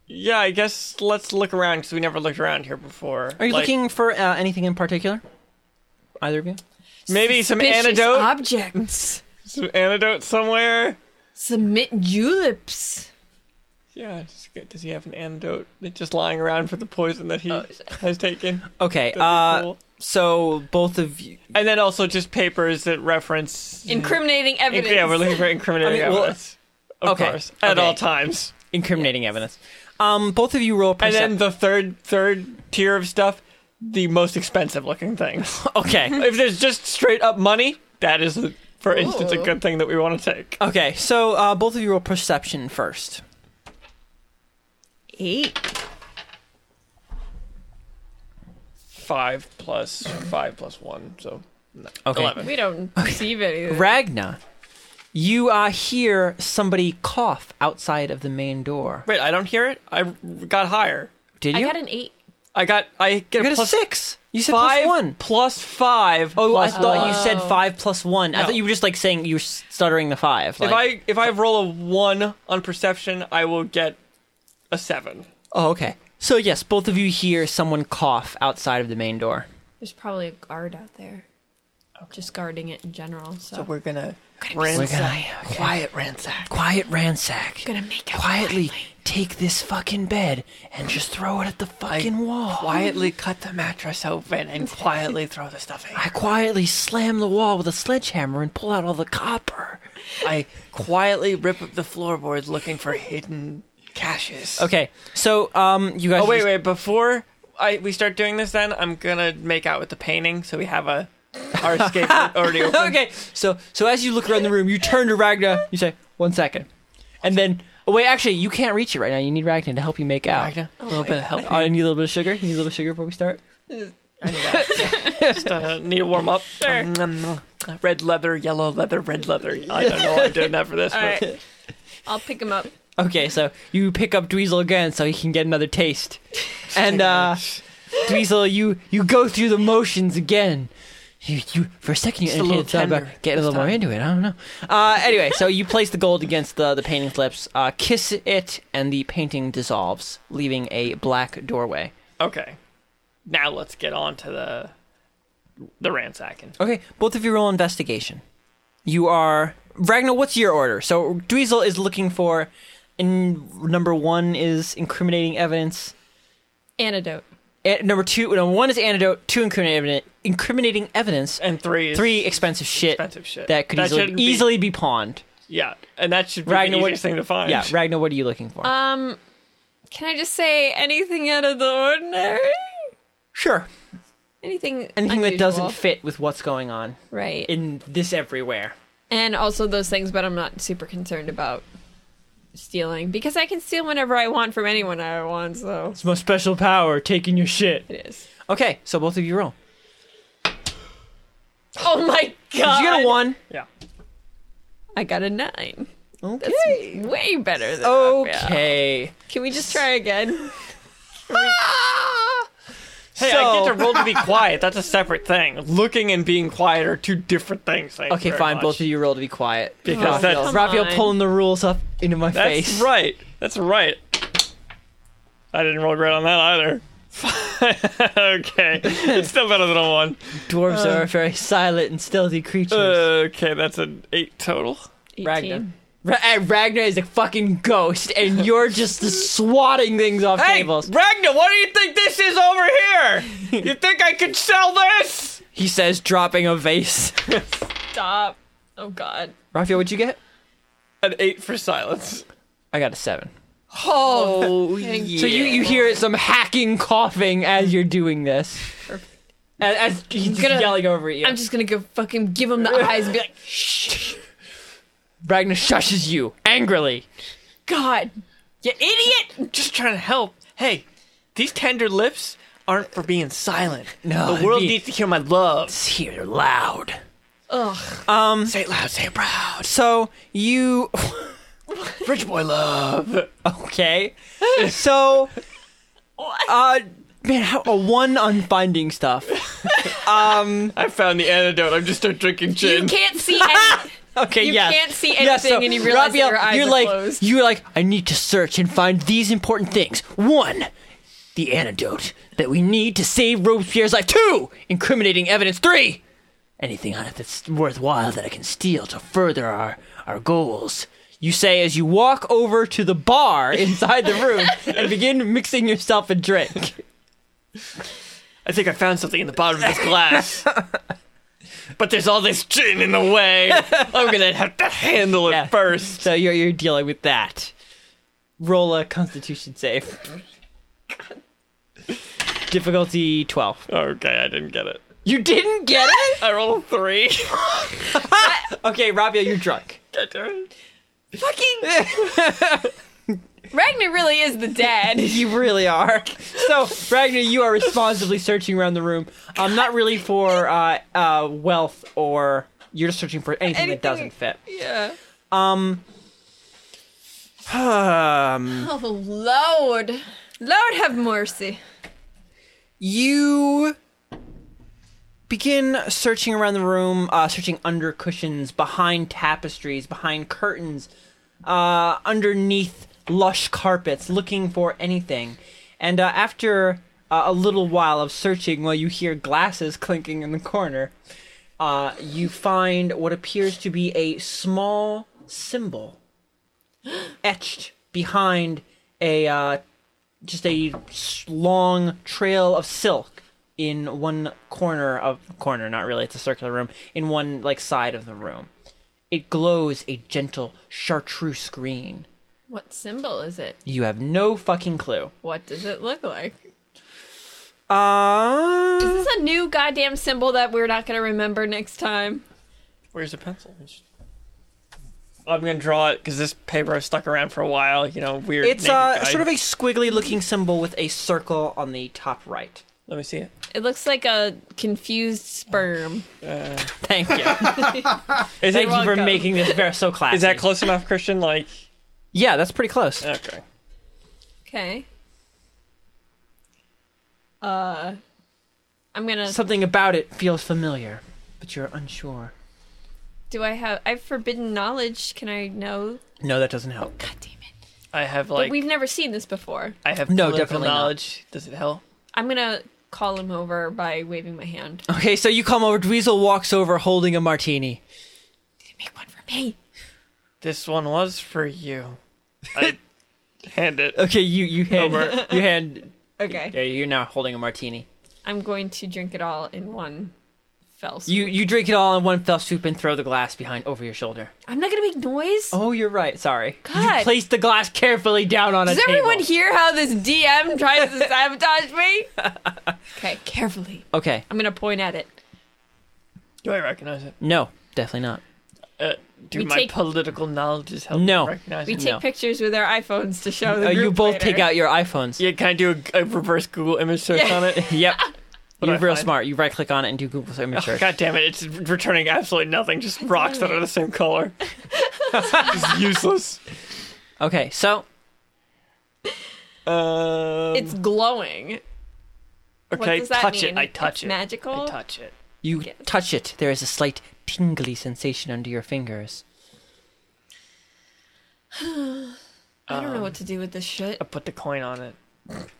Speaker 5: Yeah, I guess let's look around because we never looked around here before.
Speaker 1: Are you
Speaker 5: Like,
Speaker 1: looking for uh, anything in particular? Either of you?
Speaker 5: Maybe some
Speaker 3: Suspicious
Speaker 5: antidote.
Speaker 3: objects.
Speaker 5: some antidote somewhere.
Speaker 3: Submit juleps.
Speaker 5: Yeah. Just, get- does he have an antidote? It's just lying around for the poison that he has taken.
Speaker 1: Okay.
Speaker 5: That'd be
Speaker 1: Oh, Uh,
Speaker 5: cool.
Speaker 1: So both of you.
Speaker 5: And then also just papers that reference
Speaker 3: Incriminating
Speaker 5: Inc-
Speaker 3: evidence.
Speaker 5: yeah, we're looking for incriminating
Speaker 1: I mean, well,
Speaker 5: evidence. Of
Speaker 1: okay,
Speaker 5: course. At
Speaker 1: okay.
Speaker 5: all times.
Speaker 1: Incriminating evidence. Um, both of you roll
Speaker 5: And
Speaker 1: perception.
Speaker 5: then the third third tier of stuff, the most expensive looking things.
Speaker 1: okay.
Speaker 5: if there's just straight up money, that is a, for instance a
Speaker 3: Ooh.
Speaker 5: good thing that we want to take.
Speaker 1: Okay. So uh, both of you roll perception first.
Speaker 3: Eight.
Speaker 5: Five plus five plus one, so no,
Speaker 1: Okay.
Speaker 5: eleven.
Speaker 3: We don't receive anything.
Speaker 1: Ragna, you uh, hear somebody cough outside of the main door.
Speaker 5: Wait, I don't hear it? I got higher.
Speaker 1: Did
Speaker 3: I
Speaker 1: you?
Speaker 3: got an eight.
Speaker 5: I got I get
Speaker 1: you got a
Speaker 5: plus
Speaker 1: six. You said
Speaker 5: five
Speaker 1: plus one.
Speaker 5: plus five.
Speaker 1: Oh,
Speaker 5: plus
Speaker 1: I thought
Speaker 5: one.
Speaker 1: you said five plus one. I
Speaker 5: No.
Speaker 1: thought you were just like saying you were stuttering the five.
Speaker 5: if
Speaker 1: like-
Speaker 5: I if I roll a one on perception, I will get a seven.
Speaker 1: oh, okay. So yes, both of you hear someone cough outside of the main door.
Speaker 3: There's probably a guard out there. Just guarding it in general. So,
Speaker 5: So we're gonna
Speaker 1: We're
Speaker 5: ransack.
Speaker 1: gonna-
Speaker 5: Quiet ransack.
Speaker 1: uh, Quiet ransack.
Speaker 3: gonna make out
Speaker 1: quietly take this fucking bed and just throw it at the fucking wall.
Speaker 5: Quietly cut the mattress open and quietly throw the stuff in.
Speaker 1: I quietly slam the wall with a sledgehammer and pull out all the copper.
Speaker 5: I quietly rip up the floorboards looking for hidden caches.
Speaker 1: Okay, so um, you guys.
Speaker 5: Oh wait,
Speaker 1: just-
Speaker 5: wait. Before I we start doing this, then I'm gonna make out with the painting so we have a our escape route already open.
Speaker 1: okay. So so as you look around the room, you turn to Ragna. You say, "One second," and then oh, wait. Actually, you can't reach it right now. You need Ragna to help you make out.
Speaker 5: Ragna, a little bit of help.
Speaker 1: I need a little bit of sugar. You need a little bit of sugar before we start.
Speaker 5: Just uh, need to warm up. Um, um, red leather, yellow leather, red leather. I don't know why I'm doing that for this.
Speaker 3: All
Speaker 5: but-
Speaker 3: right. I'll pick him up.
Speaker 1: Okay, so you pick up Dweezil again so he can get another taste, and uh, Dweezil, you you go through the motions again. You, you for a second you
Speaker 5: a little
Speaker 1: entertained the thought about
Speaker 5: tender
Speaker 1: getting a little more into it. I don't know. Uh, anyway, so you place the gold against the the painting's lips, uh, kiss it, and the painting dissolves, leaving a black doorway.
Speaker 5: Okay. Now let's get on to the the ransacking.
Speaker 1: Okay, both of you roll investigation. You are Ragnar. What's your order? So Dweezil is looking for, and number one is incriminating evidence.
Speaker 3: Antidote.
Speaker 1: And number two, no, one is antidote. Two incriminating evidence. Incriminating evidence.
Speaker 5: And three is
Speaker 1: Three expensive shit.
Speaker 5: Expensive shit.
Speaker 1: that could
Speaker 5: That
Speaker 1: easily,
Speaker 5: shouldn't be-
Speaker 1: easily be pawned.
Speaker 5: Yeah, and that should be
Speaker 1: Ragnar,
Speaker 5: the
Speaker 1: what-
Speaker 5: easiest thing to find.
Speaker 1: Yeah, Ragnar, what are you looking for?
Speaker 3: Um, can I just say anything out of the ordinary?
Speaker 1: sure,
Speaker 3: Anything?
Speaker 1: anything that doesn't
Speaker 3: unusual.
Speaker 1: fit with what's going on
Speaker 3: Right.
Speaker 1: in this everywhere.
Speaker 3: and also those things, but I'm not super concerned about stealing because I can steal whenever I want from anyone I want. So
Speaker 1: It's my special power, taking your shit.
Speaker 3: it is.
Speaker 1: Okay, so both of you roll.
Speaker 3: Oh my
Speaker 1: Did
Speaker 3: god!
Speaker 1: you get a one?
Speaker 5: yeah.
Speaker 3: I got a nine.
Speaker 1: Okay.
Speaker 3: That's way better than
Speaker 5: Oh,
Speaker 3: Raphael.
Speaker 1: Okay.
Speaker 3: Can we just try again? Ah!
Speaker 5: Hey, I
Speaker 1: So-
Speaker 5: get to roll to be quiet. That's a separate thing. Looking and being quiet are two different things. Thank you
Speaker 1: Okay,
Speaker 5: very
Speaker 1: fine.
Speaker 5: much.
Speaker 1: Both of you roll to be quiet.
Speaker 5: Because
Speaker 1: Raphael,
Speaker 5: that's-
Speaker 1: Raphael
Speaker 3: Come on.
Speaker 1: pulling the rules up into my
Speaker 5: That's
Speaker 1: face.
Speaker 5: right. That's right. I didn't roll great on that either. okay, it's still better than a one.
Speaker 1: Dwarves
Speaker 5: Uh.
Speaker 1: are very silent and stealthy creatures.
Speaker 5: Okay, that's an eight total.
Speaker 1: Ragnar.
Speaker 3: Eighteen.
Speaker 1: Ra- uh, Ragnar is a fucking ghost, and you're just swatting things off tables.
Speaker 5: Ragnar, what do you think this is over here? You think I could sell this?
Speaker 1: He says, dropping a vase.
Speaker 3: Stop. Oh god.
Speaker 1: Raphael, what'd you get?
Speaker 5: An eight for silence.
Speaker 1: I got a seven.
Speaker 5: Oh,
Speaker 1: So you, you hear some hacking coughing as you're doing this. As, as he's
Speaker 3: gonna-
Speaker 1: yelling over at you.
Speaker 3: I'm just gonna go fucking give him the eyes and be like,
Speaker 1: Ragnar shushes you angrily.
Speaker 3: God.
Speaker 5: you idiot! I'm just trying to help. Hey, these tender lips aren't for being silent.
Speaker 1: No,
Speaker 5: the world
Speaker 1: it'd be-
Speaker 5: needs to hear my love.
Speaker 1: Here, loud.
Speaker 5: Say it loud, say it proud.
Speaker 1: Um, So you
Speaker 5: Rich boy love.
Speaker 1: Okay. So, uh, man, how, a one on finding stuff.
Speaker 5: I found the antidote. I'm just start drinking
Speaker 3: You
Speaker 5: gin.
Speaker 3: can't see any-
Speaker 1: Okay,
Speaker 3: You
Speaker 1: yes.
Speaker 3: can't see
Speaker 1: Yes,
Speaker 3: anything and you realize that
Speaker 1: Raphael,
Speaker 3: your eyes
Speaker 1: you're
Speaker 3: are
Speaker 1: like,
Speaker 3: closed.
Speaker 1: You're like, I need to search and find these important things. One, the antidote that we need to save Robespierre's life. Two, incriminating evidence. Three, anything on it that's worthwhile that I can steal to further our, our goals. You say as you walk over to the bar inside the room and begin mixing yourself a drink.
Speaker 5: I think I found something in the bottom of this glass. but there's all this gin in the way. I'm gonna have to handle it
Speaker 1: Yeah.
Speaker 5: first.
Speaker 1: So you're you're dealing with that. Roll a Constitution save. Difficulty twelve.
Speaker 5: Okay, I didn't get it.
Speaker 1: You didn't get it.
Speaker 5: I rolled a three.
Speaker 1: Okay, Rabia, you're drunk.
Speaker 3: fucking. Ragnar really is the dad.
Speaker 1: You really are. So Ragnar, you are responsibly searching around the room. Um, not really for uh, uh, wealth or you're just searching for anything, that doesn't
Speaker 3: Anything-
Speaker 1: fit.
Speaker 3: Yeah.
Speaker 1: Um,
Speaker 3: Oh Lord, Lord have mercy.
Speaker 1: you begin searching around the room, uh, searching under cushions, behind tapestries, behind curtains, uh, underneath lush carpets, looking for anything. And uh, after uh, a little while of searching, while you hear glasses clinking in the corner, uh, you find what appears to be a small symbol etched behind a uh, just a s- long trail of silk in one corner of corner not really it's a circular room in one like side of the room it glows a gentle chartreuse green
Speaker 3: What symbol is it?
Speaker 1: you have no fucking clue
Speaker 3: What does it look like?
Speaker 1: uh
Speaker 3: Is this a new goddamn symbol that we're not gonna remember next time?
Speaker 5: Where's the pencil? I'm gonna draw it because this paper I've stuck around for a while. You know, weird.
Speaker 1: it's
Speaker 5: naked
Speaker 1: uh,
Speaker 5: guy.
Speaker 1: sort of a squiggly looking symbol with a circle on the top right
Speaker 5: Let me see it.
Speaker 3: It looks like a confused sperm.
Speaker 1: thank you
Speaker 5: Is
Speaker 1: thank you
Speaker 5: it?
Speaker 1: for
Speaker 3: welcome.
Speaker 1: making this very so classy
Speaker 5: Is that close enough, Christian? Like,
Speaker 1: yeah that's pretty close
Speaker 5: okay.
Speaker 3: Okay. Uh, I'm gonna.
Speaker 1: something about it feels familiar but you're unsure
Speaker 3: do I have? I have forbidden knowledge. Can I know?
Speaker 1: no that doesn't help
Speaker 3: God damn it!
Speaker 5: I have
Speaker 3: But
Speaker 5: like
Speaker 3: we've never seen this before.
Speaker 5: I have
Speaker 1: No,
Speaker 5: political
Speaker 1: definitely not.
Speaker 5: knowledge. Does it help?
Speaker 3: I'm gonna call him over by waving my hand.
Speaker 1: Okay, so you come over. Dweezil walks over holding a martini.
Speaker 3: Make one for me.
Speaker 5: This one was for you. I hand it.
Speaker 1: Okay, you you hand
Speaker 5: Over.
Speaker 1: you hand.
Speaker 3: Okay.
Speaker 1: Yeah, you're now holding a martini.
Speaker 3: I'm going to drink it all in one fell swoop.
Speaker 1: You you drink it all in one fell swoop and throw the glass behind over your shoulder.
Speaker 3: I'm not gonna make noise.
Speaker 1: Oh, you're right. Sorry. You
Speaker 3: God.
Speaker 1: place the glass carefully down on
Speaker 3: Does
Speaker 1: a table.
Speaker 3: everyone hear how this DM tries to sabotage me? Okay, carefully.
Speaker 1: Okay.
Speaker 3: I'm gonna point at it.
Speaker 5: Do I recognize it?
Speaker 1: No, definitely not.
Speaker 5: Uh, do
Speaker 3: We
Speaker 5: my
Speaker 3: take-
Speaker 5: political knowledge is help
Speaker 1: No.
Speaker 5: recognize
Speaker 3: We
Speaker 5: it?
Speaker 3: take
Speaker 1: No.
Speaker 3: pictures with our iPhones to show the
Speaker 1: Uh,
Speaker 3: group
Speaker 1: you both
Speaker 3: later.
Speaker 1: take out your iPhones.
Speaker 5: Yeah, can I do a, a reverse Google image search on it?
Speaker 1: yep.
Speaker 3: Ah.
Speaker 5: What'd
Speaker 1: You're
Speaker 5: I
Speaker 1: real
Speaker 5: find?
Speaker 1: smart. You right click on it and do Google image
Speaker 5: Oh,
Speaker 1: search.
Speaker 5: God damn it! It's returning absolutely nothing. Just rocks that are the same color. it's useless.
Speaker 1: Okay, so
Speaker 5: Um,
Speaker 3: It's glowing.
Speaker 5: okay.
Speaker 3: what does that
Speaker 5: touch
Speaker 3: mean?
Speaker 5: it. I touch
Speaker 3: It's
Speaker 5: it.
Speaker 3: magical?
Speaker 5: I touch it.
Speaker 1: you
Speaker 3: Yes.
Speaker 1: touch it. There is a slight tingly sensation under your fingers.
Speaker 3: I don't know what to do with this shit.
Speaker 1: Oh,
Speaker 5: I put the coin on it.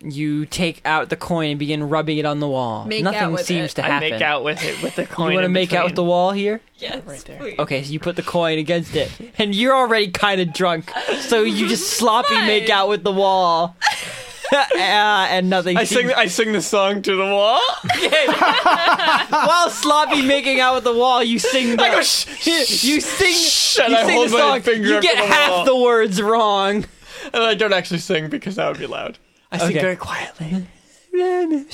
Speaker 1: You take out the coin and begin rubbing it on the wall.
Speaker 3: Make out
Speaker 1: Nothing
Speaker 3: with
Speaker 1: seems
Speaker 3: it.
Speaker 1: to
Speaker 5: I
Speaker 1: happen.
Speaker 5: make out with it with the coin.
Speaker 1: you want to
Speaker 5: in
Speaker 1: make out with the
Speaker 5: between.
Speaker 1: wall here?
Speaker 3: Yes,
Speaker 5: Right there.
Speaker 3: please.
Speaker 1: Okay, so you put the coin against it, and you're already kind of drunk, so you just sloppy make out with the wall, uh, and nothing.
Speaker 5: I sing. I sing the song to the wall.
Speaker 1: while sloppy making out with the wall. You sing. The,
Speaker 5: I go. Shh, shh,
Speaker 1: you sing.
Speaker 5: shh,
Speaker 1: you
Speaker 5: and I
Speaker 1: sing
Speaker 5: hold
Speaker 1: the
Speaker 5: my
Speaker 1: song.
Speaker 5: finger
Speaker 1: you
Speaker 5: up
Speaker 1: get
Speaker 5: to the
Speaker 1: half
Speaker 5: wall.
Speaker 1: the words wrong.
Speaker 5: And I don't actually sing because that would be loud. I sing
Speaker 1: Okay.
Speaker 5: very quietly.
Speaker 1: You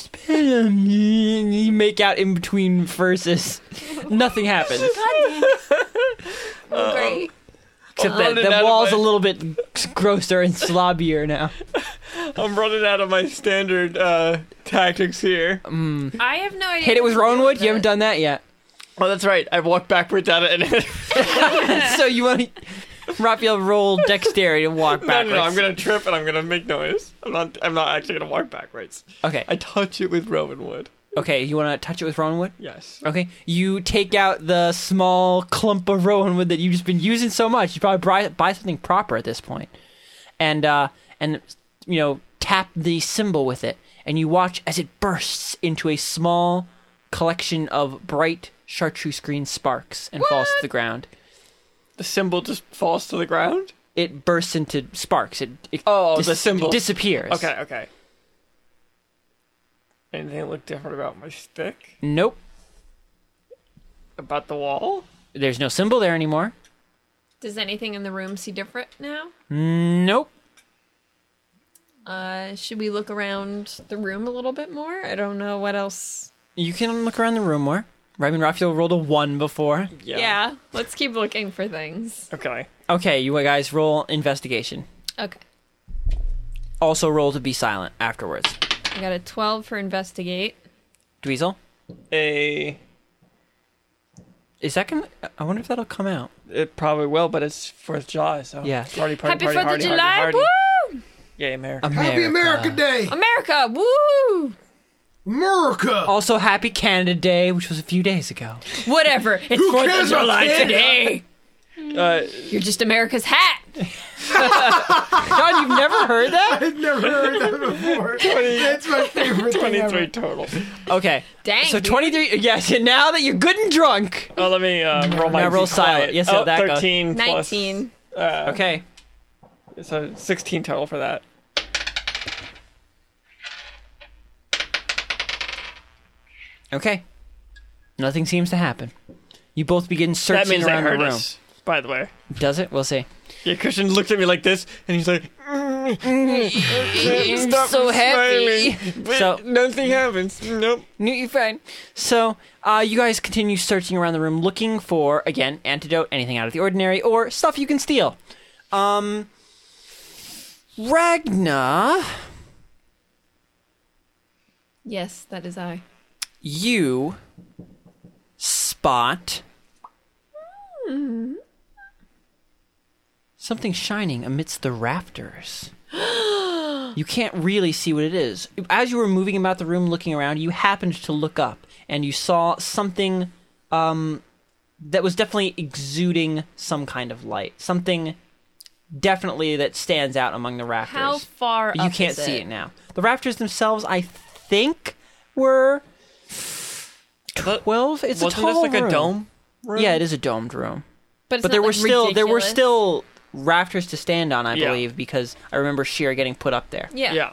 Speaker 1: make out in between verses. Nothing happens
Speaker 3: Oh, great.
Speaker 1: except that
Speaker 5: I'm running
Speaker 1: the
Speaker 5: out of
Speaker 1: wall's a
Speaker 5: my-
Speaker 1: little bit grosser and slobbier now.
Speaker 5: I'm running out of my standard uh, tactics here.
Speaker 3: I have no idea.
Speaker 1: Hit it
Speaker 3: what
Speaker 1: with
Speaker 3: to do
Speaker 1: Rowanwood. You haven't
Speaker 3: it.
Speaker 1: done that yet.
Speaker 5: Oh, that's right. I walked backwards at it. And
Speaker 1: so you want to Raphael roll dexterity to walk
Speaker 5: no,
Speaker 1: backwards.
Speaker 5: no, no, I'm gonna trip and I'm gonna make noise. I'm not. I'm not actually gonna walk backwards.
Speaker 1: Okay.
Speaker 5: I touch it with Rowan wood.
Speaker 1: Okay, you want to touch it with Rowanwood?
Speaker 5: Yes.
Speaker 1: Okay. You take out the small clump of Rowanwood that you've just been using so much. You probably buy, buy something proper at this point. And uh and you know, tap the symbol with it and you watch as it bursts into a small collection of bright chartreuse green sparks and falls to the ground.
Speaker 5: The symbol just falls to the ground.
Speaker 1: It bursts into sparks. It, it
Speaker 5: Oh, the symbol.
Speaker 1: disappears.
Speaker 5: Okay. Okay. Anything look different about my stick?
Speaker 1: Nope.
Speaker 5: About the wall?
Speaker 1: There's no symbol there anymore.
Speaker 3: Does anything in the room see different now?
Speaker 1: Nope.
Speaker 3: Uh, should we look around the room a little bit more? I don't know what else.
Speaker 1: You can look around the room more. Ryman Raphael rolled a one before.
Speaker 5: Yeah.
Speaker 3: yeah let's keep looking for things.
Speaker 5: Okay.
Speaker 1: Okay, you guys roll investigation.
Speaker 3: Okay.
Speaker 1: Also roll to be silent afterwards.
Speaker 3: I got a 12 for investigate.
Speaker 1: Dweezil,
Speaker 5: A.
Speaker 1: is that gonna? I wonder if that'll come out.
Speaker 5: It probably will, but it's Fourth of July, so
Speaker 1: Yeah.
Speaker 5: Party,
Speaker 3: Happy
Speaker 5: party, party,
Speaker 3: 4th of
Speaker 5: party, party,
Speaker 3: July!
Speaker 5: party.
Speaker 3: Woo!
Speaker 5: Yay, America.
Speaker 1: America.
Speaker 4: Happy America Day,
Speaker 3: America! Woo!
Speaker 4: America.
Speaker 1: Also, Happy Canada Day, which was a few days ago.
Speaker 3: Whatever. It's
Speaker 4: Who
Speaker 3: 4th of
Speaker 4: cares about
Speaker 3: July
Speaker 4: Canada?
Speaker 3: today.
Speaker 5: Uh,
Speaker 3: You're just America's hat.
Speaker 1: John, you've never heard that?
Speaker 4: I've never heard that before. That's my favorite thing ever.
Speaker 5: 23 total.
Speaker 1: Okay.
Speaker 3: Dang.
Speaker 1: So
Speaker 3: dude.
Speaker 1: twenty-three. Yes, and now that you're good and drunk.
Speaker 5: Oh, let me uh, roll my
Speaker 1: Now roll
Speaker 5: quiet.
Speaker 1: silent. Yes,
Speaker 5: oh,
Speaker 1: how that goes.
Speaker 5: 13 plus-
Speaker 3: 19.
Speaker 1: Okay.
Speaker 5: So 16 total for that.
Speaker 1: Okay. Nothing seems to happen. You both begin searching
Speaker 5: that means they
Speaker 1: around
Speaker 5: heard
Speaker 1: the room.
Speaker 5: us, by the way.
Speaker 1: Does it? We'll see.
Speaker 5: Yeah, Christian looked at me like this, and he's like, "Stop
Speaker 1: so
Speaker 5: smiling."
Speaker 1: happy.
Speaker 5: But
Speaker 1: So-
Speaker 5: nothing happens. Nope.
Speaker 1: New you friend. So, uh, you guys continue searching around the room looking for, again, antidote, anything out of the ordinary, or stuff you can steal. Um. Ragna,
Speaker 3: Yes, that is I.
Speaker 1: you spot something shining amidst the rafters. you can't really see what it is. As you were moving about the room looking around, you happened to look up and you saw something um, that was definitely exuding some kind of light. Something definitely that stands out among the rafters.
Speaker 3: How far
Speaker 1: you
Speaker 3: up
Speaker 1: can't
Speaker 3: is
Speaker 1: see
Speaker 3: it?
Speaker 1: it now. The rafters themselves, I think, were
Speaker 5: But
Speaker 1: twelve. It's
Speaker 5: wasn't
Speaker 1: a tall
Speaker 5: this like
Speaker 1: room.
Speaker 5: a dome? room?
Speaker 1: Yeah, it is a domed room,
Speaker 3: But, it's
Speaker 1: but
Speaker 3: not,
Speaker 1: there were
Speaker 3: like,
Speaker 1: still there were
Speaker 3: ridiculous.
Speaker 1: still rafters to stand on, I
Speaker 5: Yeah.
Speaker 1: believe, because I remember Sheer getting put up there.
Speaker 3: yeah.
Speaker 5: Yeah.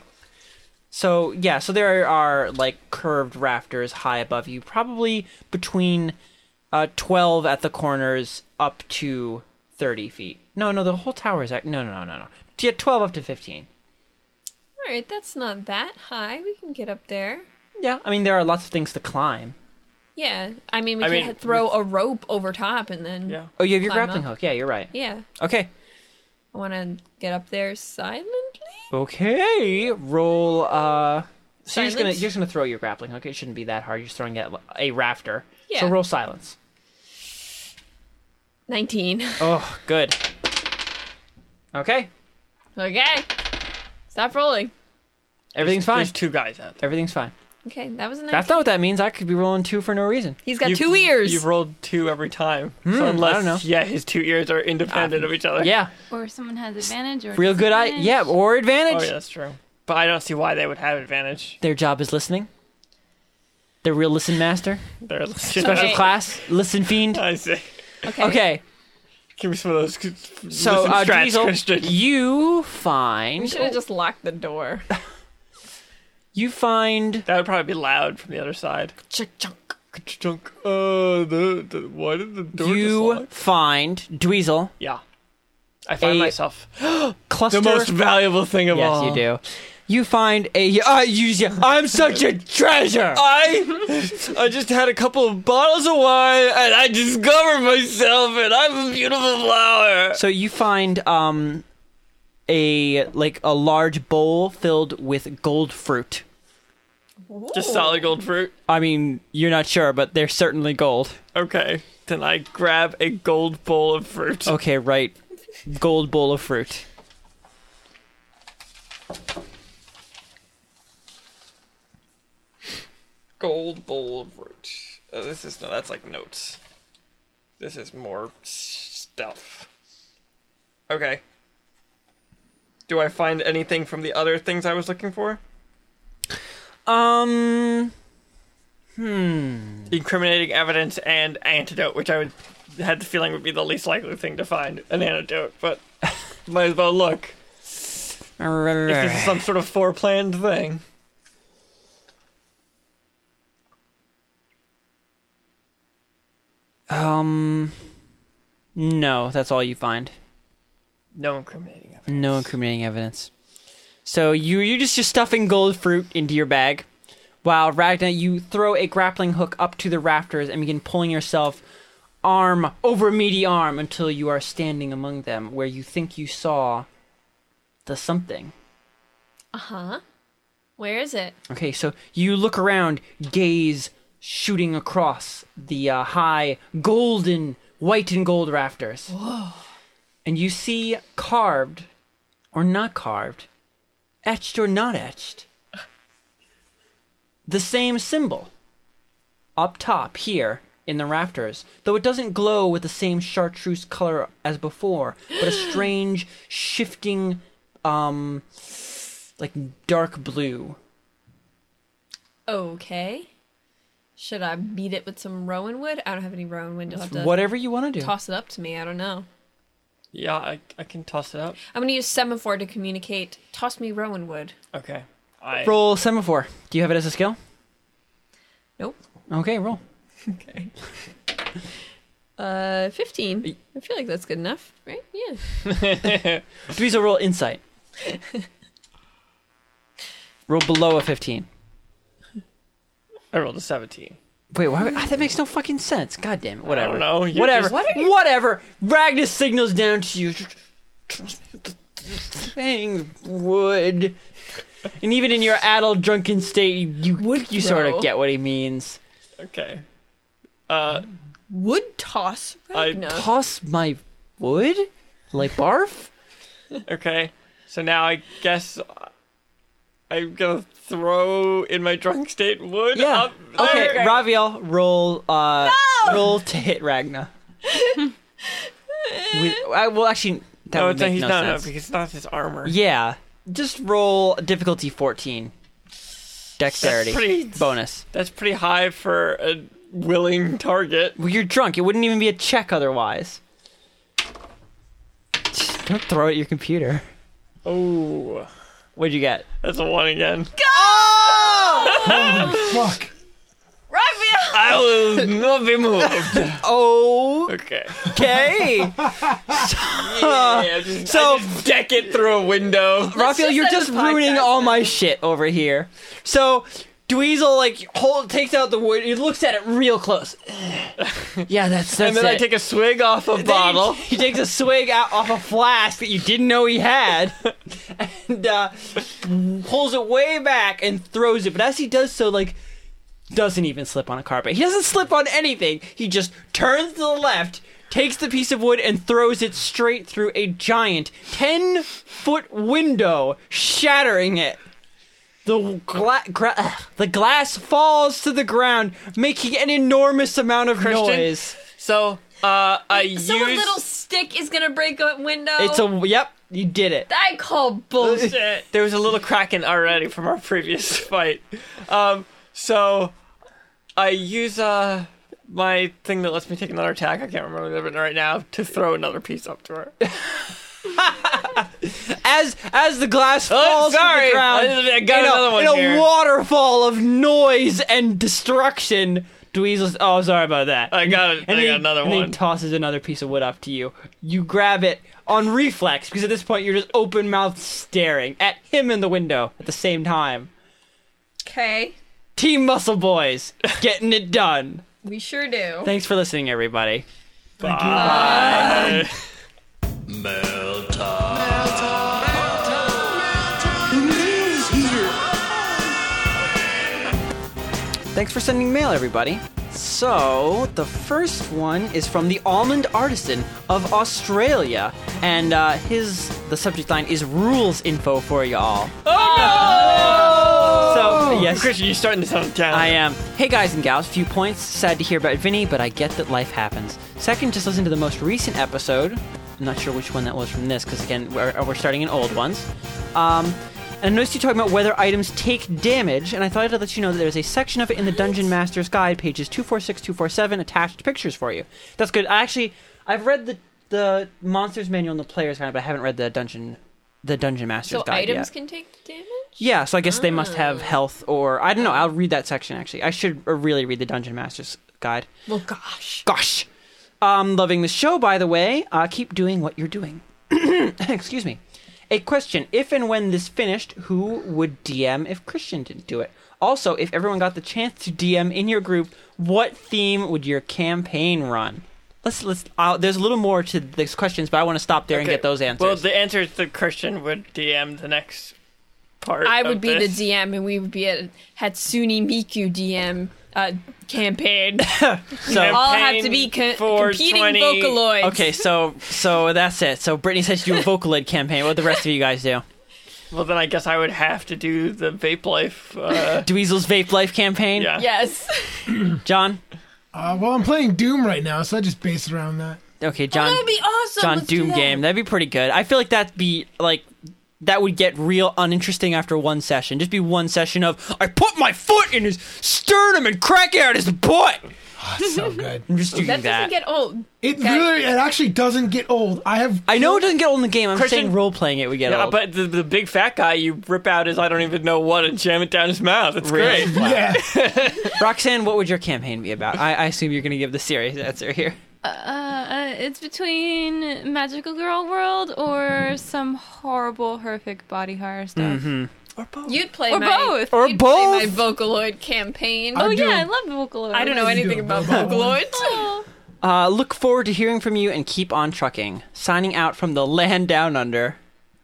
Speaker 1: So yeah, so there are like curved rafters high above you, probably between uh, twelve at the corners up to thirty feet. No, no, the whole tower is act- no, no, no, no, no. Yeah, twelve up to fifteen.
Speaker 3: All right, that's not that high. We can get up there.
Speaker 1: Yeah, I mean there are lots of things to climb.
Speaker 3: Yeah, I mean we
Speaker 5: I
Speaker 3: can
Speaker 5: mean,
Speaker 3: ha- throw a rope over top and then
Speaker 5: Yeah.
Speaker 1: Oh, you have your
Speaker 3: Climb
Speaker 1: grappling
Speaker 3: up.
Speaker 1: hook. Yeah, you're right.
Speaker 3: yeah.
Speaker 1: Okay.
Speaker 3: I want to get up there silently.
Speaker 1: Okay. Roll. Uh, so you're just gonna
Speaker 3: Silence?
Speaker 1: you're just gonna throw your grappling hook. It shouldn't be that hard. You're just throwing at a rafter. So
Speaker 3: Yeah.
Speaker 1: roll silence.
Speaker 3: Nineteen.
Speaker 1: Oh, good. Okay.
Speaker 3: Okay, stop rolling.
Speaker 1: Everything's fine.
Speaker 5: There's two guys out there.
Speaker 1: Everything's fine.
Speaker 3: Okay, that was a nineteen.
Speaker 1: That's not what that means. I could be rolling two for no reason.
Speaker 3: He's got
Speaker 5: You've-
Speaker 3: two ears.
Speaker 5: You've rolled two every time.
Speaker 1: Hmm, I
Speaker 5: so unless,
Speaker 1: don't know. Ah.
Speaker 5: yeah, his two ears are independent of each other.
Speaker 1: Yeah,
Speaker 2: Or someone has advantage or
Speaker 1: real good eye.
Speaker 2: disadvantage.
Speaker 1: Yeah, or
Speaker 5: Oh,
Speaker 1: advantage.
Speaker 5: yeah, that's true. But I don't see why they would have advantage.
Speaker 1: Their job is listening. They're real listen master.
Speaker 5: They're
Speaker 1: Special
Speaker 3: Okay.
Speaker 1: class listen fiend.
Speaker 5: I see.
Speaker 3: okay.
Speaker 1: Okay,
Speaker 5: Give me some of those.
Speaker 1: so
Speaker 5: listen
Speaker 1: uh,
Speaker 5: strats,
Speaker 1: Diesel,
Speaker 5: Christian.
Speaker 1: you
Speaker 3: We
Speaker 1: find
Speaker 3: should have just locked the door.
Speaker 1: you find
Speaker 5: That would probably be loud from the other side.
Speaker 3: Chunk.
Speaker 5: Chunk. Uh, the, the why did the door
Speaker 1: you
Speaker 5: dislodge?
Speaker 1: find Dweezil
Speaker 5: Yeah. I find
Speaker 1: A-
Speaker 5: myself
Speaker 1: cluster.
Speaker 5: the most valuable thing of
Speaker 1: yes,
Speaker 5: all.
Speaker 1: you do. You find a. Uh, you, yeah, I'm such a treasure.
Speaker 5: I I just had a couple of bottles of wine and I discovered myself and I'm a beautiful flower.
Speaker 1: So you find um a like a large bowl filled with gold fruit.
Speaker 5: Just solid gold fruit.
Speaker 1: I mean, you're not sure, but they're certainly gold.
Speaker 5: Okay. Then I grab a gold bowl of fruit.
Speaker 1: Okay, right. Gold bowl of fruit.
Speaker 5: Gold bowl of fruit. Oh, this is no. That's like notes. This is more stuff. Okay. Do I find anything from the other things I was looking for?
Speaker 1: Um, hmm.
Speaker 5: Hmm. Incriminating evidence and antidote, which I would had the feeling would be the least likely thing to find an antidote, but might as well look. If this is some sort of foreplanned thing.
Speaker 1: um, no, that's all you find.
Speaker 5: No incriminating evidence.
Speaker 1: No incriminating evidence. So you you're just just stuffing gold fruit into your bag, while Ragna you throw a grappling hook up to the rafters and begin pulling yourself arm over meaty arm until you are standing among them where you think you saw the something.
Speaker 3: Uh huh. Where is it?
Speaker 1: Okay, so you look around, gaze shooting across the uh, high golden, white and gold rafters. And you see carved or not carved, etched or not etched, the same symbol up top here in the rafters, though it doesn't glow with the same chartreuse color as before, but a strange, shifting, um, like dark blue.
Speaker 3: Okay. Should I beat it with some rowan wood? I don't have any rowan wood. You'll have to
Speaker 1: Whatever you want to do.
Speaker 3: toss it up to me. I don't know.
Speaker 5: Yeah, I, I can toss it up.
Speaker 3: I'm gonna use semaphore to communicate. Toss me rowan wood.
Speaker 5: Okay. I
Speaker 1: Roll semaphore. Do you have it as a skill?
Speaker 3: Nope.
Speaker 1: Okay, roll.
Speaker 3: Okay. Uh, fifteen. I feel like that's good enough, right? Yeah.
Speaker 1: Dweezil, roll insight. roll below a 15.
Speaker 5: I rolled a seventeen.
Speaker 1: Wait, why? ah, that makes no fucking sense. God damn it. Whatever.
Speaker 5: don't know. You're
Speaker 1: Whatever.
Speaker 5: just-
Speaker 1: Whatever. Ragnus signals down to you. Thing would. And even in your adult drunken state, you you, you sort
Speaker 3: throw.
Speaker 1: of get what he means.
Speaker 5: Okay. Uh,
Speaker 3: Wood toss.
Speaker 5: I
Speaker 3: Ragna.
Speaker 1: Toss my wood? Like barf?
Speaker 5: okay. So now I guess I'm gonna throw in my drunk state wood
Speaker 1: Yeah.
Speaker 5: up
Speaker 1: Okay,
Speaker 5: Oh, there.
Speaker 1: Raviel, roll uh roll to hit Ragna. With, I, well, actually, that
Speaker 5: No,
Speaker 1: would
Speaker 5: it's not,
Speaker 1: make
Speaker 5: he's
Speaker 1: no
Speaker 5: not no,
Speaker 1: sense.
Speaker 5: because it's not his armor.
Speaker 1: yeah, just roll difficulty fourteen. Dexterity.
Speaker 5: That's pretty.
Speaker 7: Bonus.
Speaker 5: That's pretty high for a willing target.
Speaker 1: Well, you're drunk. It wouldn't even be a check otherwise. Don't throw it at your computer.
Speaker 5: Oh,
Speaker 1: What'd you get?
Speaker 5: that's a one again.
Speaker 4: Fuck.
Speaker 5: I will not be moved.
Speaker 1: Okay.
Speaker 5: Okay. Yeah, just,
Speaker 1: So-
Speaker 5: I just deck it through a window.
Speaker 1: Raphael,
Speaker 3: just
Speaker 1: you're
Speaker 3: end
Speaker 1: just
Speaker 3: the podcast
Speaker 1: ruining all my shit over here. So Dweezil like hold takes out the wood. He looks at it real close. yeah, that's that's
Speaker 5: And then
Speaker 1: it.
Speaker 5: I take a swig off a
Speaker 1: Then he-
Speaker 5: bottle.
Speaker 1: He, takes a swig out off a flask that you didn't know he had, and uh, pulls it way back and throws it. But as he does so, like doesn't even slip on a carpet. He doesn't slip on anything. He just turns to the left, takes the piece of wood, and throws it straight through a giant ten foot window, shattering it. The, gla- gra- ugh, the glass falls to the ground, making an enormous amount of
Speaker 5: Christian?
Speaker 1: noise.
Speaker 5: So uh, I
Speaker 3: So a
Speaker 5: use
Speaker 3: little stick is gonna break a window.
Speaker 1: It's a yep. You did it.
Speaker 3: I call bullshit.
Speaker 5: Shit. There was a little kraken already from our previous fight. Um, so I use uh my thing that lets me take another attack. I can't remember it right now to throw another piece up to her.
Speaker 1: as as the glass
Speaker 5: Oh,
Speaker 1: falls to
Speaker 5: sorry.
Speaker 1: the ground,
Speaker 5: I got
Speaker 1: in a,
Speaker 5: another one
Speaker 1: in a
Speaker 5: here.
Speaker 1: waterfall of noise and destruction. Dweezil's, oh, sorry about that.
Speaker 5: I got it.
Speaker 1: and
Speaker 5: I
Speaker 1: he-
Speaker 5: got another
Speaker 1: and he
Speaker 5: one.
Speaker 1: tosses another piece of wood up to you. You grab it on reflex because at this point you're just open mouthed staring at him in the window at the same time.
Speaker 3: Okay,
Speaker 1: Team Muscle Boys, getting it done.
Speaker 3: we sure do.
Speaker 1: Thanks for listening, everybody. Thanks for sending mail, everybody. So, the first one is from the Almond Artisan of Australia, and uh, his the subject line is rules info for y'all. Oh no! So yes,
Speaker 5: Christian, you're starting to sound down.
Speaker 1: I am. Hey guys and gals, few points. Sad to hear about Vinny, but I get that life happens. Second, just listen to the most recent episode. I'm not sure which one that was from this, because again, we're, uh, we're starting in old ones. Um, and I noticed you talking about whether items take damage, and I thought I'd let you know that there's a section of it in the Dungeon Master's Guide, pages 246, 247, attached pictures for you. That's good. I actually, I've read the the Monsters Manual and the Player's Guide, but I haven't read the Dungeon the Dungeon Master's
Speaker 3: So
Speaker 1: Guide
Speaker 3: items
Speaker 1: yet.
Speaker 3: can take damage.
Speaker 1: Yeah, so I guess they must have health or I don't know. I'll read that section actually. I should uh, really read the Dungeon Master's guide.
Speaker 3: Well, gosh.
Speaker 1: Gosh. Um loving the show by the way. Uh keep doing what you're doing. Excuse me. A question, if and when this finished, who would DM if Christian didn't do it? Also, if everyone got the chance to DM in your group, what theme would your campaign run? Let's let's uh, there's a little more to these questions, but I want to stop there and
Speaker 5: Okay.
Speaker 1: get those answers.
Speaker 5: Well, the answer is that Christian would DM the next part.
Speaker 3: I
Speaker 5: of
Speaker 3: would be the
Speaker 5: this.
Speaker 3: DM, and we would be a Hatsune Miku DM uh, campaign.
Speaker 1: so
Speaker 3: All have
Speaker 5: Campaign
Speaker 3: to be co-
Speaker 5: for
Speaker 3: competing
Speaker 5: 20
Speaker 3: Vocaloids.
Speaker 1: Okay, so so that's it. So Brittany says you do a Vocaloid campaign. What do the rest of you guys do?
Speaker 5: Well, then I guess I would have to do the vape life. Uh,
Speaker 1: Dweezil's Vape Life campaign.
Speaker 5: yeah.
Speaker 3: Yes.
Speaker 1: John.
Speaker 4: Uh, well, I'm playing Doom right now, so I just base it around that.
Speaker 1: Okay, John.
Speaker 3: that would Oh, be awesome.
Speaker 1: John
Speaker 3: Let's do
Speaker 1: Doom
Speaker 3: that.
Speaker 1: game. That'd be pretty good. I feel like that'd be like that would get real uninteresting after one session. Just be one session of I put my foot in his sternum and crack out his butt.
Speaker 4: That's so good.
Speaker 1: I'm just doing
Speaker 3: That
Speaker 1: that.
Speaker 3: doesn't get old.
Speaker 4: It really, it actually doesn't get old. I have.
Speaker 1: I know it doesn't get old in the game. I'm
Speaker 5: Christian-
Speaker 1: saying role playing it would get
Speaker 5: Yeah,
Speaker 1: old.
Speaker 5: but the, the big fat guy, you rip out his I don't even know what and jam it down his mouth. It's
Speaker 1: Really?
Speaker 5: great.
Speaker 4: Yeah.
Speaker 1: Roxanne, what would your campaign be about? I, I assume you're going to give the serious answer here.
Speaker 2: Uh, it's between Magical Girl World or some horrible, horrific body horror stuff.
Speaker 3: You'd play
Speaker 2: Or
Speaker 3: my,
Speaker 2: both.
Speaker 1: Or
Speaker 3: you'd Play my
Speaker 1: both.
Speaker 3: Vocaloid campaign.
Speaker 2: Oh
Speaker 4: I do.
Speaker 2: yeah, I love Vocaloid.
Speaker 3: I don't know
Speaker 4: You do
Speaker 3: anything
Speaker 4: a
Speaker 3: about
Speaker 4: Vocaloid.
Speaker 3: Vocaloids.
Speaker 2: Oh.
Speaker 1: Uh, look forward to hearing from you and keep on trucking. Signing out from the land down under.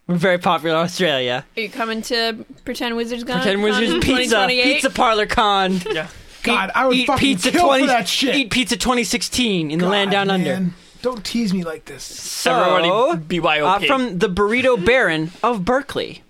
Speaker 1: We're very popular in Australia.
Speaker 3: Are you coming to Pretend Wizards Gone?
Speaker 1: Pretend we're
Speaker 3: Con
Speaker 1: just pizza,
Speaker 3: 2028?
Speaker 1: pizza parlor con.
Speaker 5: Yeah.
Speaker 4: God, I would
Speaker 1: eat
Speaker 4: fucking
Speaker 1: pizza
Speaker 4: kill
Speaker 1: 20
Speaker 4: for that shit.
Speaker 1: Eat pizza 2016 in the
Speaker 4: God,
Speaker 1: land down under.
Speaker 4: man. Don't tease me like this.
Speaker 1: So,
Speaker 5: Everybody
Speaker 1: uh,
Speaker 5: BYOP.
Speaker 1: from the Burrito Baron of Berkeley.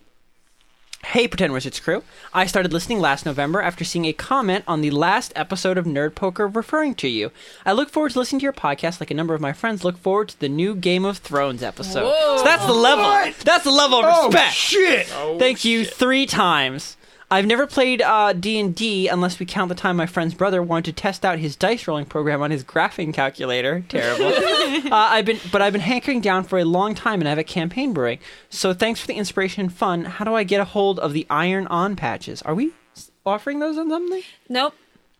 Speaker 1: Hey, Pretend Wizards crew. I started listening last November after seeing a comment on the last episode of Nerd Poker referring to you. I look forward to listening to your podcast like a number of my friends look forward to the new Game of Thrones episode. So that's the level. That's the level of
Speaker 4: Oh
Speaker 1: respect.
Speaker 4: shit!
Speaker 1: Thank you three times. I've never played uh, D&D unless we count the time my friend's brother wanted to test out his dice rolling program on his graphing calculator. Terrible. uh, I've been, but I've been hankering down for a long time and I have a campaign brewing. So thanks for the inspiration and fun. How do I get a hold of the Iron On patches? Are we s- offering those on something?
Speaker 3: Nope.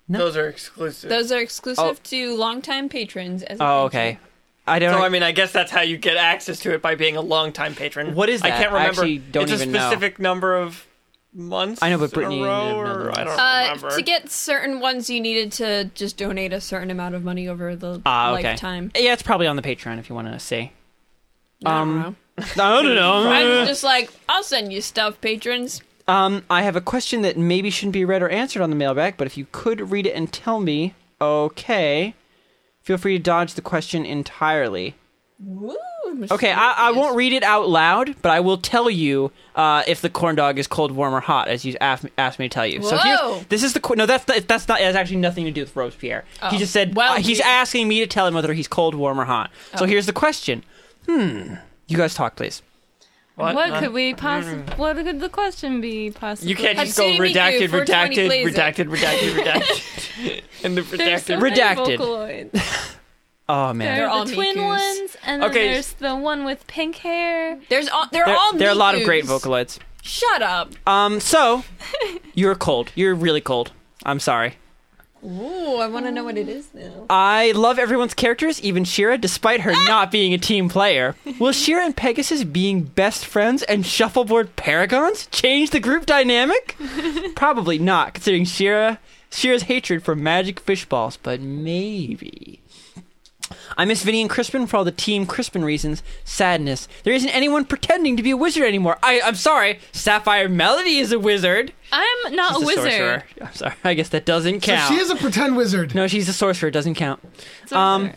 Speaker 5: Those are exclusive.
Speaker 3: Those are exclusive to longtime patrons. As a
Speaker 1: Oh,
Speaker 3: thank
Speaker 1: okay.
Speaker 3: you.
Speaker 1: I don't.
Speaker 5: so I mean, I guess that's how you get access to it by being a longtime patron.
Speaker 1: What is
Speaker 5: I
Speaker 1: that?
Speaker 5: can't
Speaker 1: I
Speaker 5: remember.
Speaker 1: actually don't
Speaker 5: it's
Speaker 1: even
Speaker 5: a
Speaker 1: know.
Speaker 5: specific number of months.
Speaker 1: I know, but Brittany
Speaker 5: in a row,
Speaker 1: would know the
Speaker 5: or I
Speaker 1: months.
Speaker 5: don't remember.
Speaker 3: Uh, to get certain ones, you needed to just donate a certain amount of money over the
Speaker 1: Ah, okay.
Speaker 3: lifetime.
Speaker 1: Yeah, it's probably on the Patreon if you want to see.
Speaker 3: I don't
Speaker 1: Um,
Speaker 3: know.
Speaker 1: I don't know.
Speaker 3: I'm just like, I'll send you stuff, patrons.
Speaker 1: Um, I have a question that maybe shouldn't be read or answered on the mailbag, but if you could read it and tell me, okay. Feel free to dodge the question entirely.
Speaker 3: Woo,
Speaker 1: Okay, I, I won't read it out loud, but I will tell you uh, if the corn dog is cold, warm, or hot, as you asked me, asked me to tell you. So
Speaker 3: Whoa.
Speaker 1: here's this is the qu- no that's the, that's not that's actually nothing to do with Robespierre. He just said
Speaker 3: Oh. Well, Oh.
Speaker 1: uh, he's
Speaker 3: we-
Speaker 1: asking me to tell him whether he's cold, warm, or hot. So here's the question. Hmm. You guys talk, please.
Speaker 2: What, could we possibly? What could the question be possibly?
Speaker 5: Uh, You can't just go
Speaker 3: Hatsune Miku,
Speaker 5: redacted,
Speaker 3: 420,
Speaker 5: redacted,
Speaker 3: please it.
Speaker 5: redacted, redacted, redacted, and the
Speaker 2: There's so
Speaker 5: redacted.
Speaker 2: many
Speaker 1: Redacted.
Speaker 2: Vocaloids.
Speaker 1: Oh man.
Speaker 2: There
Speaker 3: all
Speaker 2: are the twin
Speaker 3: Mikus.
Speaker 2: ones, and then
Speaker 5: Okay.
Speaker 2: there's the one with pink hair.
Speaker 3: There's all, they're
Speaker 1: There,
Speaker 3: all
Speaker 1: there are a lot of great
Speaker 3: Mikus.
Speaker 1: Vocaloids.
Speaker 3: Shut up.
Speaker 1: Um, so you're cold. You're really cold. I'm sorry.
Speaker 3: Ooh, I want to know what it is now.
Speaker 1: I love everyone's characters, even Shira, despite her not being a team player. Will Shira and Pegasus being best friends and shuffleboard paragons change the group dynamic? Probably not, considering Shira Shira's hatred for magic fish balls, but maybe. I miss Vinny and Crispin for all the team Crispin reasons. Sadness. There isn't anyone pretending to be a wizard anymore. I, I'm sorry. Sapphire Melody is a wizard.
Speaker 2: I'm not
Speaker 1: She's
Speaker 2: a wizard.
Speaker 1: sorcerer. I'm sorry. I guess that doesn't
Speaker 4: So
Speaker 1: count.
Speaker 4: she is a pretend wizard.
Speaker 1: no, she's a sorcerer. Doesn't count.
Speaker 2: It's not
Speaker 1: Um,
Speaker 2: wizard.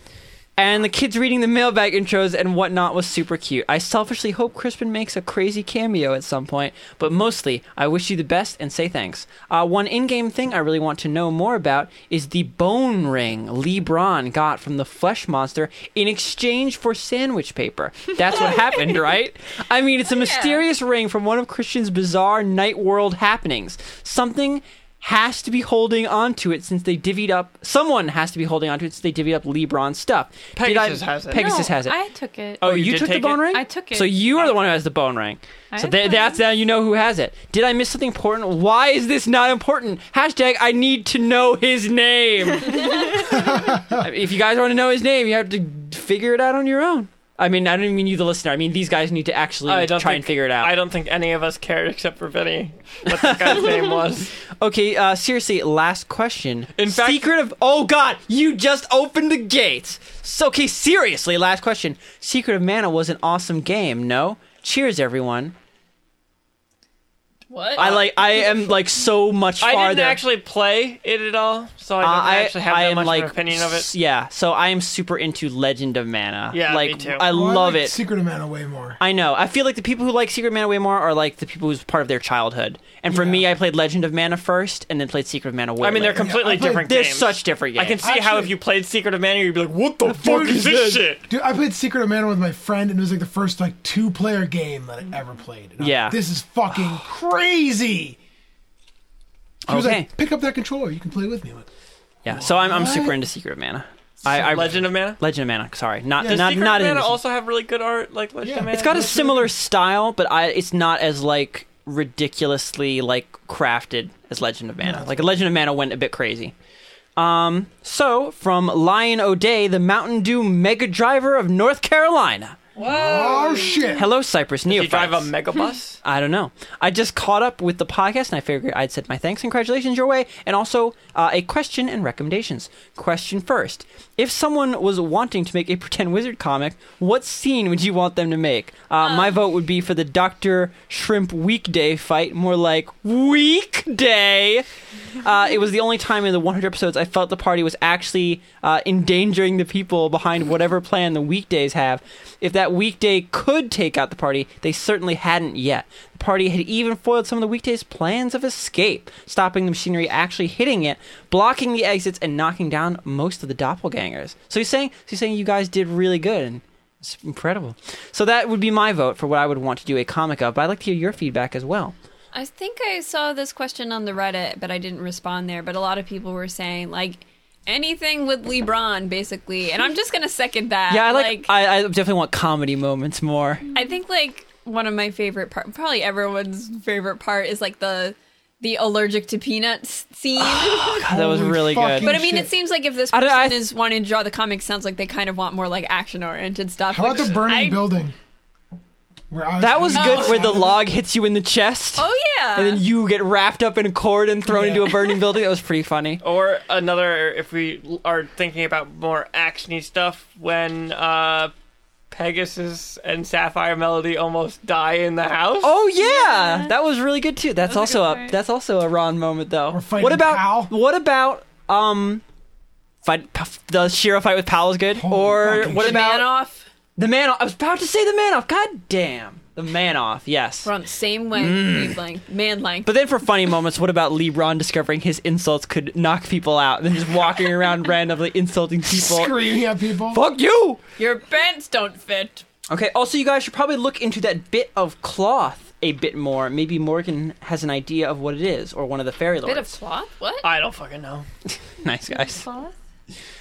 Speaker 1: And the kids reading the mailbag intros and whatnot was super cute. I selfishly hope Crispin makes a crazy cameo at some point, but mostly I wish you the best and say thanks. Uh, one in game thing I really want to know more about is the bone ring Lee Braun got from the flesh monster in exchange for sandwich paper. That's what happened, right? I mean, it's a mysterious ring from one of Christian's bizarre night world happenings. Something has to be holding onto it since they divvied up. Someone has to be holding onto it since they divvied up LeBron's stuff. Did
Speaker 5: Pegasus has it.
Speaker 1: Pegasus
Speaker 2: No,
Speaker 1: has it.
Speaker 2: I took it.
Speaker 1: oh,
Speaker 5: you
Speaker 1: you,
Speaker 5: did
Speaker 1: took the
Speaker 5: take
Speaker 1: bone
Speaker 5: it?
Speaker 1: ring.
Speaker 2: I took it.
Speaker 1: So you are the one who has the bone ring.
Speaker 2: I
Speaker 1: so th-
Speaker 2: took
Speaker 1: that's
Speaker 2: it.
Speaker 1: now you know who has it. Did I miss something important? Why is this not important? Hashtag I need to know his name. if you guys want to know his name, you have to figure it out on your own. I mean, I don't mean you, the listener. I mean these guys need to actually
Speaker 5: I
Speaker 1: try
Speaker 5: don't think-
Speaker 1: and figure it out.
Speaker 5: I don't think any of us cared except for Vinny what that guy's name was.
Speaker 1: Okay, uh, seriously, last question.
Speaker 5: In fact-
Speaker 1: secret of oh god, you just opened the gates. So okay, seriously, last question. Secret of Mana was an awesome game. No, cheers, everyone. Uh,
Speaker 3: What?
Speaker 1: I like. I am like so much
Speaker 5: I
Speaker 1: farther.
Speaker 5: didn't actually play it at all, so I
Speaker 1: Uh,
Speaker 5: don't
Speaker 1: I
Speaker 5: actually have
Speaker 1: I
Speaker 5: that
Speaker 1: am
Speaker 5: much
Speaker 1: like
Speaker 5: of an opinion of
Speaker 1: s-
Speaker 5: it.
Speaker 1: Yeah, so I am super into Legend of Mana.
Speaker 5: Yeah, me
Speaker 1: like
Speaker 5: too.
Speaker 1: I
Speaker 4: Well, Oh, I
Speaker 1: love
Speaker 4: like
Speaker 1: it.
Speaker 4: Secret of Mana way more.
Speaker 1: I know. I feel like the people who like Secret of Mana way more are like the people who's part of their childhood. And for
Speaker 4: Yeah.
Speaker 1: me, I played Legend of Mana first, and then played Secret of Mana way.
Speaker 5: I mean, they're
Speaker 1: later.
Speaker 5: completely
Speaker 4: I played-
Speaker 5: different
Speaker 1: they're
Speaker 5: games.
Speaker 1: such different games.
Speaker 5: I can see how if
Speaker 4: Actually-
Speaker 5: you played Secret of Mana, you'd be like, "What the, fuck
Speaker 4: Dude,
Speaker 5: is this
Speaker 4: dude,
Speaker 5: shit?"
Speaker 4: Dude, I played Secret of Mana with my friend, and it was like the first like two player game that I ever played. And I'm
Speaker 1: Yeah.
Speaker 4: like, this is fucking crazy. He was
Speaker 1: Okay.
Speaker 4: like, pick up that controller. You can play with me. I'm like,
Speaker 1: Yeah, so I'm, I'm super into Secret of Mana. I, I
Speaker 5: Legend of Mana.
Speaker 1: Legend of Mana. Sorry, not
Speaker 4: Yeah.
Speaker 1: not
Speaker 5: Secret
Speaker 1: not
Speaker 5: of
Speaker 1: in.
Speaker 5: Mana also have really good art, like Legend
Speaker 4: Yeah.
Speaker 5: of Mana.
Speaker 4: It's
Speaker 1: it's got a
Speaker 4: That's really
Speaker 1: similar
Speaker 4: good.
Speaker 1: style, but I it's not as like ridiculously like crafted as Legend of Mana. Like Legend of Mana went a bit crazy. Um, so from Lion O'Day, the Mountain Dew Mega Driver of North Carolina.
Speaker 4: oh shit.
Speaker 1: Hello, Cypress
Speaker 5: you
Speaker 1: Neophytes.
Speaker 5: drive a mega bus.
Speaker 1: I don't know. I just caught up with the podcast and I figured I'd send my thanks and congratulations your way and also uh, a question and recommendations. Question first If someone was wanting to make a pretend wizard comic, what scene would you want them to make? Uh, my vote would be for the Dr. Shrimp weekday fight, more like weekday. Uh, it was the only time in the 100 episodes I felt the party was actually uh, endangering the people behind whatever plan the weekdays have. If that weekday could take out the party, they certainly hadn't yet. The party had even foiled some of the weekdays' plans of escape, stopping the machinery actually hitting it, blocking the exits, and knocking down most of the doppelgangers. So he's saying, so he's saying you guys did really good. And it's incredible. So that would be my vote for what I would want to do a comic of, but I'd like to hear your feedback as well.
Speaker 3: I think I saw this question on the Reddit, but I didn't respond there. But a lot of people were saying like anything with LeBron, basically, and I'm just gonna second that.
Speaker 1: Yeah, I like. I, I definitely want comedy moments more.
Speaker 3: I think like one of my favorite part, probably everyone's favorite part, is like the the allergic to peanuts scene.
Speaker 1: God, that was
Speaker 4: Holy
Speaker 1: really good.
Speaker 4: fucking
Speaker 3: but I mean,
Speaker 4: shit.
Speaker 3: it seems like if this
Speaker 1: I don't-
Speaker 3: person
Speaker 1: I-
Speaker 3: is wanting to draw the comic, sounds like they kind of want more like action oriented stuff.
Speaker 4: How about
Speaker 3: which
Speaker 4: the burning
Speaker 3: I-
Speaker 4: building? Where I
Speaker 1: That was
Speaker 4: I
Speaker 1: good where the
Speaker 4: excited.
Speaker 1: log hits you in the chest.
Speaker 3: Oh yeah.
Speaker 1: And then you get wrapped up in a cord and thrown into a burning building. That was pretty funny.
Speaker 5: Or another, if we l- are thinking about more actiony stuff, when uh, Pegasus and Sapphire Melody almost die in the house.
Speaker 1: Oh yeah, that was really good too. That's
Speaker 2: That was a
Speaker 1: also
Speaker 2: good
Speaker 1: a,
Speaker 2: fight.
Speaker 1: that's also a Ron moment though.
Speaker 4: Or fighting
Speaker 1: what about
Speaker 4: Pal.
Speaker 1: what about um, fight p- the Shiro fight with Pal is good.
Speaker 4: Holy
Speaker 1: or
Speaker 4: fucking
Speaker 1: what
Speaker 4: shit.
Speaker 1: about
Speaker 3: man off?
Speaker 1: the man? Off? I was about to say the man off. God damn, the man off. Yes.
Speaker 3: We're on the same way. wavelength, Man length.
Speaker 1: But then for funny moments, what about LeBron discovering his insults could knock people out and then just walking around randomly insulting people?
Speaker 4: screaming at people.
Speaker 1: Fuck you!
Speaker 3: Your pants don't fit.
Speaker 1: Okay, also, you guys should probably look into that bit of cloth a bit more. Maybe Morgan has an idea of what it is, or one of the fairy lords.
Speaker 3: Bit of cloth? What?
Speaker 5: I don't fucking know.
Speaker 1: nice guys.
Speaker 2: Cloth?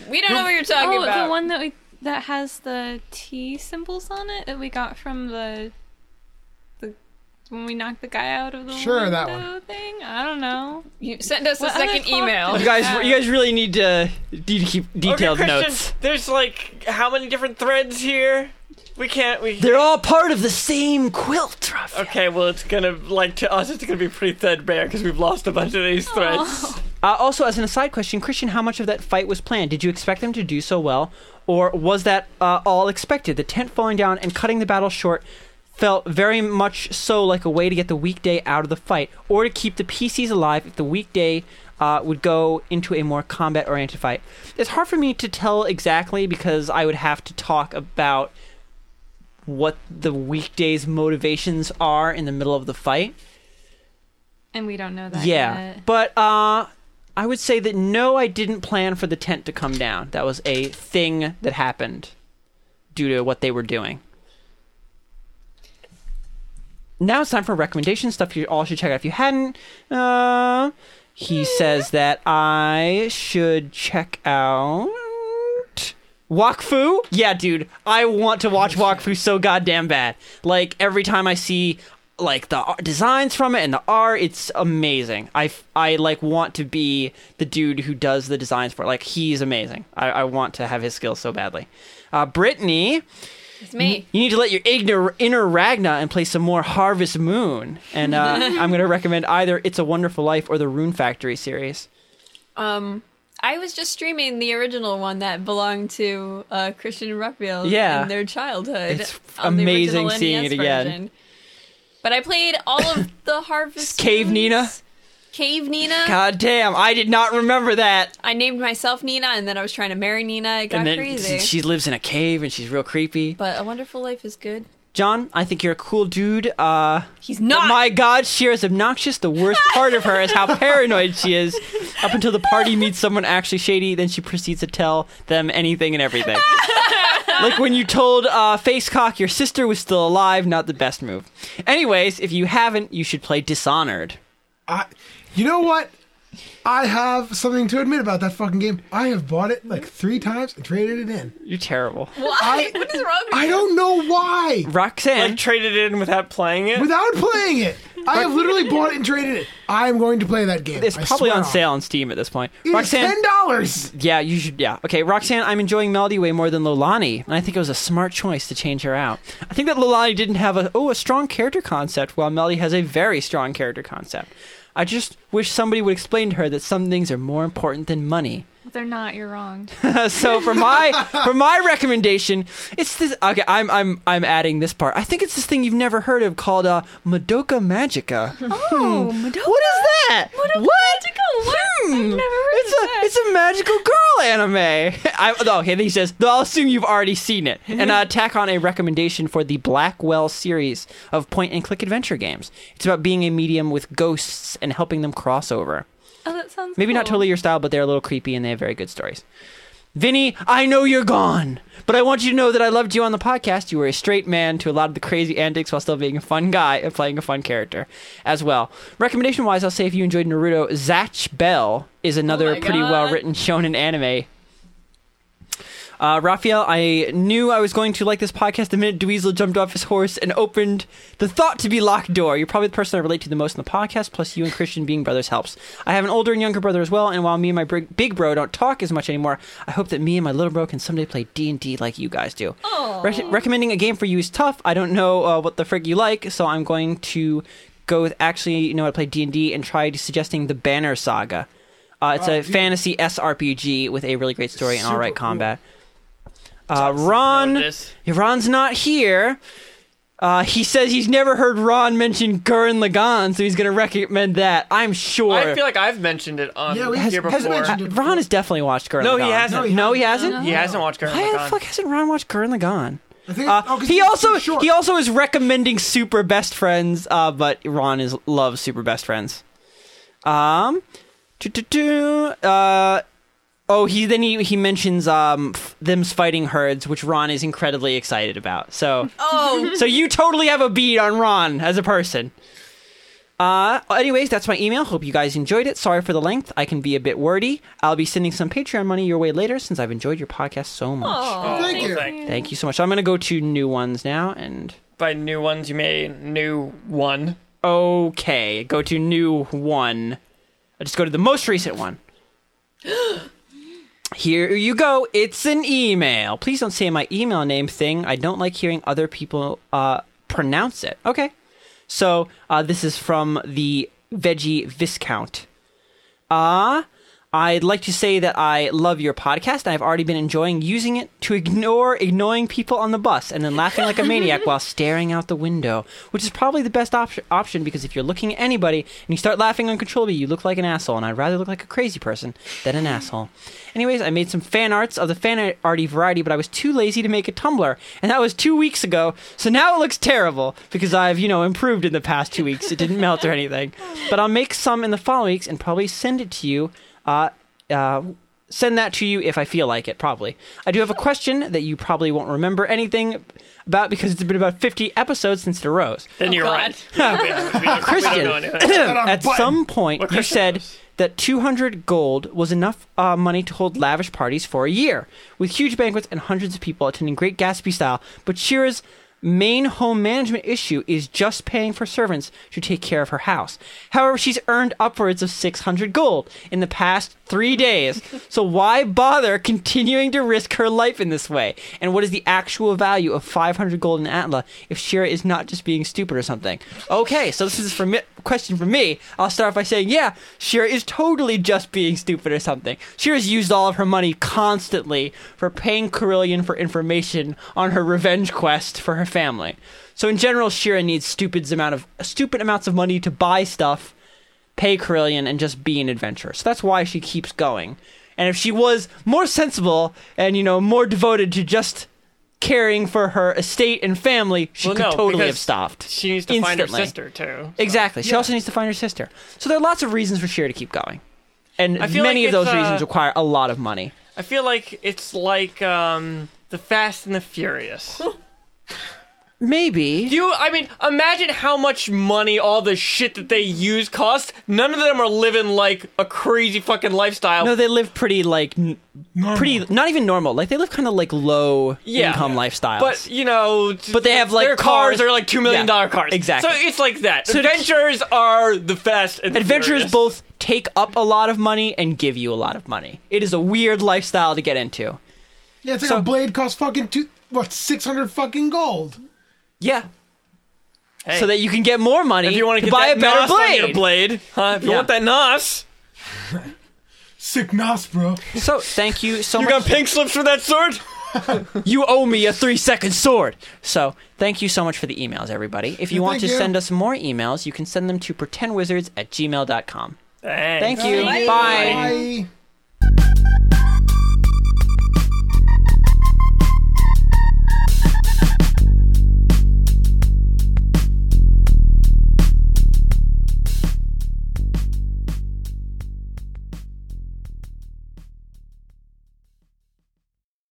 Speaker 3: We don't know what you're talking
Speaker 2: Oh,
Speaker 3: about.
Speaker 2: the one that we that has the T symbols on it that we got from the the when we knocked the guy out of the
Speaker 4: Sure, that
Speaker 2: window thing. I don't know.
Speaker 3: You sent us a
Speaker 2: What other
Speaker 3: second
Speaker 2: cloth
Speaker 3: email.
Speaker 2: did
Speaker 1: You guys, you guys really need to need to keep detailed
Speaker 5: okay, Christian,
Speaker 1: notes.
Speaker 5: There's like how many different threads here? We can't. We
Speaker 1: They're all part of the same quilt, Ruff.
Speaker 5: okay. Well, it's gonna like to us. It's gonna be pretty threadbare because we've lost a bunch of these threads.
Speaker 1: Uh, also, as an aside question, Christian, how much of that fight was planned? Did you expect them to do so well, or was that uh, all expected? The tent falling down and cutting the battle short felt very much so like a way to get the weekday out of the fight, or to keep the PCs alive if the weekday uh, would go into a more combat oriented fight. It's hard for me to tell exactly because I would have to talk about what the weekday's motivations are in the middle of the fight.
Speaker 2: And we don't know that
Speaker 1: Yeah,
Speaker 2: yet.
Speaker 1: but uh, I would say that no, I didn't plan for the tent to come down. That was a thing that happened due to what they were doing. Now it's time for recommendation stuff you all should check out. If you hadn't, uh, he says that I should check out Wakfu. Yeah, dude, I want to watch Wakfu so goddamn bad. Like every time I see like the ar- designs from it and the art, it's amazing. I f- I like want to be the dude who does the designs for it. Like he's amazing. I, I want to have his skills so badly. Uh, Brittany,
Speaker 3: It's me.
Speaker 1: you need to let your ignor- inner Ragna and play some more Harvest Moon. And uh, I'm going to recommend either It's a Wonderful Life or the Rune Factory series.
Speaker 3: Um, I was just streaming the original one that belonged to uh, Christian and Ruckfield
Speaker 1: Yeah.
Speaker 3: in their childhood.
Speaker 1: It's
Speaker 3: on the
Speaker 1: amazing
Speaker 3: original
Speaker 1: seeing
Speaker 3: NES
Speaker 1: it again.
Speaker 3: version. But I played all of the Harvest
Speaker 1: Cave
Speaker 3: Moons.
Speaker 1: Nina?
Speaker 3: Cave Nina.
Speaker 1: God damn, I did not remember that.
Speaker 3: I named myself Nina, and then I was trying to marry Nina. It got
Speaker 1: and then
Speaker 3: crazy.
Speaker 1: she lives in a cave and she's real creepy.
Speaker 3: But A Wonderful Life is good.
Speaker 1: John, I think you're a cool dude. Uh,
Speaker 3: He's not.
Speaker 1: my God, she is obnoxious. The worst part of her is how paranoid she is. Up until the party meets someone actually shady, then she proceeds to tell them anything and everything. like when you told uh, Facecock your sister was still alive, not the best move. Anyways, if you haven't, you should play Dishonored.
Speaker 4: I, you know what? I have something to admit about that fucking game. I have bought it like three times and traded it in.
Speaker 1: You're terrible.
Speaker 3: Why?
Speaker 4: I-
Speaker 3: what is wrong with
Speaker 4: I
Speaker 3: you?
Speaker 4: don't know why.
Speaker 1: Roxanne.
Speaker 5: like traded in without playing it.
Speaker 4: Without playing it, I have literally bought it and traded it. I am going to play that game.
Speaker 1: it's
Speaker 4: I
Speaker 1: probably
Speaker 4: swear
Speaker 1: on sale on Steam at this point.
Speaker 4: It is
Speaker 1: Roxanne,
Speaker 4: ten dollars.
Speaker 1: yeah, you should. Yeah, okay, Roxanne. I'm enjoying Melody way more than Lolani, and I think it was a smart choice to change her out. I think that Lolani didn't have a oh a strong character concept, while Melody has a very strong character concept. I just wish somebody would explain to her that some things are more important than money.
Speaker 2: But they're not, you're wrong.
Speaker 1: so for my for my recommendation, it's this. Okay, I'm I'm I'm adding this part. I think it's this thing you've never heard of called uh, Madoka Magica. Hmm.
Speaker 2: Oh, Madoka.
Speaker 1: What is that?
Speaker 2: Madoka
Speaker 1: what?
Speaker 2: Magica, what?
Speaker 1: Hmm.
Speaker 2: I've never heard
Speaker 1: it's
Speaker 2: of
Speaker 1: a
Speaker 2: that.
Speaker 1: it's a magical girl anime. I, no, okay, he says. Though I'll assume you've already seen it. And
Speaker 2: Mm-hmm.
Speaker 1: uh, tack on a recommendation for the Blackwell series of point and click adventure games. It's about being a medium with ghosts and helping them cross over.
Speaker 2: Oh, that sounds
Speaker 1: Maybe not
Speaker 2: cool.
Speaker 1: totally your style, but they're a little creepy and they have very good stories. Vinny, I know you're gone, but I want you to know that I loved you on the podcast. You were a straight man to a lot of the crazy antics while still being a fun guy and playing a fun character as well. Recommendation wise, I'll say if you enjoyed Naruto, Zatch Bell is another
Speaker 3: Oh my
Speaker 1: pretty
Speaker 3: God.
Speaker 1: well written shonen anime. Uh, Raphael, I knew I was going to like this podcast the minute Dweezil jumped off his horse and opened the thought to be locked door. You're probably the person I relate to the most in the podcast, plus you and Christian being brothers helps. I have an older and younger brother as well, and while me and my br- big bro don't talk as much anymore, I hope that me and my little bro can someday play D&D like you guys do. Re- recommending a game for you is tough. I don't know uh, what the frick you like, so I'm going to go with actually, you know, I play D&D and try suggesting the Banner Saga. Uh, it's a fantasy SRPG with a really great story and all
Speaker 4: Super
Speaker 1: right
Speaker 4: cool.
Speaker 1: combat. Uh, Ron,
Speaker 5: Notice.
Speaker 1: yeah, Ron's not here. Uh, he says he's never heard Ron mention Gurren Lagann, so he's going to recommend that. I'm sure.
Speaker 5: I feel like I've mentioned it on
Speaker 4: Yeah, we-
Speaker 5: here
Speaker 4: has- has
Speaker 5: before.
Speaker 4: mentioned
Speaker 1: Uh, Ron has definitely watched Gurren
Speaker 5: No,
Speaker 1: Lagann.
Speaker 5: he hasn't.
Speaker 1: No, he, hasn't.
Speaker 5: He hasn't watched Gurren
Speaker 1: Why the
Speaker 5: Lagann.
Speaker 1: fuck hasn't Ron watched Gurren Lagann?
Speaker 4: I think
Speaker 1: Uh,
Speaker 4: oh, 'cause
Speaker 1: he
Speaker 4: it's too
Speaker 1: also
Speaker 4: short.
Speaker 1: he also is recommending Super Best Friends, uh, but Ron is loves Super Best Friends. Um, doo-doo-doo, uh, oh, he then he he mentions um f- them's fighting herds, which Ron is incredibly excited about. So
Speaker 3: Oh,
Speaker 1: so you totally have a beat on Ron as a person. Uh, anyways, that's my email. Hope you guys enjoyed it. Sorry for the length. I can be a bit wordy. I'll be sending some Patreon money your way later since I've enjoyed your podcast so much.
Speaker 5: Oh,
Speaker 4: Thank
Speaker 5: well,
Speaker 4: you.
Speaker 1: Thank you so much. I'm going to go to new ones now and
Speaker 5: By new ones, you mean new one.
Speaker 1: okay, go to new one. I just go to the most recent one. Here you go. It's an email. Please don't say my email name thing. I don't like hearing other people uh, pronounce it. Okay. So uh, this is from the Veggie Viscount. Ah. I'd like to say that I love your podcast. I've already been enjoying using it to ignore ignoring people on the bus and then laughing like a maniac while staring out the window, which is probably the best op- option because if you're looking at anybody and you start laughing uncontrollably, you look like an asshole, and I'd rather look like a crazy person than an asshole. Anyways, I made some fan arts of the fan arty variety, but I was too lazy to make a Tumblr, and that was two weeks ago, so now it looks terrible because I've, you know, improved in the past two weeks. It didn't melt or anything. But I'll make some in the following weeks and probably send it to you uh, uh, send that to you if I feel like it, probably. I do have a question that you probably won't remember anything about because it's been about 50 episodes since it arose.
Speaker 5: Then you're
Speaker 3: God.
Speaker 5: right. We don't- we don't- we don't
Speaker 1: Christian.
Speaker 5: know anything.
Speaker 4: on
Speaker 1: At
Speaker 4: button.
Speaker 1: some point,
Speaker 5: What
Speaker 1: you
Speaker 5: Christian
Speaker 1: said
Speaker 5: knows.
Speaker 1: that 200 gold was enough uh, money to hold lavish parties for a year, with huge banquets and hundreds of people attending Great Gatsby style. But Shira's main home management issue is just paying for servants to take care of her house. However, she's earned upwards of 600 gold in the past three days. so why bother continuing to risk her life in this way? And what is the actual value of 500 gold in Atla if Shira is not just being stupid or something? Okay, so this is a question from me. I'll start by saying, yeah, Shira is totally just being stupid or something. Shira's used all of her money constantly for paying Carillion for information on her revenge quest for her family. So in general, Shira needs stupid amount of stupid amounts of money to buy stuff pay Carillion and just be an adventurer. So that's why she keeps going. And if she was more sensible and you know more devoted to just caring for her estate and family, she
Speaker 5: Well,
Speaker 1: could
Speaker 5: no,
Speaker 1: totally
Speaker 5: because
Speaker 1: have stopped.
Speaker 5: She needs to find her
Speaker 1: instantly.
Speaker 5: sister too.
Speaker 1: Exactly. She also needs to find her sister. So there are lots of reasons for Shira to keep going. And
Speaker 5: I feel
Speaker 1: many
Speaker 5: like
Speaker 1: of those
Speaker 5: it's, uh,
Speaker 1: reasons require a lot of money.
Speaker 5: I feel like it's like um, the Fast and the Furious.
Speaker 1: Maybe.
Speaker 5: You, I mean, imagine how much money all the shit that they use cost. None of them are living like a crazy fucking lifestyle.
Speaker 1: No, they live pretty like n-
Speaker 4: Normal.
Speaker 1: pretty not even normal. Like they live kind of like low
Speaker 5: Yeah.
Speaker 1: income lifestyles.
Speaker 5: but you know,
Speaker 1: But they have, like,
Speaker 5: their cars,
Speaker 1: cars-
Speaker 5: are like two million dollar
Speaker 1: Yeah,
Speaker 5: cars.
Speaker 1: exactly.
Speaker 5: So it's like that.
Speaker 1: So to-
Speaker 5: Adventures are the Fast and the
Speaker 1: Adventurers
Speaker 5: Furious.
Speaker 1: both take up a lot of money and give you a lot of money. It is a weird lifestyle to get into.
Speaker 4: Yeah, it's like
Speaker 1: So-
Speaker 4: a blade costs fucking two, what six hundred fucking gold.
Speaker 1: Yeah.
Speaker 5: Hey.
Speaker 1: So that you can get more money
Speaker 5: If you want to
Speaker 1: to
Speaker 5: get
Speaker 1: buy
Speaker 5: that
Speaker 1: a better
Speaker 5: NOS on your
Speaker 1: blade.
Speaker 5: blade, huh? If you
Speaker 1: Yeah.
Speaker 5: want that nos,
Speaker 4: Sick nos, bro.
Speaker 1: So thank you so
Speaker 5: you
Speaker 1: much.
Speaker 5: got pink slips for that sword.
Speaker 1: you owe me a three second sword. So thank you so much for the emails, everybody. If you want to
Speaker 4: Thank you.
Speaker 1: send us more emails, you can send them to pretendwizards at gmail.com.
Speaker 5: Hey.
Speaker 1: Thank you.
Speaker 3: Bye.
Speaker 1: Bye.
Speaker 4: Bye.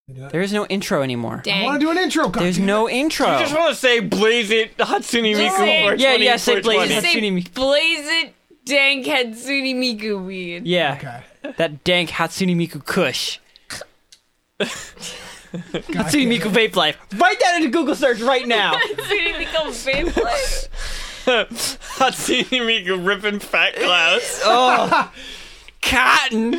Speaker 1: There is no intro anymore.
Speaker 4: I
Speaker 3: Dang.
Speaker 4: want to do an intro. God
Speaker 1: There's
Speaker 4: damn
Speaker 1: no
Speaker 4: it.
Speaker 1: intro.
Speaker 5: You just want to say blaze it Hatsune
Speaker 3: Just say-
Speaker 5: Miku or
Speaker 1: Yeah, yeah, say blaze it.
Speaker 3: Say
Speaker 1: Hatsune Miku.
Speaker 3: blaze it, dank Hatsune Miku weed.
Speaker 1: yeah,
Speaker 4: Okay.
Speaker 1: that dank Hatsune Miku Kush.
Speaker 4: God
Speaker 1: Hatsune
Speaker 4: damn it.
Speaker 1: Miku Vape Life. Write that into Google search right now.
Speaker 3: Hatsune Miku vape life.
Speaker 5: Hatsune Miku ripping fat clouds.
Speaker 1: oh, cotton.